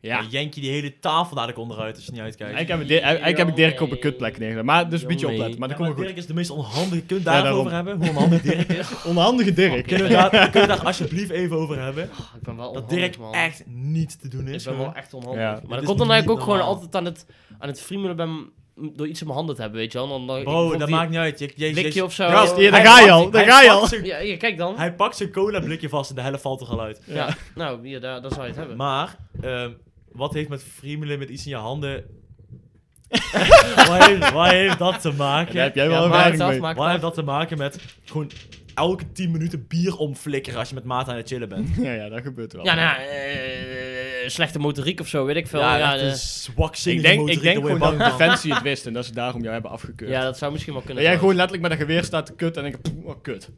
S1: Ja,
S3: Dan jenk je die hele tafel dadelijk onderuit als je niet uitkijkt.
S1: eigenlijk heb ik, Dirk- eigenlijk heb ik Dirk op een kutplek neergelegd. Maar dus een beetje
S4: Jongen.
S1: opletten, maar dan
S3: Ja,
S1: kom ik
S3: maar
S1: goed.
S3: Dirk is de meest onhandige. Kunnen we
S1: Ja,
S3: daar even
S1: daarom.
S3: over hebben? Hoe onhandig Dirk is?
S1: Onhandige Dirk.
S3: Kunnen we, daar, kunnen we daar alsjeblieft even over hebben?
S4: Ah, ik ben wel
S3: Dat
S4: onhandig,
S3: Dirk
S4: man.
S3: echt niet te doen
S4: Ik
S3: is.
S4: ben wel
S3: hoor.
S4: echt onhandig.
S1: Ja.
S4: Maar
S3: Dit
S4: dat
S3: is
S4: komt dan eigenlijk ook
S3: niet
S4: gewoon
S3: normaal.
S4: altijd aan het, aan het friemelen bij m- door iets in mijn handen te hebben, weet je wel. Dan, dan, ik vond
S3: Bro, dat
S4: die
S3: maakt niet uit. Je, je, je-
S4: Blikje of zo.
S1: Gast, hier,
S3: Hij
S1: daar ga je
S3: pakt-
S1: al, daar
S3: hij
S1: ga je
S3: pakt
S1: al.
S3: zijn-
S4: Ja, hier, kijk dan.
S3: Hij pakt zijn cola blikje vast en de helft valt er al uit.
S4: Ja. nou, hier, daar, daar zou je het hebben.
S3: Maar, ehm, wat heeft met friemelen met iets in je handen... waar, heeft, waar heeft dat te maken?
S1: Daar heb jij
S4: Ja,
S1: wel
S4: maakt
S1: ervaring
S4: af,
S1: mee.
S4: maakt
S3: Waar
S4: af.
S3: heeft dat te maken met gewoon elke 10 minuten bier omflikkeren als je met maat aan het chillen bent?
S1: Ja, ja, dat gebeurt wel.
S4: Ja, nou, eh, slechte motoriek of zo, weet ik veel. Ja,
S3: ja,
S4: ja, eh,
S3: dat
S4: de-
S3: is zwakzinnig.
S1: ik denk, ik denk gewoon dat Defensie het wist en dat ze daarom jou hebben afgekeurd.
S4: ja, dat zou misschien wel
S1: dat
S4: kunnen.
S1: jij gewoon letterlijk met een geweer staat te kut en ik oh, kut.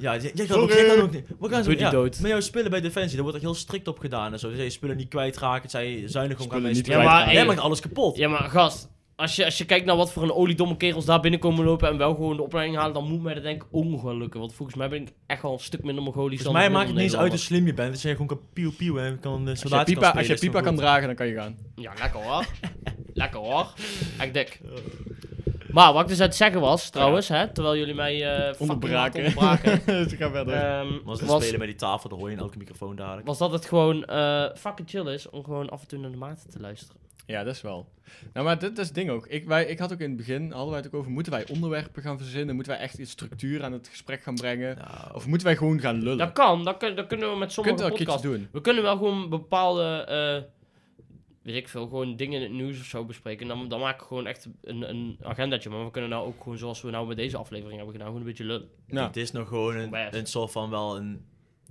S3: Ja, j- jij kan
S1: Sorry.
S3: ook, jij kan ook niet. Wat gaan ze
S4: Doe die
S3: ja,
S4: dood.
S3: Met jouw spullen bij Defensie, daar wordt echt heel strikt op gedaan en zo. Dus je spullen niet kwijtraken, zij zuinig om
S1: Spullen
S3: gaan met
S1: niet
S3: spullen.
S4: kwijtraken. Ja, maar,
S3: Jij
S4: hey.
S3: maakt alles kapot.
S4: Ja, maar gast, als je, als je kijkt naar wat voor een oliedomme kerels daar binnenkomen lopen en wel gewoon de opleiding halen, dan moet mij dat denk ik ongelukken. Want volgens mij ben ik echt wel een stuk minder Mongolisch dan
S3: Volgens mij
S4: de
S3: maakt het niet eens uit hoe
S4: Nederlanders.
S3: slim je bent. Dus jij gewoon kan pieuw pieuw en kan de
S1: Als je
S3: soldaat
S1: pipa, als je pipa kan dragen, dan kan je gaan.
S4: Ja, lekker hoor. lekker hoor. Echt dik. Maar wat ik dus aan het zeggen was, trouwens, hè, terwijl jullie mij eh fucking
S1: Onderbraken.
S4: hard onderbraken,
S1: dus ik ga verder.
S4: ehm,
S3: Was het
S4: was,
S3: spelen met die tafel, dan hoor je in elke microfoon dadelijk.
S4: was dat het gewoon eh, fucking chill is om gewoon af en toe naar de maten te luisteren.
S1: Ja, dat is wel. Nou, maar dit, dat is het ding ook. Ik, wij, ik had ook in het begin, hadden wij het ook over, moeten wij onderwerpen gaan verzinnen? Moeten wij echt iets structuur aan het gesprek gaan brengen?
S3: Nou,
S1: Of moeten wij gewoon gaan lullen?
S4: Dat kan, dat, kun- dat kunnen we met
S1: je
S4: sommige
S1: kunt wel keertjes
S4: podcasts
S1: doen.
S4: We kunnen wel gewoon bepaalde, eh weet ik veel, gewoon dingen in het nieuws of zo bespreken. Dan, dan maak ik gewoon echt een, een agendatje. Maar we kunnen nou ook gewoon, zoals we nou met deze aflevering hebben gedaan, gewoon een beetje lullen.
S1: Nou,
S3: Het is nog gewoon
S4: Best.
S3: een, een soort van wel een...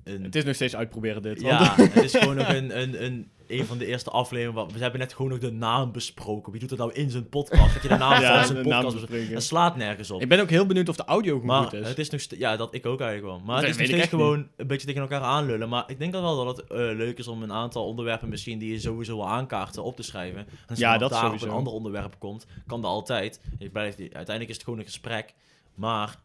S3: een
S1: het is nog steeds uitproberen dit. want-
S3: ja, het is gewoon nog een, een, een, een van de eerste afleveringen. waar- We hebben net gewoon nog de naam besproken. Wie doet dat nou in zijn podcast? Dat je de naam
S1: Ja,
S3: van
S1: de
S3: zijn
S1: naam
S3: podcast
S1: bespreken.
S3: bespreekt. Dat slaat nergens op.
S1: Ik ben ook heel benieuwd of de audio goed,
S3: Maar
S1: goed is.
S3: het is nog ste- ja, dat ik ook eigenlijk wel. Maar het
S1: Dat
S3: is nog
S1: weet ik
S3: steeds
S1: echt
S3: gewoon een beetje tegen elkaar aanlullen. Maar ik denk dan wel dat het eh, leuk is om een aantal onderwerpen misschien die je sowieso wil aankaarten op te schrijven. En als
S1: Ja,
S3: ja, dat
S1: dat
S3: daar op
S1: sowieso.
S3: een ander onderwerp komt, kan dat altijd. Ik blijf, uiteindelijk is het gewoon een gesprek, maar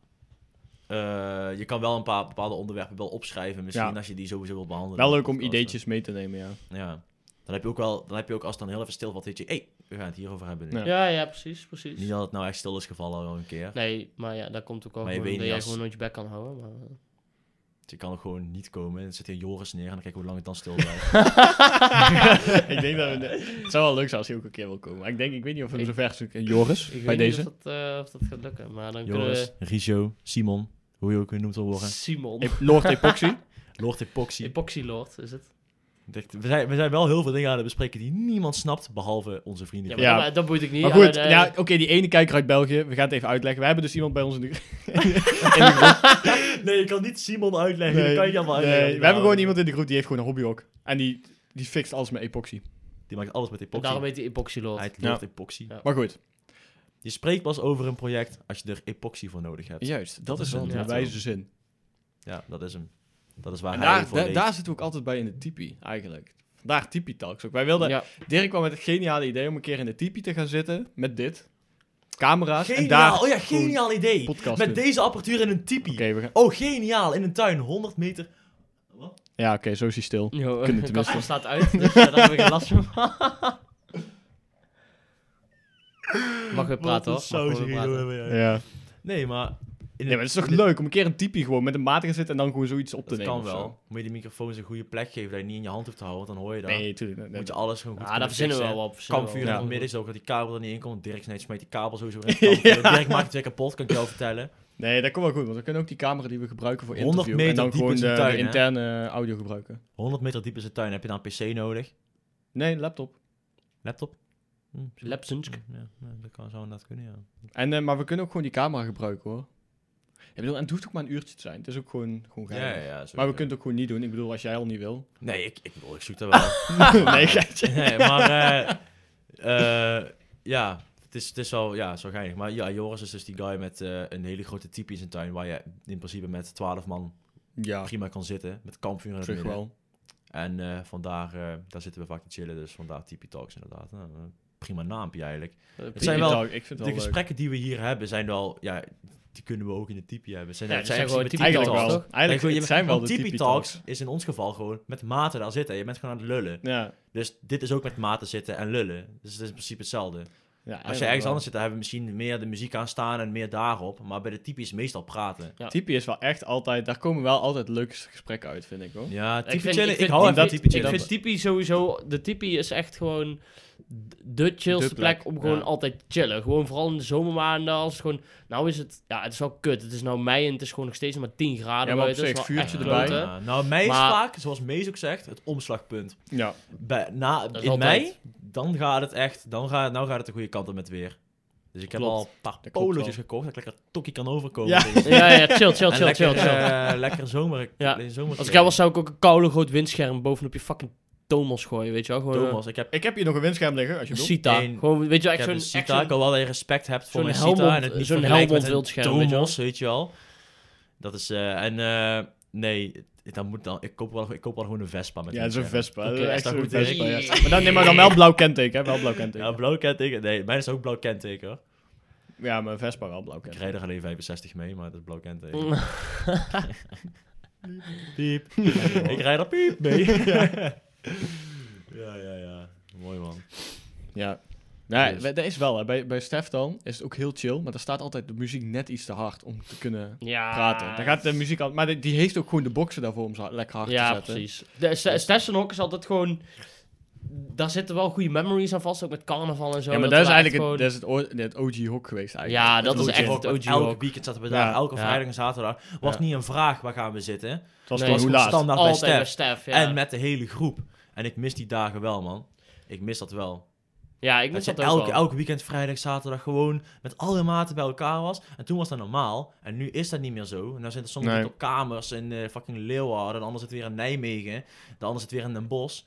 S3: eh, je kan wel een paar bepaalde onderwerpen wel opschrijven. Misschien
S1: Ja.
S3: als je die sowieso wil behandelen.
S1: Wel
S3: in de
S1: leuk om
S3: podcast.
S1: ideetjes mee te nemen, ja.
S3: Ja. Dan heb je ook wel, dan heb je ook als het dan heel even stil valt, weet je, hé, hey, we gaan het hierover hebben. nu.
S1: Ja.
S4: Ja, ja, precies, precies.
S3: Niet dat het nou echt stil is gevallen al een keer.
S4: Nee, maar ja, dat komt ook wel
S3: Maar je
S4: gewoon
S3: weet niet
S4: dat jij
S3: als-
S4: gewoon nooit je bek kan houden. Maar...
S3: Dus je kan ook gewoon niet komen. Dan zit hier Joris neer en dan kijken hoe lang het dan stil blijft.
S1: ik denk dat we, het zou wel leuk zijn als hij ook een keer wil komen. Maar ik denk, ik weet niet of we hem
S4: Ik-
S1: zover zoeken. Joris,
S4: Ik
S1: bij
S4: weet
S1: deze.
S4: niet of dat, eh, of dat gaat lukken, maar dan
S3: Joris, Richo, Simon, hoe je ook genoemd wil
S4: kunnen we...
S3: worden.
S4: Simon.
S1: Ep- Lord Epoxy.
S3: Lord Epoxy.
S4: Epoxy Lord, is het?
S3: Ik dacht, We zijn, we zijn wel heel veel dingen aan het bespreken die niemand snapt, behalve onze vrienden.
S4: Ja,
S3: Ja,
S4: maar
S1: Ja.
S4: Dat, dat boeit ik niet.
S1: maar goed,
S4: Ah, nee,
S1: ja, oké, die ene kijker uit België. We gaan het even uitleggen. We hebben dus iemand bij ons in de, in de groep.
S3: Nee, je kan niet Simon uitleggen.
S1: Nee,
S3: dat kan je allemaal
S1: nee,
S3: uitleggen.
S1: we hebben gewoon iemand in de groep die heeft gewoon een hobbyhok. En die, die fixt alles met epoxy.
S3: Die maakt alles met
S4: en
S3: epoxy.
S4: daarom heet hij Epoxy Lord.
S3: Hij heet
S1: Ja.
S3: Lord Epoxy.
S4: Ja.
S1: Maar goed,
S3: Je spreekt pas over een project als je er epoxy voor nodig hebt. Ja,
S1: juist. Dat
S3: Dat
S1: is
S3: is
S1: wel de
S3: inderdaad
S1: wijze zin.
S3: dat is hem. Dat is waar
S1: En
S3: hij
S1: daar,
S3: voor
S1: da-
S3: leeft.
S1: daar zitten we ook altijd bij in de tipi, eigenlijk. Daar tipi talks ook. Wij wilden,
S4: Ja.
S1: Dirk kwam met het geniale idee om een keer in de tipi te gaan zitten. Met dit. Camera's.
S3: Geniaal,
S1: En daar
S3: oh ja,
S1: gewoon-
S3: geniaal idee.
S1: podcast
S3: Met
S1: doen.
S3: deze apparatuur in een tipi.
S1: Oké, we gaan...
S3: Oh, geniaal, in een tuin, 100 meter.
S1: Ja, oké, zo is hij stil.
S4: Jo,
S1: Kunnen
S4: eh,
S1: tenminste.
S4: Casper staat uit, dus eh, daar heb ik geen last van. Mag weer praten hoor.
S3: Wat
S4: Mag
S3: een saus
S4: gewoon weer
S3: hier,
S4: praten.
S3: jongen, ja.
S1: Ja.
S3: Nee, maar... in een-
S1: Nee, maar het is toch
S3: in een-
S1: leuk om een keer een tipi gewoon met een maat te gaan zitten en dan gewoon zoiets op te
S3: Dat
S1: nemen.
S3: kan
S1: of zo.
S3: wel. Moet je die microfoons een goede plek geven dat je niet in je hand hoeft te houden, want dan hoor je dat.
S1: Nee, tuurlijk. nee, nee.
S3: moet je alles gewoon goed
S4: Ah, daar verzinnen we wel op. verzinnen we
S3: Kampvuur
S4: wel
S3: in
S1: Ja.
S3: het
S4: op.
S3: midden is ook dat die kabel er niet in komt. Dirk snijdt smijt die kabel sowieso in het kampvuur. Dirk maakt het weer kapot, kan ik jou vertellen.
S1: Nee, dat komt wel goed, want we kunnen ook die camera die we gebruiken voor
S3: 100
S1: interview en
S3: meter
S1: dan
S3: diep
S1: gewoon
S3: in
S1: de,
S3: zijn
S1: de
S3: tuin, hè?
S1: interne audio gebruiken.
S3: 100 meter diep in zijn tuin. Heb je dan een pc nodig?
S1: Nee, laptop.
S3: Laptop? Hm,
S4: Lapsensk.
S3: ja, ja, dat kan, zou inderdaad kunnen, ja.
S1: En, eh, maar we kunnen ook gewoon die camera gebruiken hoor. Ik bedoel, en het hoeft ook maar een uurtje te zijn. Het is ook gewoon, gewoon
S3: Ja,
S1: geheim.
S3: ja, ja.
S1: maar we
S3: sowieso.
S1: kunnen het ook gewoon niet doen. Ik bedoel, als jij al niet wil.
S3: Nee, ik, ik, bedoel, ik zoek dat wel.
S1: nee, geitje.
S3: nee, maar eh, eh, ja, het is, het is wel, ja, het is wel geinig. Maar ja, Joris is dus die guy met eh, een hele grote type in zijn tuin, waar je in principe met 12 man
S1: Ja,
S3: prima kan zitten, met kampvuur in
S1: op
S3: het
S1: zich
S3: midden.
S1: wel.
S3: En eh, vandaar, eh, daar zitten we vaak te chillen, dus vandaar Tipi Talks inderdaad. Nou, eh, prima naampje eigenlijk.
S1: Het
S3: zijn wel-
S1: Ik vind het
S3: De
S1: wel leuk.
S3: gesprekken die we hier hebben zijn wel, ja, die kunnen we ook in de Tipi hebben. Zijn,
S4: Ja,
S3: het
S4: het zijn
S3: in principe
S4: gewoon Tipi
S1: Eigenlijk wel.
S4: Talks,
S3: Tipi-talks.
S4: toch?
S1: Eigenlijk
S3: Ja, ik wil-
S1: het zijn wel de
S3: want
S1: tipi
S3: Tipi-talks
S1: talks.
S3: is in ons geval gewoon met maten daar zitten. Je bent gewoon aan het lullen.
S1: Ja.
S3: Dus dit is ook met maten zitten en lullen. Dus het is in principe hetzelfde.
S1: ja,
S3: Als je ergens anders zit, dan hebben we misschien meer de muziek aan staan en meer daarop. Maar bij de typie is meestal praten.
S4: Ja.
S1: Tipi is wel echt altijd, daar komen wel altijd leuke gesprekken uit, vind ik hoor.
S3: Ja, typie
S4: Ik vind-
S3: chillen.
S4: ik
S3: Ik,
S4: vind-
S3: hou
S1: ik
S3: van
S1: vind-
S3: typie
S1: ik
S4: Ik
S3: chillen.
S4: vind Tipi sowieso, de Tipi is echt gewoon d- de chillste
S1: De plek,
S4: plek, om gewoon
S1: ja.
S4: altijd chillen. Gewoon vooral in de zomermaanden, als het gewoon, nou is het, ja het is wel kut. Het is nou mei en het is gewoon nog steeds maar 10 graden
S1: Ja, maar op
S4: buiten. Het is
S1: zich,
S4: wel
S1: vuurtje
S4: echt
S1: erbij.
S4: kloten.
S3: Ja, nou, mei is
S4: Maar-
S3: vaak, zoals Mees ook zegt, het omslagpunt.
S1: Ja.
S3: Bij, na,
S4: Dat is
S3: in
S4: altijd.
S3: mei, dan gaat het echt, dan gaat, nou gaat het de goede kant op met weer. Dus ik heb
S1: Klopt.
S3: al een paar
S1: klopt
S3: polootjes
S1: wel.
S3: gekocht, dat ik lekker tokkie kan overkomen.
S1: Ja.
S3: tegen.
S4: Ja, ja, chill, chill,
S3: En
S4: chill,
S3: lekker,
S4: chill, chill.
S3: eh, lekker zomer,
S4: Ja.
S3: zomer.
S4: Als ik jou was, zou ik ook een koude groot windscherm bovenop je fucking Thomas gooien, weet je wel? Gewoon, eh,
S3: Thomas, ik heb
S1: Ik heb hier nog een windscherm liggen, als je
S4: een
S1: wilt.
S4: Sita.
S3: Eén.
S4: Gewoon, weet je wel,
S3: Ik
S4: echt
S3: heb een
S4: zo'n... echt
S3: dus Sita,
S4: zo'n-
S3: ik wil wel dat je respect hebt voor
S4: zo'n
S3: een
S4: Helmond-
S3: Sita en het niet
S4: zo'n
S3: vergelijkt met
S4: Helmond
S3: een
S4: wildscherm, weet je wel.
S3: Domos, weet je wel. Dat is, eh, en eh, nee, dan moet dan, ik, koop wel, ik koop wel gewoon een Vespa met
S1: Ja, dat is een
S3: windscherm.
S1: Vespa. Dat is
S4: Oké,
S1: echt
S3: dat
S1: zo'n
S3: moet ik-
S1: Vespa, ja. Maar dan, nee, maar dan wel blauw kenteken, hè. Wel blauw
S3: Ja,
S1: kenteken.
S3: blauw kenteken. Nee, mijn is ook blauw kenteken. hoor.
S1: Ja, maar Vespa wel blauw
S3: Ik
S1: kenteken.
S3: rijd er alleen 65 mee, maar dat is blauw kenteken.
S4: Mm.
S3: Piep. ik rijd er piep mee. ja, ja, ja. Mooi man.
S1: Ja. Ja,
S3: Dus.
S1: we- dat is wel, hè. Bij, bij Stef dan is het ook heel chill, maar daar staat altijd de muziek net iets te hard om te kunnen
S4: Ja.
S1: praten. Dan gaat de muziek al, maar die, die heeft ook gewoon de boxen daarvoor om ze lekker hard te
S4: Ja,
S1: zetten.
S4: precies. De St- Stessenhok is altijd gewoon... Daar zitten wel goede memories aan vast, ook met carnaval en zo.
S1: Ja, maar dat is
S4: we echt
S1: eigenlijk het,
S4: gewoon-
S1: dat is het, oor- het OG-hok geweest eigenlijk.
S4: Ja, dat
S1: Het
S4: is
S1: OG
S4: echt
S1: hok.
S4: het
S3: want
S4: OG
S3: Elke
S4: ook.
S3: weekend zaten we
S1: Ja.
S3: daar, elke
S4: Ja.
S3: vrijdag en zaterdag. Was
S1: Ja.
S3: niet een vraag waar gaan we zitten.
S1: Het was
S4: Nee,
S1: gewoon
S4: het
S1: hoe
S3: was
S1: laat.
S3: gewoon standaard bij
S4: altijd
S3: Stef.
S4: bij Stef, ja.
S3: En met de hele groep. En ik mis die dagen wel, man. Ik mis dat wel.
S4: ja, ik
S3: dat
S4: moet
S3: je
S4: dat ook
S3: elke,
S4: wel.
S3: elke weekend, vrijdag, zaterdag gewoon met alle maten bij elkaar was. En toen was dat normaal. En nu is dat niet meer zo. En dan zitten sommigen
S1: Nee.
S3: op kamers in eh, fucking Leeuwarden. De ander zit weer in Nijmegen. De ander zit weer in Den Bosch.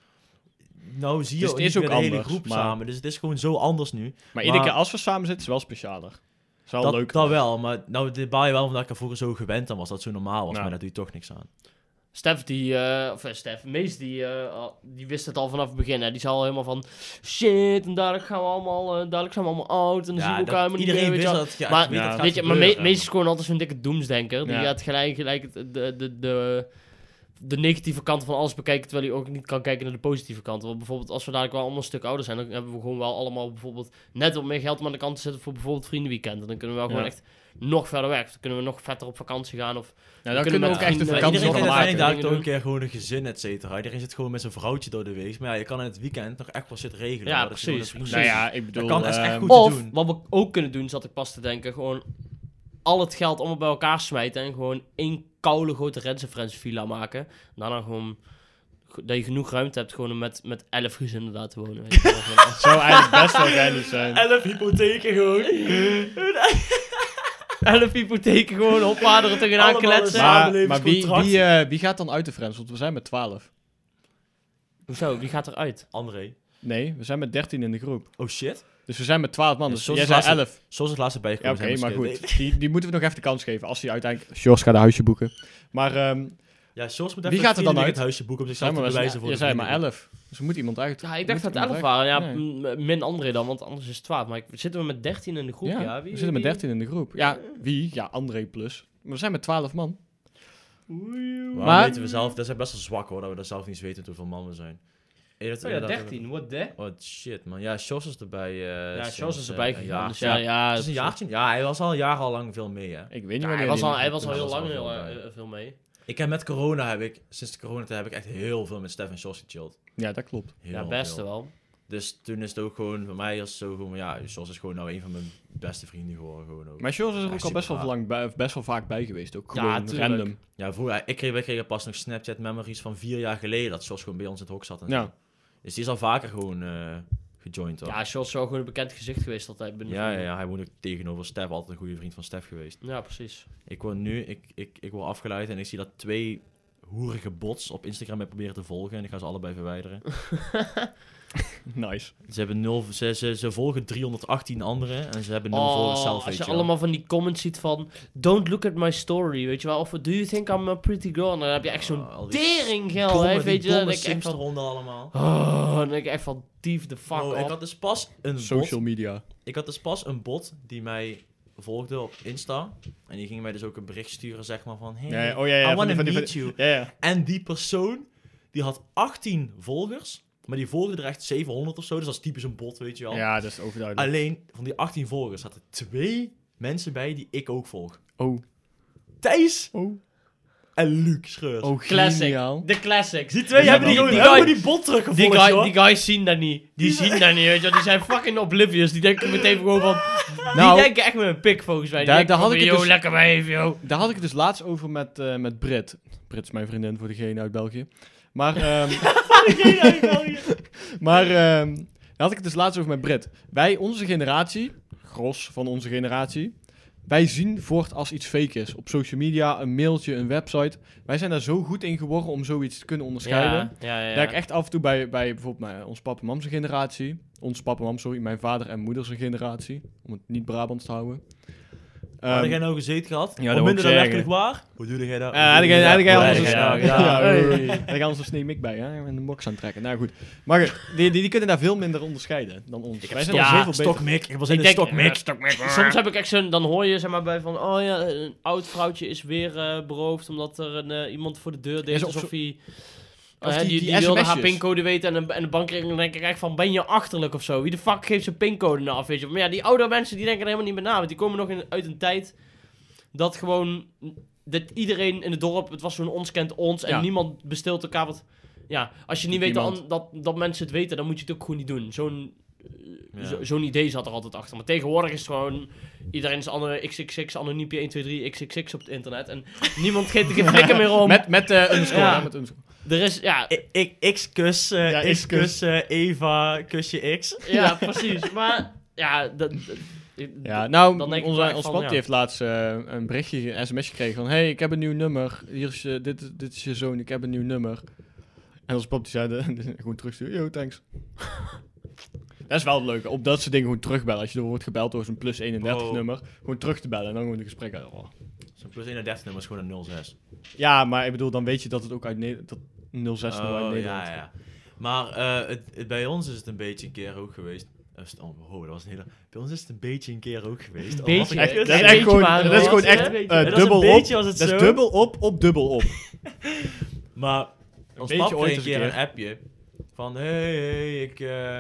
S3: Nou zie je
S1: Dus het
S3: niet
S1: is
S3: meer
S1: ook
S3: de hele
S1: anders,
S3: groep
S1: maar-
S3: samen. Dus het is gewoon zo anders nu.
S1: Maar iedere
S3: Maar-
S1: keer als we samen zitten, is wel specialer. Is wel
S3: dat,
S1: leuk.
S3: dat wel. Maar nou, dit baal je wel omdat ik er vroeger zo gewend aan was. Dat het zo normaal was.
S1: Ja.
S3: Maar daar doe je toch niks aan.
S4: Stef, die, eh, of eh, Stef, Mees, die, eh, al- die wist het al vanaf het begin. Hè. Die zei al helemaal van, shit, en dadelijk gaan we allemaal, eh, dadelijk zijn we allemaal oud, en dan zien we
S3: dat-
S4: elkaar helemaal niet
S3: iedereen
S4: meer, weet
S3: wist
S4: je wel.
S3: dat. Ja,
S4: Maar-
S3: ik weet dat
S1: Ja.
S3: gaat
S4: Weet je, maar me,
S3: gebeuren.
S4: Mees is gewoon altijd zo'n dikke doemsdenker. Die
S1: Ja.
S4: gaat gelijk, gelijk het- de, de, de, de negatieve kant van alles bekijken, terwijl hij ook niet kan kijken naar de positieve kant. Want bijvoorbeeld, als we dadelijk wel allemaal een stuk ouder zijn, dan hebben we gewoon wel allemaal bijvoorbeeld net wat meer geld om aan de kant te zetten voor bijvoorbeeld vriendenweekend. En dan kunnen we wel gewoon
S1: Ja.
S4: echt nog verder weg. Dan kunnen we nog vetter op vakantie gaan of...
S1: Ja, dan
S4: we
S1: kunnen we
S4: met
S1: ook echt een
S4: vrienden-
S1: vakantie
S3: Iedereen
S1: van
S3: krijgt
S1: maken.
S3: uiteindelijk
S4: maken.
S3: daar ook een keer gewoon een gezin, et cetera. Iedereen zit gewoon met zijn vrouwtje door de week. Maar ja, je kan in het weekend nog echt wel shit regelen.
S4: Ja,
S3: hoor. Dat je gewoon
S4: precies,
S3: een vriend-
S1: Nou ja, ik bedoel...
S3: kan echt
S1: ehm,
S3: echt goed. te
S4: Of,
S3: doen.
S4: wat we ook kunnen doen, zat ik pas te denken, gewoon al het geld allemaal bij elkaar smijten en gewoon één koude grote Rense Friends villa maken. En daarna gewoon, go- dat je genoeg ruimte hebt gewoon om met, met elf gezinnen daar te wonen. Weet je wel. Gewoon-
S1: Het zou eigenlijk best wel geinig zijn.
S3: Elf hypotheken gewoon.
S4: elf hypotheken gewoon opvaderen tegenaan
S3: Allemaal
S4: kletsen.
S3: samen.
S1: Maar, maar wie,
S3: samenlevingscontract.
S1: wie, eh, wie gaat dan uit de Friends? Want we zijn met 12.
S4: Hoezo, wie gaat eruit?
S3: André.
S1: Nee, we zijn met 13 in de groep.
S3: Oh shit.
S1: Dus we zijn met 12 man.
S3: Ja,
S1: Dus
S3: zoals
S1: jij
S3: het
S1: zei
S3: laatste-
S1: 11.
S3: Zoals het laatste
S1: Ja,
S3: bijgekomen
S1: oké,
S3: zijn
S1: maar
S3: we schreeuwen.
S1: goed. Die, die moeten we nog even de kans geven. Als hij uiteindelijk... George gaat een huisje boeken. Maar ehm
S3: Ja, Sjors moet
S1: Wie
S3: even
S1: gaat er
S3: het
S1: dan
S3: vrienden
S1: uit?
S3: het huisje boeken om
S1: zijn
S3: zichzelf
S1: maar,
S3: te
S1: wel-
S3: bewijzen voor
S1: je
S3: de
S1: zei maar
S3: vrienden.
S1: 11. Dus er moet iemand uit.
S4: Ja, ik dacht
S1: Moet
S4: dat het
S1: iemand
S4: 11 waren. Ja,
S1: Nee.
S4: m- min André dan, want anders is het 12. Maar ik- zitten we met 13 in de groep? Ja,
S1: Ja,
S4: wie,
S1: we zitten met
S4: wie-
S1: 13 in de groep. Ja, wie? Ja, André plus. Maar we zijn met 12 man.
S3: Waarom
S1: Maar-
S3: weten we zelf? Dat is best wel zwak hoor, dat we dat zelf niet eens weten hoeveel man we zijn. Eh, dat-
S4: Oh
S3: eh,
S4: ja,
S3: dat-
S4: 13, what the?
S3: Oh shit man. Ja, Sjors is erbij. eh,
S4: Ja,
S3: sinds,
S4: Charles is
S3: eh,
S4: erbij
S3: een
S4: gegaan.
S3: jaar.
S4: Dus ja,
S1: Ja,
S4: ja,
S3: Het is een jaartje. Ja, hij was al een jaar al lang veel mee hè.
S1: Ik weet niet
S4: Ja,
S1: wanneer
S4: hij, was
S1: die-
S4: al, hij was al
S3: Ja,
S4: heel
S3: dat
S4: lang
S3: was wel
S4: heel
S3: veel bij.
S4: eh, veel mee.
S3: Ik heb met corona, heb ik, sinds de coronatijd heb ik echt heel veel met Stef en Jos gechilled.
S1: Ja, dat klopt.
S3: Heel
S4: Ja, best
S3: veel.
S4: wel.
S3: Dus toen is het ook gewoon, voor mij is het zo gewoon, ja, Jos is gewoon nou een van mijn beste vrienden geworden. Gewoon ook.
S1: Maar George is er
S3: Ja,
S1: ook al best wel,
S3: supergaaf.
S1: lang bij, of best wel vaak bij geweest. Ook
S4: Ja,
S1: gewoon
S4: tuurlijk.
S1: random.
S3: Ja, vroeger, ik kreeg, wij kregen pas nog Snapchat memories van vier jaar geleden dat Jos gewoon bij ons in het hok zat. En zo.
S1: Ja.
S3: Dus die is al vaker gewoon eh, gejoind had.
S4: Ja, Charles is wel gewoon een bekend gezicht geweest altijd. binnen de
S3: Ja, ja,
S4: familie.
S3: ja, hij woont ook tegenover Stef, altijd een goede vriend van Stef geweest.
S4: Ja, precies.
S3: Ik word nu, ik, ik, ik word afgeleid en ik zie dat twee hoerige bots op Instagram mij proberen te volgen. En ik ga ze allebei verwijderen.
S1: Nice.
S3: ze, hebben nul, ze, ze, ze volgen 318 anderen en ze hebben nul volgers
S4: Oh,
S3: zelf,
S4: als
S3: weet
S4: je
S3: je wel.
S4: allemaal van die comments ziet van... Don't look at my story, weet je wel. Of do you think I'm a pretty girl? En dan heb je echt zo'n
S3: Ah, al die
S4: teringgeil,
S3: domme-
S4: hè,
S3: die
S4: weet je. Dan
S3: domme
S4: denk ik echt van...
S3: Sims-ronden allemaal.
S4: Oh, dan denk ik echt van... Dief de fuck
S3: Oh, ik
S4: off.
S3: had dus pas een
S1: Social media.
S3: Ik had dus pas een bot die mij volgde op Insta. En die ging mij dus ook een bericht sturen, zeg maar, van... Hey,
S1: Ja, ja, oh ja, ja.
S3: I
S1: van
S3: wanna
S1: die- van die- van
S3: meet you.
S1: Ja, ja.
S3: En die persoon, die had 18 volgers. Maar die volgde er echt 700 of zo. Dus dat is typisch een bot, weet je wel.
S1: Ja, dat is overduidelijk.
S3: Alleen, van die 18 volgers zaten twee mensen bij die ik ook volg.
S1: Oh,
S3: Thijs
S1: oh,
S3: en Luc Scheurs.
S1: oh,
S4: Classic.
S1: geniaal.
S4: De classics.
S3: Die twee
S1: Die-
S3: hebben die,
S1: die-
S3: gewoon-
S4: die
S3: hebben
S4: guy-
S3: die bot teruggevolgd,
S4: Die, guy,
S3: joh.
S4: die guys zien dat niet. Die zien dat niet, weet je wel. Die zijn fucking oblivious. Die denken meteen gewoon van...
S1: Nou.
S4: die denken echt met een pik, volgens mij. Die
S1: Daar-
S4: denken
S1: daar had
S4: van,
S1: ik het
S4: yo,
S1: dus-
S4: lekker wijf, yo.
S1: Daar had ik het dus laatst over met, eh, met Brit. Brit is mijn vriendin voor degene uit België. Maar, ehm, maar ehm, daar had ik het dus laatst over met Brit. Wij, onze generatie, gros van onze generatie, wij zien voort als iets fake is. Op social media, een mailtje, een website. Wij zijn daar zo goed in geworden om zoiets te kunnen onderscheiden.
S4: Ja, ja, ja.
S1: Dat ik echt af en toe bij, bij bijvoorbeeld mijn, ons papa en mamse generatie... Ons papa en mam, sorry, mijn vader en moeder zijn generatie. Om het niet Brabants te houden.
S3: Hadden
S1: Ehm,
S3: jij nou gezeten gehad?
S1: dat
S3: Of
S1: wou
S3: minder
S1: ik
S3: dan
S1: zeggen.
S3: werkelijk waar? Hoe doe jij dat?
S4: Eh,
S1: Ja, had ik had- had ik
S4: Ja,
S1: anders
S4: ja,
S1: een
S4: ja,
S1: snap.
S4: ja.
S1: Ja,
S4: Ja.
S1: oei. Had ik anders een snee mik bij, hè? En de box aan het trekken. Nou goed. Maar eh, die, die, die kunnen daar veel minder onderscheiden dan ons. Wij zijn
S4: stok-
S1: al
S4: ja,
S1: zoveel beter.
S3: Stokmik. Ik was
S4: Ik
S3: in de
S4: denk-
S3: stokmik.
S4: Soms heb ik echt zo'n, dan hoor je zeg maar bij van, oh ja, een oud vrouwtje is weer eh, beroofd omdat er een, eh, iemand voor de deur deed
S1: Ja, zo-
S4: alsof
S1: zo-
S4: hij...
S1: Of
S4: eh,
S1: die-
S4: die,
S1: die
S4: die wilde haar
S1: SMS'jes.
S4: pincode weten en een, en een bankrekening. Dan denk ik echt van, ben je achterlijk of zo? Wie de fuck geeft zijn pincode nou af, weet je? Maar ja, die oude mensen die denken er helemaal niet meer na. Want die komen nog in, uit een tijd dat gewoon... Dat iedereen in het dorp, het was zo'n ons kent ons. En
S1: Ja.
S4: niemand besteelt elkaar wat... Ja, als je niet weet
S1: Niemand.
S4: dat, dat, dat mensen het weten, dan moet je het ook gewoon niet doen. Zo'n
S3: Ja.
S4: zo- Zo'n idee zat er altijd achter. Maar tegenwoordig is het gewoon... Iedereen is andere XXX, anoniempje 123 XXX op het internet. En niemand geeft er geen flikker meer om.
S1: Met, met eh underscore,
S4: Ja.
S1: hè, met underscore.
S4: Er is... Ja, ja,
S3: Ik, ik, X kus, eh,
S1: Ja,
S3: ik
S1: X kus.
S3: kus eh, Eva, kusje X.
S4: precies. Maar ja... Dat, dat-
S1: Ja,
S4: dat-
S1: nou,
S4: Dan denk ik
S1: onze,
S4: wel echt
S1: ons
S4: van,
S1: pap
S4: ja.
S1: die heeft laatst eh, een berichtje, een sms gekregen van... hey, ik heb een nieuw nummer. Hier is je, dit, is- dit is je zoon, ik heb een nieuw nummer. En ons pap die zei de- gewoon terugsturen, yo, thanks. Dat is wel het leuke, op dat soort dingen gewoon terugbellen. Als je door wordt gebeld door zo'n plus 31
S3: Wow.
S1: nummer, gewoon terug te bellen en dan gewoon een gesprek uit. Oh.
S3: Zo'n plus 31 nummer is gewoon een 06.
S1: Ja, maar ik bedoel, dan weet je dat het ook uit Nederland... Dat 06 nummer uit
S3: Oh,
S1: Nederland.
S3: ja, ja. Maar eh, het, het- bij ons is het een beetje een keer ook geweest. Eh, st- Oh, wow, dat was een hele... Bij ons is het een beetje een keer ook geweest. Oh, Al had
S4: beetje,
S3: ik
S4: hè?
S1: Echt,
S3: het-
S1: dat is
S4: Een beetje
S1: echt gewoon,
S4: maar,
S1: dat is
S4: hoor.
S1: gewoon
S4: Ja,
S1: echt
S4: een beetje.
S1: eh,
S3: Dat is een
S1: dubbel op.
S3: beetje was het
S1: Dat
S3: zo.
S1: is Dus dubbel op op dubbel op.
S3: Maar ons
S1: beetje
S3: pap
S1: ooit
S3: kreeg een
S1: eens
S3: keer
S1: een
S3: een appje van... Hey, hey, ik... eh,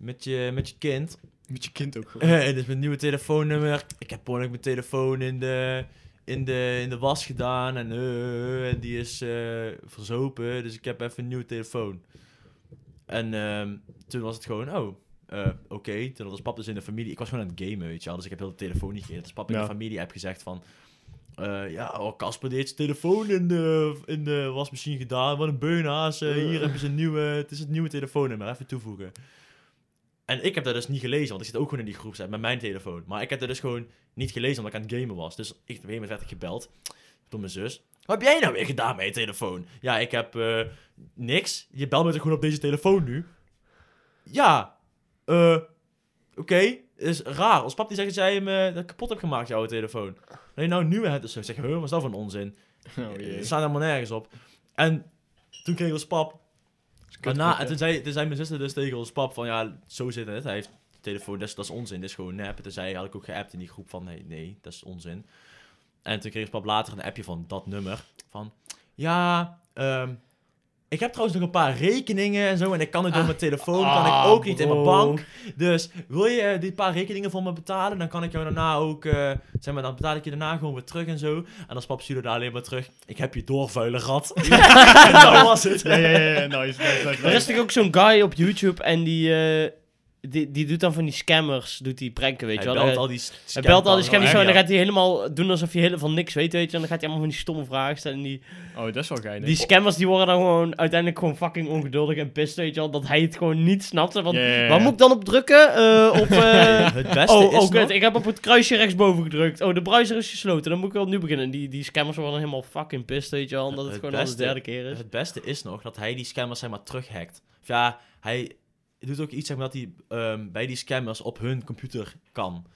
S3: met, je, met je kind
S1: Met je kind ook gewoon.
S3: Eh, dit is mijn nieuwe telefoonnummer. Ik heb gewoon mijn telefoon in de, in de, in de was gedaan. En eh, en die is eh, verzopen. Dus ik heb even een nieuwe telefoon. En ehm, toen was het gewoon, oh, eh, oké. Toen was pap dus in de familie. Ik was gewoon aan het gamen, weet je wel. Dus ik heb heel de telefoon niet gegeven. Dus pap in
S1: Ja.
S3: de familie heb gezegd van... eh, ja, oh, Casper heeft zijn telefoon in de, in de wasmachine gedaan. Wat een beunhaas. eh, hier hebben ze een nieuwe... Het is het nieuwe telefoonnummer. Even toevoegen. En ik heb dat dus niet gelezen, want ik zit ook gewoon in die groepsapp met mijn telefoon. Maar ik heb dat dus gewoon niet gelezen, omdat ik aan het gamen was. Dus ik, op een gegeven moment werd ik gebeld door mijn zus. Wat heb jij nou weer gedaan met je telefoon? Ja, ik heb eh, niks. Je belt me toch gewoon op deze telefoon nu? Ja, eh, oké. is raar. Als pap die zegt dat jij hem eh, dat kapot hebt gemaakt, jouw telefoon. Nee, nou nu hebt dus zo. Ik zeg, huh, wat is dat voor een onzin?
S1: Oh, jee.
S3: Er staat Eh, helemaal nergens op. En toen kreeg ons pap Daarna, en toen zei, toen zei mijn zuster dus tegen ons pap van ja, zo zit het. Hij heeft de telefoon, dat is, dat is onzin, dit is gewoon nep. En Toen zei, had ik ook geappt in die groep van nee, nee, dat is onzin. En toen kreeg ons pap later een appje van dat nummer. Van ja, ehm, ik heb trouwens nog een paar rekeningen en zo. En ik kan het door mijn telefoon, kan
S4: Ah,
S3: ik ook niet in mijn
S4: bro.
S3: bank. Dus wil je eh, die paar rekeningen voor me betalen? Dan kan ik jou daarna ook, eh, zeg maar, dan betaal ik je daarna gewoon weer terug en zo. En als pap stuurde daar alleen maar terug, ik heb je door, vuile rat. en dat was het.
S1: Ja, ja, ja, ja, nice, nice, nice,
S4: Er is
S1: nice.
S4: natuurlijk ook zo'n guy op YouTube en die... eh, die, die doet dan van die scammers, doet die pranken, weet
S3: Hij
S4: je wel.
S3: belt
S4: Dan-
S3: al die
S4: hij belt al die scammers
S1: echt,
S4: zo en dan
S3: ja.
S4: gaat hij helemaal doen alsof hij helemaal van niks weet, weet je. En dan gaat hij allemaal van die stomme vragen stellen. En die,
S1: Oh, dat is wel geinig.
S4: die scammers die worden dan gewoon uiteindelijk gewoon fucking ongeduldig en pissed, weet je wel. Dat hij het gewoon niet snapt. hè, Want
S1: Ja, ja, ja.
S4: waar moet ik dan op drukken? Eh, op... eh,
S3: Het beste
S4: Oh,
S3: is
S4: oh kut,
S3: nog-
S4: ik heb op het kruisje rechtsboven gedrukt. Oh, de browser is gesloten, dan moet ik wel opnieuw beginnen. Die, die scammers worden dan helemaal fucking pissed, weet je wel, omdat het,
S3: Het
S4: gewoon al de
S3: beste-
S4: derde keer is.
S3: Het beste is nog dat hij die scammers zeg maar terughackt. Of ja, hij doet ook iets zeg maar, dat hij ehm, bij die scammers op hun computer kan.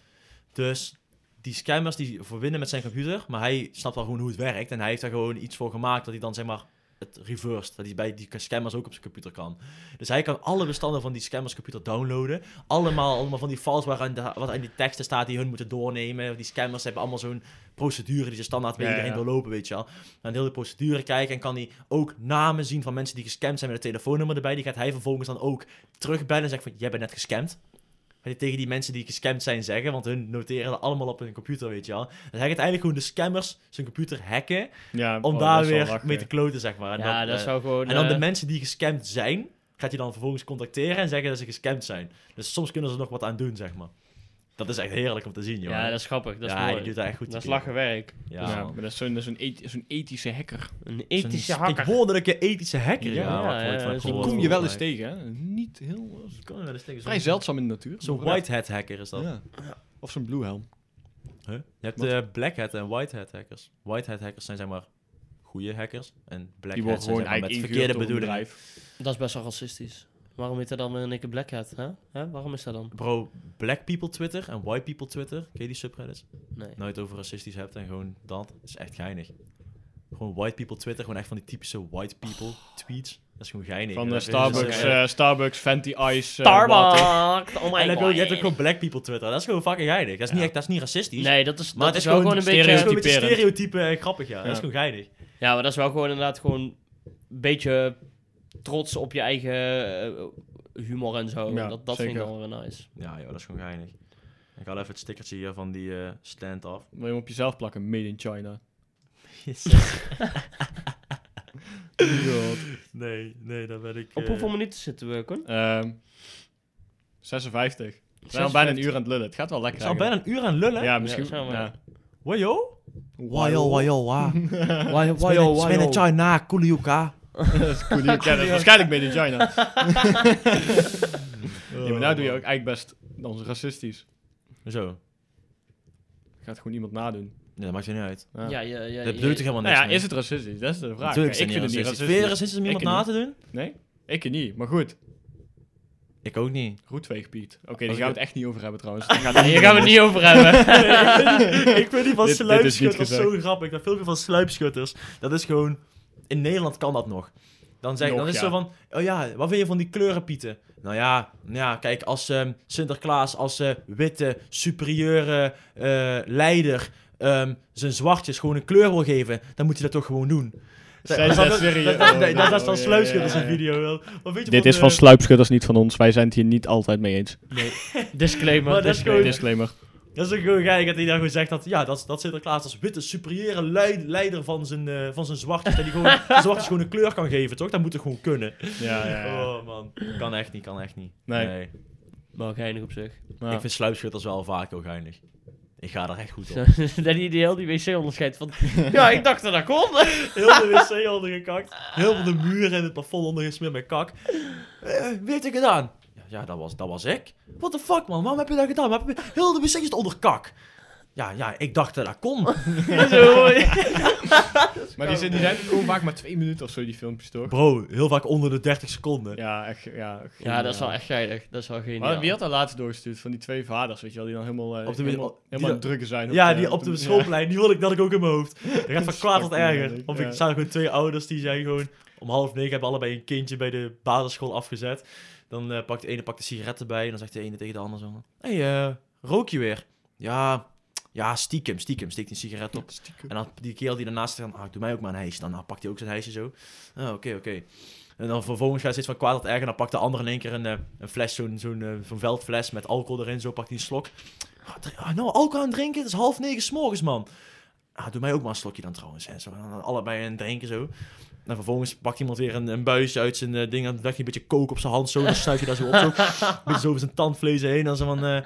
S3: Dus die scammers die verwinnen met zijn computer, maar hij snapt wel gewoon hoe het werkt. En hij heeft daar gewoon iets voor gemaakt dat hij dan zeg maar het reversed. Dat hij bij die scammers ook op zijn computer kan. Dus hij kan alle bestanden van die scammers computer downloaden. Allemaal, allemaal van die files waarin de, wat aan die teksten staat die hun moeten doornemen. Die scammers hebben allemaal zo'n procedure die ze standaard met
S1: Ja,
S3: iedereen
S1: ja.
S3: doorlopen, weet je wel. Naar de hele procedure kijken en kan hij ook namen zien van mensen die gescamd zijn met een telefoonnummer erbij. Die gaat hij vervolgens dan ook terugbellen en zegt van, jij bent net gescamd. Gaat hij tegen die mensen die gescamd zijn zeggen, want hun noteren dat allemaal op hun computer, weet je wel. Dus hij gaat eigenlijk gewoon de scammers zijn computer hacken
S1: ja,
S3: om
S1: oh, dat
S3: daar
S1: is wel
S3: weer
S1: lachen.
S3: mee te kloten, zeg maar. En
S4: ja,
S3: dan,
S4: dat
S3: eh,
S4: zou gewoon...
S3: en dan de
S4: eh,
S3: mensen die gescamd zijn, gaat hij dan vervolgens contacteren en zeggen dat ze gescamd zijn. Dus soms kunnen ze er nog wat aan doen, zeg maar. Dat is echt heerlijk om te zien, joh.
S4: Ja, dat is grappig, dat is
S3: ja,
S4: mooi.
S3: die doet dat echt goed. die
S4: Dat is
S3: kerel.
S4: lachen werk.
S1: Ja,
S3: Ja, man.
S1: maar dat is zo'n dat is zo'n eth- zo'n ethische hacker.
S4: Een
S3: Zo'n
S4: ethische hakker.
S3: Spreekwoordelijke ethische hacker.
S4: Ja,
S3: Ja, wat
S4: ja,
S3: voor-
S4: ja,
S3: voor-
S4: zo'n
S3: voor-
S4: Kom
S1: Kom
S3: voor-
S1: je wel eens tegen, hè? Niet heel...
S3: Kom je wel eens tegen.
S1: Vrij
S3: Zo'n-
S1: zeldzaam in de natuur.
S3: Zo'n
S1: maar wel.
S3: white hat hacker is dat.
S1: Ja. Of zo'n blue helm.
S3: Huh? Je hebt
S1: Wat?
S3: eh, black hat en white hat hackers. White hat hackers zijn zeg maar goede hackers. En black
S1: Die
S3: hat
S1: wordt
S3: zijn zeg maar,
S1: gewoon
S3: met
S1: eigenlijk
S3: verkeerde
S1: ingehuurd door een
S3: bedoelingen.
S1: bedrijf.
S4: Dat is best wel racistisch. Waarom heet dat dan een Nikke Black Hat, hè? hè? Waarom is dat dan?
S3: Bro, black people Twitter en white people Twitter. Ken je die subreddits?
S4: Nee.
S3: Nooit over racistisch hebt en gewoon dat. Dat is echt geinig. Gewoon white people Twitter. Gewoon echt van die typische white people tweets. Dat is gewoon geinig.
S1: Van
S3: En
S1: de
S3: dat vinden ze
S1: Starbucks,
S3: zo-
S1: eh, Starbucks, Fenty Ice, eh, water.
S4: Starbucks! Oh
S3: En
S4: my
S3: dan heb je ook- je hebt ook
S4: god.
S3: gewoon black people Twitter. Dat is gewoon fucking geinig. Dat is niet,
S1: Ja.
S3: echt- dat is niet racistisch.
S4: Nee, dat is,
S3: Maar
S4: dat
S3: het
S4: is
S3: is
S4: wel gewoon
S3: gewoon
S4: een
S1: stereotyp.
S4: beetje...
S3: Dat is gewoon een
S1: typerend.
S3: beetje stereotype en grappig, ja. Dat is
S1: Ja.
S3: gewoon geinig.
S4: Ja, maar dat is wel gewoon inderdaad gewoon een beetje trots op je eigen eh, humor en zo.
S1: Ja,
S4: dat dat vind ik
S1: zeker.
S4: dan wel weer nice.
S3: Ja, joh, dat is gewoon geinig. Ik haal even het stickertje hier van die eh, stand-off.
S1: Wil je hem op jezelf plakken? Made in China.
S3: nee, nee, daar ben ik...
S4: Op
S3: eh,
S4: hoeveel minuten zitten we, Koen?
S1: Ehm 56. We zijn al bijna een uur aan het lullen. Het gaat wel
S3: We
S1: lekker.
S3: zijn al bijna een uur aan lullen.
S1: Ja,
S4: Ja,
S1: misschien.
S4: zijn we.
S1: Ja.
S3: Wajo? oh, wa. oh,
S4: Wajo,
S3: China, Kuliuka.
S1: dat is goed. Ja, dat is waarschijnlijk made in China. Ja, maar nou doe je ook eigenlijk best dan racistisch.
S3: Zo.
S1: Je gaat gewoon iemand nadoen.
S3: Nee, dat maakt je niet uit.
S1: Ja.
S4: Ja, ja, ja.
S3: dat bedoelt
S4: ja.
S3: toch helemaal
S1: Nou
S3: Oh, niks
S1: ja, is het racistisch? Dat is de vraag.
S3: Natuurlijk
S1: ik vind het niet
S3: racistisch. Vind je
S1: racistisch.
S3: racistisch om
S1: Ik
S3: iemand
S1: niet.
S3: na te doen?
S1: Nee, ik niet. Maar goed,
S3: Ik ook niet.
S1: roetveeg Piet. Oké,
S3: Als ik
S1: daar gaan we
S3: het-
S1: het echt niet over hebben trouwens.
S4: Nee, hier gaan we het niet over hebben.
S3: ik weet niet van
S1: Dit- dit is niet
S3: sluipschutters
S1: gezegd.
S3: zo grappig. Dat filmpje van sluipschutters, dat is gewoon... In Nederland kan dat nog. Dan, zeg,
S1: Nog,
S3: dan is het
S1: ja.
S3: zo van, oh ja, wat vind je van die kleurenpieten? Nou ja, nou ja kijk, als ehm, Sinterklaas, als eh, witte, superieure eh, leider ehm, zijn zwartjes gewoon een kleur wil geven, dan moet je dat toch gewoon doen.
S1: Zijn
S3: dat,
S1: ze
S3: dat,
S1: serieus?
S3: dat-
S1: Oh,
S3: nee, dat is
S1: oh,
S3: dan
S1: ja,
S3: sluipschutters
S1: ja, ja.
S3: een video. Wel. Maar weet je
S1: Dit
S3: wat,
S1: is van
S3: eh,
S1: sluipschutters, niet van ons. Wij zijn het hier niet altijd mee eens.
S4: Disclaimer.
S3: Maar dat is
S4: disclaimer.
S3: gewoon-
S1: Disclaimer.
S3: Dat is ook gewoon geinig dat hij daar gewoon zegt dat, ja, dat, dat Sinterklaas als witte superiëre lei- leider van zijn, eh van zijn zwartjes, dat hij gewoon de zwartjes gewoon een kleur kan geven, toch? Dat moet toch gewoon kunnen?
S1: Ja, ja, ja.
S3: Oh man, kan echt niet, kan echt niet.
S1: Nee.
S4: Maar geinig op zich.
S1: Maar-
S3: Ik vind sluipschutters wel vaak heel geinig. Ik ga daar echt goed op.
S4: dat die, die heel die wc onderscheidt van... Ja, ik dacht dat dat kon.
S3: Heel de wc ondergekakt, heel veel de muren en het plafond ondergesmeerd met kak. Eh, wie heeft dit gedaan? Ja, ja, dat, was, dat was ik. What the fuck man, waarom heb je dat gedaan? Waarom heb je- Heel de wc is onder kak. Ja, ja, ik dacht dat dat kon.
S4: Zo.
S1: Maar die zijn, die zijn gewoon vaak maar twee minuten of zo, die filmpjes toch?
S3: Bro, heel vaak onder de 30 seconden.
S1: Ja, echt. Ja,
S4: Ja, dat is wel
S1: geniaal.
S4: echt geinig. Dat is wel
S1: Maar wie
S4: geniaal.
S1: had dat laatst doorgestuurd? Van die twee vaders, weet je wel, die dan helemaal, eh,
S3: Op de-
S1: helemaal,
S3: die
S1: helemaal
S3: dan-
S1: druk zijn.
S3: Ja, die op de schoolplein, die wilde ik, dat ik ook in mijn hoofd. Dat gaat van kwaad tot
S1: fucking
S3: erger.
S1: heerlijk,
S3: Of
S1: ja.
S3: ik zaten gewoon twee ouders die zijn gewoon om half negen hebben allebei een kindje bij de basisschool afgezet. Dan eh, pakt de ene pakt de sigaretten bij en dan zegt de ene tegen de ander zo: Hé, hey, eh, rook je weer? Ja, ja, stiekem, stiekem, steekt een sigaret op. En dan die kerel die daarnaast zegt, ah, doe mij ook maar een hijs. Dan nou, pakt hij ook zijn hijsje zo. Ah, oké, oké. En dan vervolgens gaat steeds van kwaad tot erger. En dan pakt de ander in één keer een, eh, een fles, zo'n zo'n eh, zo'n veldfles met alcohol erin. Zo pakt hij een slok. Ah, dr- ah, nou, alcohol aan het drinken? Het is half negen s'morgens, man. Ah, doe mij ook maar een slokje dan trouwens. En zo, en dan allebei een drinken zo. En vervolgens pakt iemand weer een, een buisje uit zijn eh, ding en legt hij een beetje kook op zijn hand. Zo, en dan snuit je daar zo op. Zo, een beetje zo over zijn tandvlees heen. En, zo van, eh,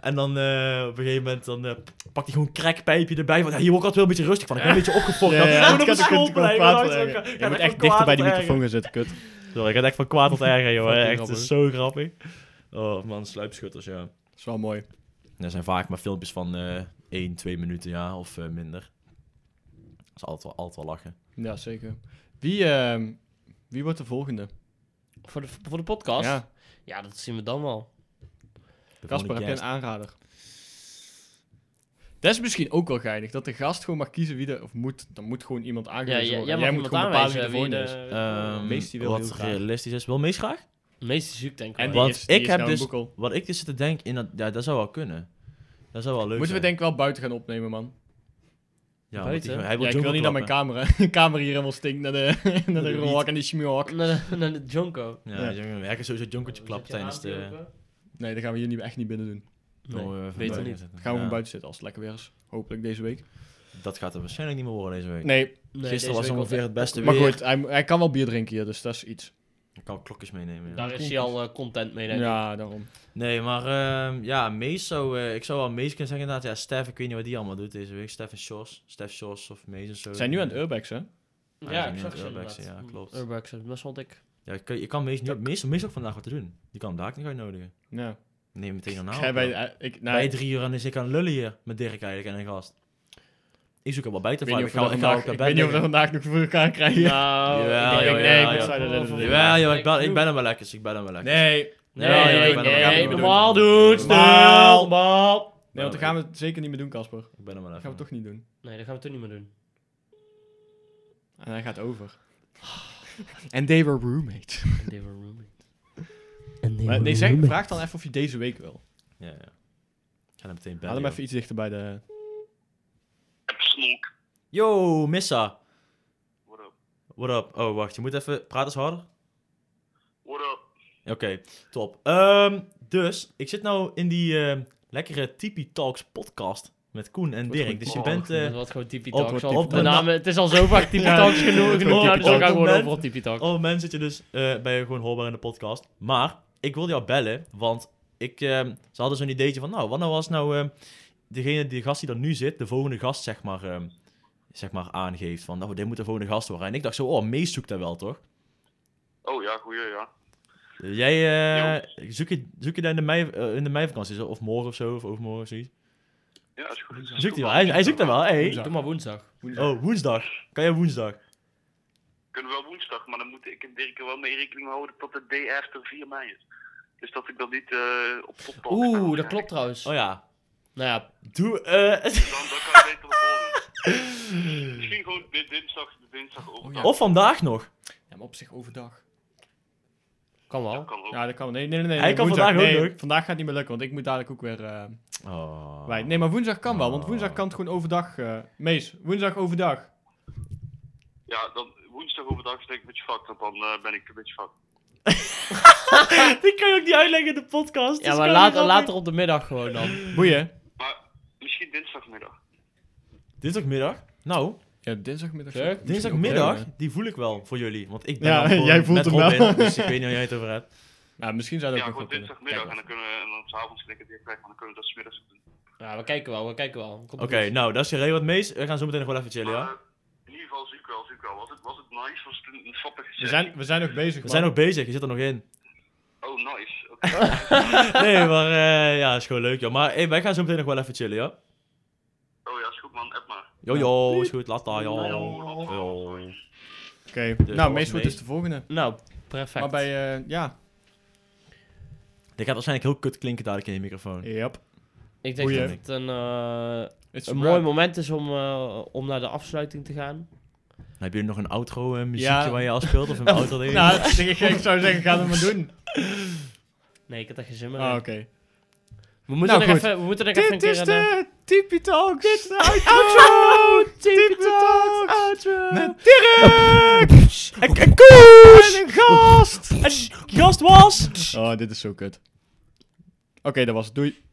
S3: en dan eh, op een gegeven moment dan, eh, pakt hij gewoon een crackpijpje erbij. Want ja, hier word ik altijd wel een beetje rustig van. Ik ben een beetje opgefokt.
S1: Ja, ja,
S3: Ik
S1: ja,
S3: moet op
S1: ik had- ik
S3: school
S1: had- ik had
S3: blijven,
S1: kwaad
S3: dan
S1: te
S3: ga ik zo- ik
S1: ergeren. Je
S3: ga
S1: moet
S3: echt
S1: echt
S3: kwaad
S1: dichter bij die
S3: tot erger.
S1: microfoon gaan zitten, kut.
S3: Sorry, ik had echt van kwaad tot erger, joh.
S1: Fucking
S3: Echt, het
S1: grappig.
S3: is zo grappig. Oh man, sluipschutters, ja.
S1: Dat is wel mooi.
S3: Er zijn vaak maar filmpjes van eh 1, 2 minuten, ja, of eh, minder. Dat is altijd wel, altijd wel lachen.
S1: Ja, zeker. Wie, ehm, wie wordt de volgende?
S4: Voor de, voor de podcast? Ja.
S1: Ja,
S4: dat zien we dan wel.
S3: De
S1: Casper, heb
S3: volgende
S1: je een
S3: guest.
S1: aanrader? Dat is misschien ook wel geinig, dat de gast gewoon mag kiezen wie er... Of moet, dan moet gewoon iemand
S4: Ja,
S1: aangewezen
S4: jij,
S1: worden.
S4: jij
S1: En
S4: mag
S1: dus moet
S4: iemand
S1: gewoon bepalen wie de
S4: aanwijzen wie
S1: volgende is.
S4: de
S3: Ehm,
S1: Mees die wil heel
S3: wat
S1: graag.
S3: realistisch is. Wil Mees graag?
S1: dus,
S4: meeste ziek denk ik.
S1: En
S4: wel.
S1: die
S3: Want
S1: is, die
S3: ik
S1: is
S3: heb
S1: nou een
S3: dus-
S1: boekel.
S3: Wat ik dus zit te denken, in dat, ja, dat zou wel kunnen. Dat zou wel leuk
S1: Moeten we
S3: zijn.
S1: denk ik wel buiten gaan opnemen, man.
S3: Ja,
S4: Buiten?
S3: want die- hij
S1: Ja,
S3: wil
S1: ik wil niet naar mijn camera. De camera hier helemaal stinkt naar de, naar de
S3: wiet.
S1: rohak en de chimiohak.
S4: Naar de- naar de Jonko.
S1: Ja.
S3: Ja, jongen, hij kan sowieso jonkertje klappen tijdens de... eh,
S1: Nee, dat gaan we hier niet, echt niet binnen doen.
S4: Nee,
S3: Oh, eh, van
S4: beter
S3: buiten
S4: niet.
S3: zetten.
S1: Dan gaan we
S3: Ja,
S1: gewoon buiten zitten als het lekker weer is. Hopelijk deze week.
S3: Dat gaat er waarschijnlijk niet meer worden deze week.
S1: Nee,
S4: Nee, deze
S3: Gisteren was
S4: week
S3: ongeveer
S4: wel-
S3: het beste
S1: maar
S3: weer.
S1: goed, hij, hij kan wel bier drinken hier, dus dat is iets.
S3: Ik kan klokjes meenemen. Ja.
S4: Daar is hij al eh, content mee, denk ik.
S1: Ja, daarom.
S3: Nee, maar ehm, ja, Mees zou... eh, ik zou wel Mees kunnen zeggen inderdaad. Ja, Stef, ik weet niet wat die allemaal doet deze week. Stef en Sjors. Stef, Sjors of Mees en zo.
S1: We zijn nu aan het urbex, hè?
S3: Ja, die
S4: Ja, ik
S3: zijn
S4: zag
S3: in
S4: ze
S3: het Urbex,
S4: inderdaad.
S3: ja, klopt.
S4: Urbex, dat is wat ik...
S3: Ja, je kan, je kan Mees, nu, Mees, Mees ook vandaag wat te doen. Die kan hem daar ook niet uitnodigen.
S1: Ja.
S3: Neem meteen een
S1: Ik ga
S3: naam.
S1: bij,
S3: Bij,
S1: eh, ik, nou,
S3: bij drie uur en is ik aan het lullen hier met Dirk eigenlijk en een gast. Ik zoek er wel bij te
S1: ik weet
S3: vallen.
S1: niet
S3: Ik
S1: of we dat
S3: ga, ik ga
S1: vandaag,
S3: ook naar
S1: ik
S3: bed
S1: weet niet of we dat
S3: liggen.
S1: vandaag nog voor elkaar krijgen.
S3: Jawel,
S4: Nou, ik denk-
S3: jawel,
S4: nee,
S3: jawel,
S4: dit zou-
S1: jawel.
S4: dit- dit- dit-
S3: Jawel, jawel, ik, bel, ik
S4: genoeg.
S3: ben hem wel lekker. dus Ik ben hem wel lekker.
S1: Nee.
S4: Nee,
S3: Ja, ja,
S4: nee,
S3: ik ben er- ja, ik
S4: nee,
S3: ben er-
S4: normaal doen,
S1: Normaal.
S4: snel, normaal.
S1: Nee, want dat gaan we het zeker niet meer doen, Casper.
S3: Ik ben hem wel
S1: Dat gaan
S3: even.
S1: we toch niet doen.
S4: Nee, dat gaan we toch niet meer doen.
S1: En hij gaat over. And they were roommates.
S4: And they were roommates. And they
S1: Maar,
S4: were
S1: nee, zeg,
S4: roommates.
S1: vraag dan even of je deze week wil.
S3: Ja, ja. Ik ga hem meteen
S1: Haal
S3: bellen.
S1: hem
S3: joh.
S1: even iets dichter bij de...
S2: Snoek.
S3: Yo, Missa.
S2: What up?
S3: What up? Oh, wacht. Je moet even... Praat eens harder.
S2: What up?
S3: Oké, top. Ehm, dus, ik zit nou in die ehm, lekkere Tipi Talks podcast met Koen en
S1: Wordt
S3: Dirk. Dus je
S2: goed.
S3: bent... eh,
S4: Dat wordt gewoon Tipi
S1: Op-
S4: Talks.
S1: op-
S4: al.
S3: op-
S4: de namen, het is al zo vaak Tipi Talks genoeg. genoeg nou, dus
S3: Op-
S4: dan gaan we gewoon
S3: moment-
S4: overal Tipi Talks.
S3: Oh, mensen, zit je dus eh ben je gewoon hoorbaar in de podcast. Maar ik wilde jou bellen, want ik, ehm, ze hadden zo'n ideetje van, nou, wat nou als nou ehm, degene, die gast die er nu zit, de volgende gast, zeg maar, ehm, zeg maar aangeeft van, nou, dit moet de volgende gast worden. En ik dacht zo, oh, Mees zoekt dat wel, toch?
S2: Oh ja, goeie, ja.
S3: Jij, eh, zoek je, zoek je dat in de, mei, eh, in de meivakantie, zo, of morgen of zo, of overmorgen of zoiets?
S2: Ja, is goed.
S3: Zoekt hij wel, hij, hij zoekt dat wel, hey.
S1: Woensdag.
S4: Doe maar woensdag.
S3: Oh, woensdag. Kan jij woensdag?
S2: Kunnen we wel woensdag, maar dan moet ik en Dirk er wel mee rekening houden tot de day after 4 mei is. Dus dat ik dat niet eh, op top kan
S4: Oeh,
S2: staan.
S4: dat klopt trouwens.
S3: Oh ja.
S4: Nou ja,
S3: Doe, eh,
S2: Dan, dan kan je beter op volgen. Misschien gewoon dit dinsdag, de dinsdag ook.
S1: Oh ja.
S3: of vandaag nog.
S1: Ja, maar op zich overdag.
S4: kan
S2: Dat
S4: wel.
S2: kan ook.
S1: Ja, dat kan. Nee, nee, nee. nee
S3: Hij kan
S1: woensdag.
S3: vandaag ook
S1: Nee,
S3: nog.
S1: Vandaag gaat niet meer lukken, want ik moet dadelijk ook weer... eh,
S3: Oh.
S1: Wij- Nee, maar woensdag kan wel, want woensdag
S3: Oh.
S1: kan het gewoon overdag. eh, Mees, woensdag overdag.
S2: Ja, dan woensdag overdag is denk ik een beetje fucked, want dan eh, ben ik een beetje fucked.
S3: Dit kan je ook niet uitleggen in de podcast.
S4: Ja, maar later, later op de middag gewoon dan.
S1: Boeien.
S2: Maar misschien dinsdagmiddag.
S3: Dinsdagmiddag? Nou,
S1: Ja, dinsdagmiddag.
S4: Zeg,
S1: Misschien ook
S3: dinsdagmiddag,
S1: wel,
S3: die voel ik wel voor jullie. Want ik ben
S1: Ja,
S3: dan gewoon
S1: jij voelt
S3: met
S1: hem wel.
S3: Robin, Dus ik weet niet waar jij het over hebt.
S1: hè. Ja, misschien zou dat
S2: Ja,
S1: ook wel
S2: gewoon
S1: goed kunnen.
S2: dinsdagmiddag en
S1: Kijk
S2: dan kunnen we, en dan s'avonds lekker weer weg, maar dan kunnen we dat smiddags doen.
S4: Ja, we kijken wel, we kijken wel. Komt
S3: Oké,
S4: goed.
S3: nou, dat is je reden wat meest. We gaan zo meteen nog wel even chillen, ja?
S1: Ah,
S2: Maar, eh, in ieder geval zoek wel, zoek wel. Was het, was het nice? Was het een, een sappige
S1: we, zijn, we zijn nog bezig,
S3: We zijn nog bezig, je zit er nog in.
S2: Oh, nice. Oké.
S3: Nee, maar eh, ja, is gewoon leuk, joh. Maar hey, wij gaan zo meteen nog wel even chillen, ja?
S2: Oh ja, is goed man, app maar.
S3: Jo, jo, is goed, later, joh.
S2: Yo.
S3: Yo.
S1: Oké, nou,
S3: was
S1: Mees wordt
S3: Mees.
S1: dus de volgende.
S4: Nou, perfect.
S1: Maar bij, eh, ja.
S3: Dit gaat waarschijnlijk heel kut klinken dadelijk in je microfoon.
S1: Yep.
S4: Ik denk
S1: Boeien.
S4: dat het een, eh,
S1: It's
S4: een
S1: a
S4: mooi
S1: wrap.
S4: moment is om, eh, om naar de afsluiting te gaan.
S3: Dan heb je nog een outro eh, muziekje
S1: Ja.
S3: waar je afspeelt of een outro ding?
S1: Nou, ik, ik ik zou zeggen, ga dat maar doen.
S4: Nee, ik had echt geen zin meer.
S1: Ah,
S4: in.
S1: oké.
S4: We moeten
S1: Nou,
S4: nog
S1: goed.
S4: even, we moeten nog even een
S1: Dit
S4: keer...
S1: is
S4: een, eh,
S1: de Tipi Talks. Dit is de
S4: outro!
S1: Tipi Talks.
S4: outro!
S1: Met Dirk.
S3: En, en Koes!
S1: En een gast.
S3: En gast was...
S1: Oh, dit is zo kut. Oké, dat was het. Doei.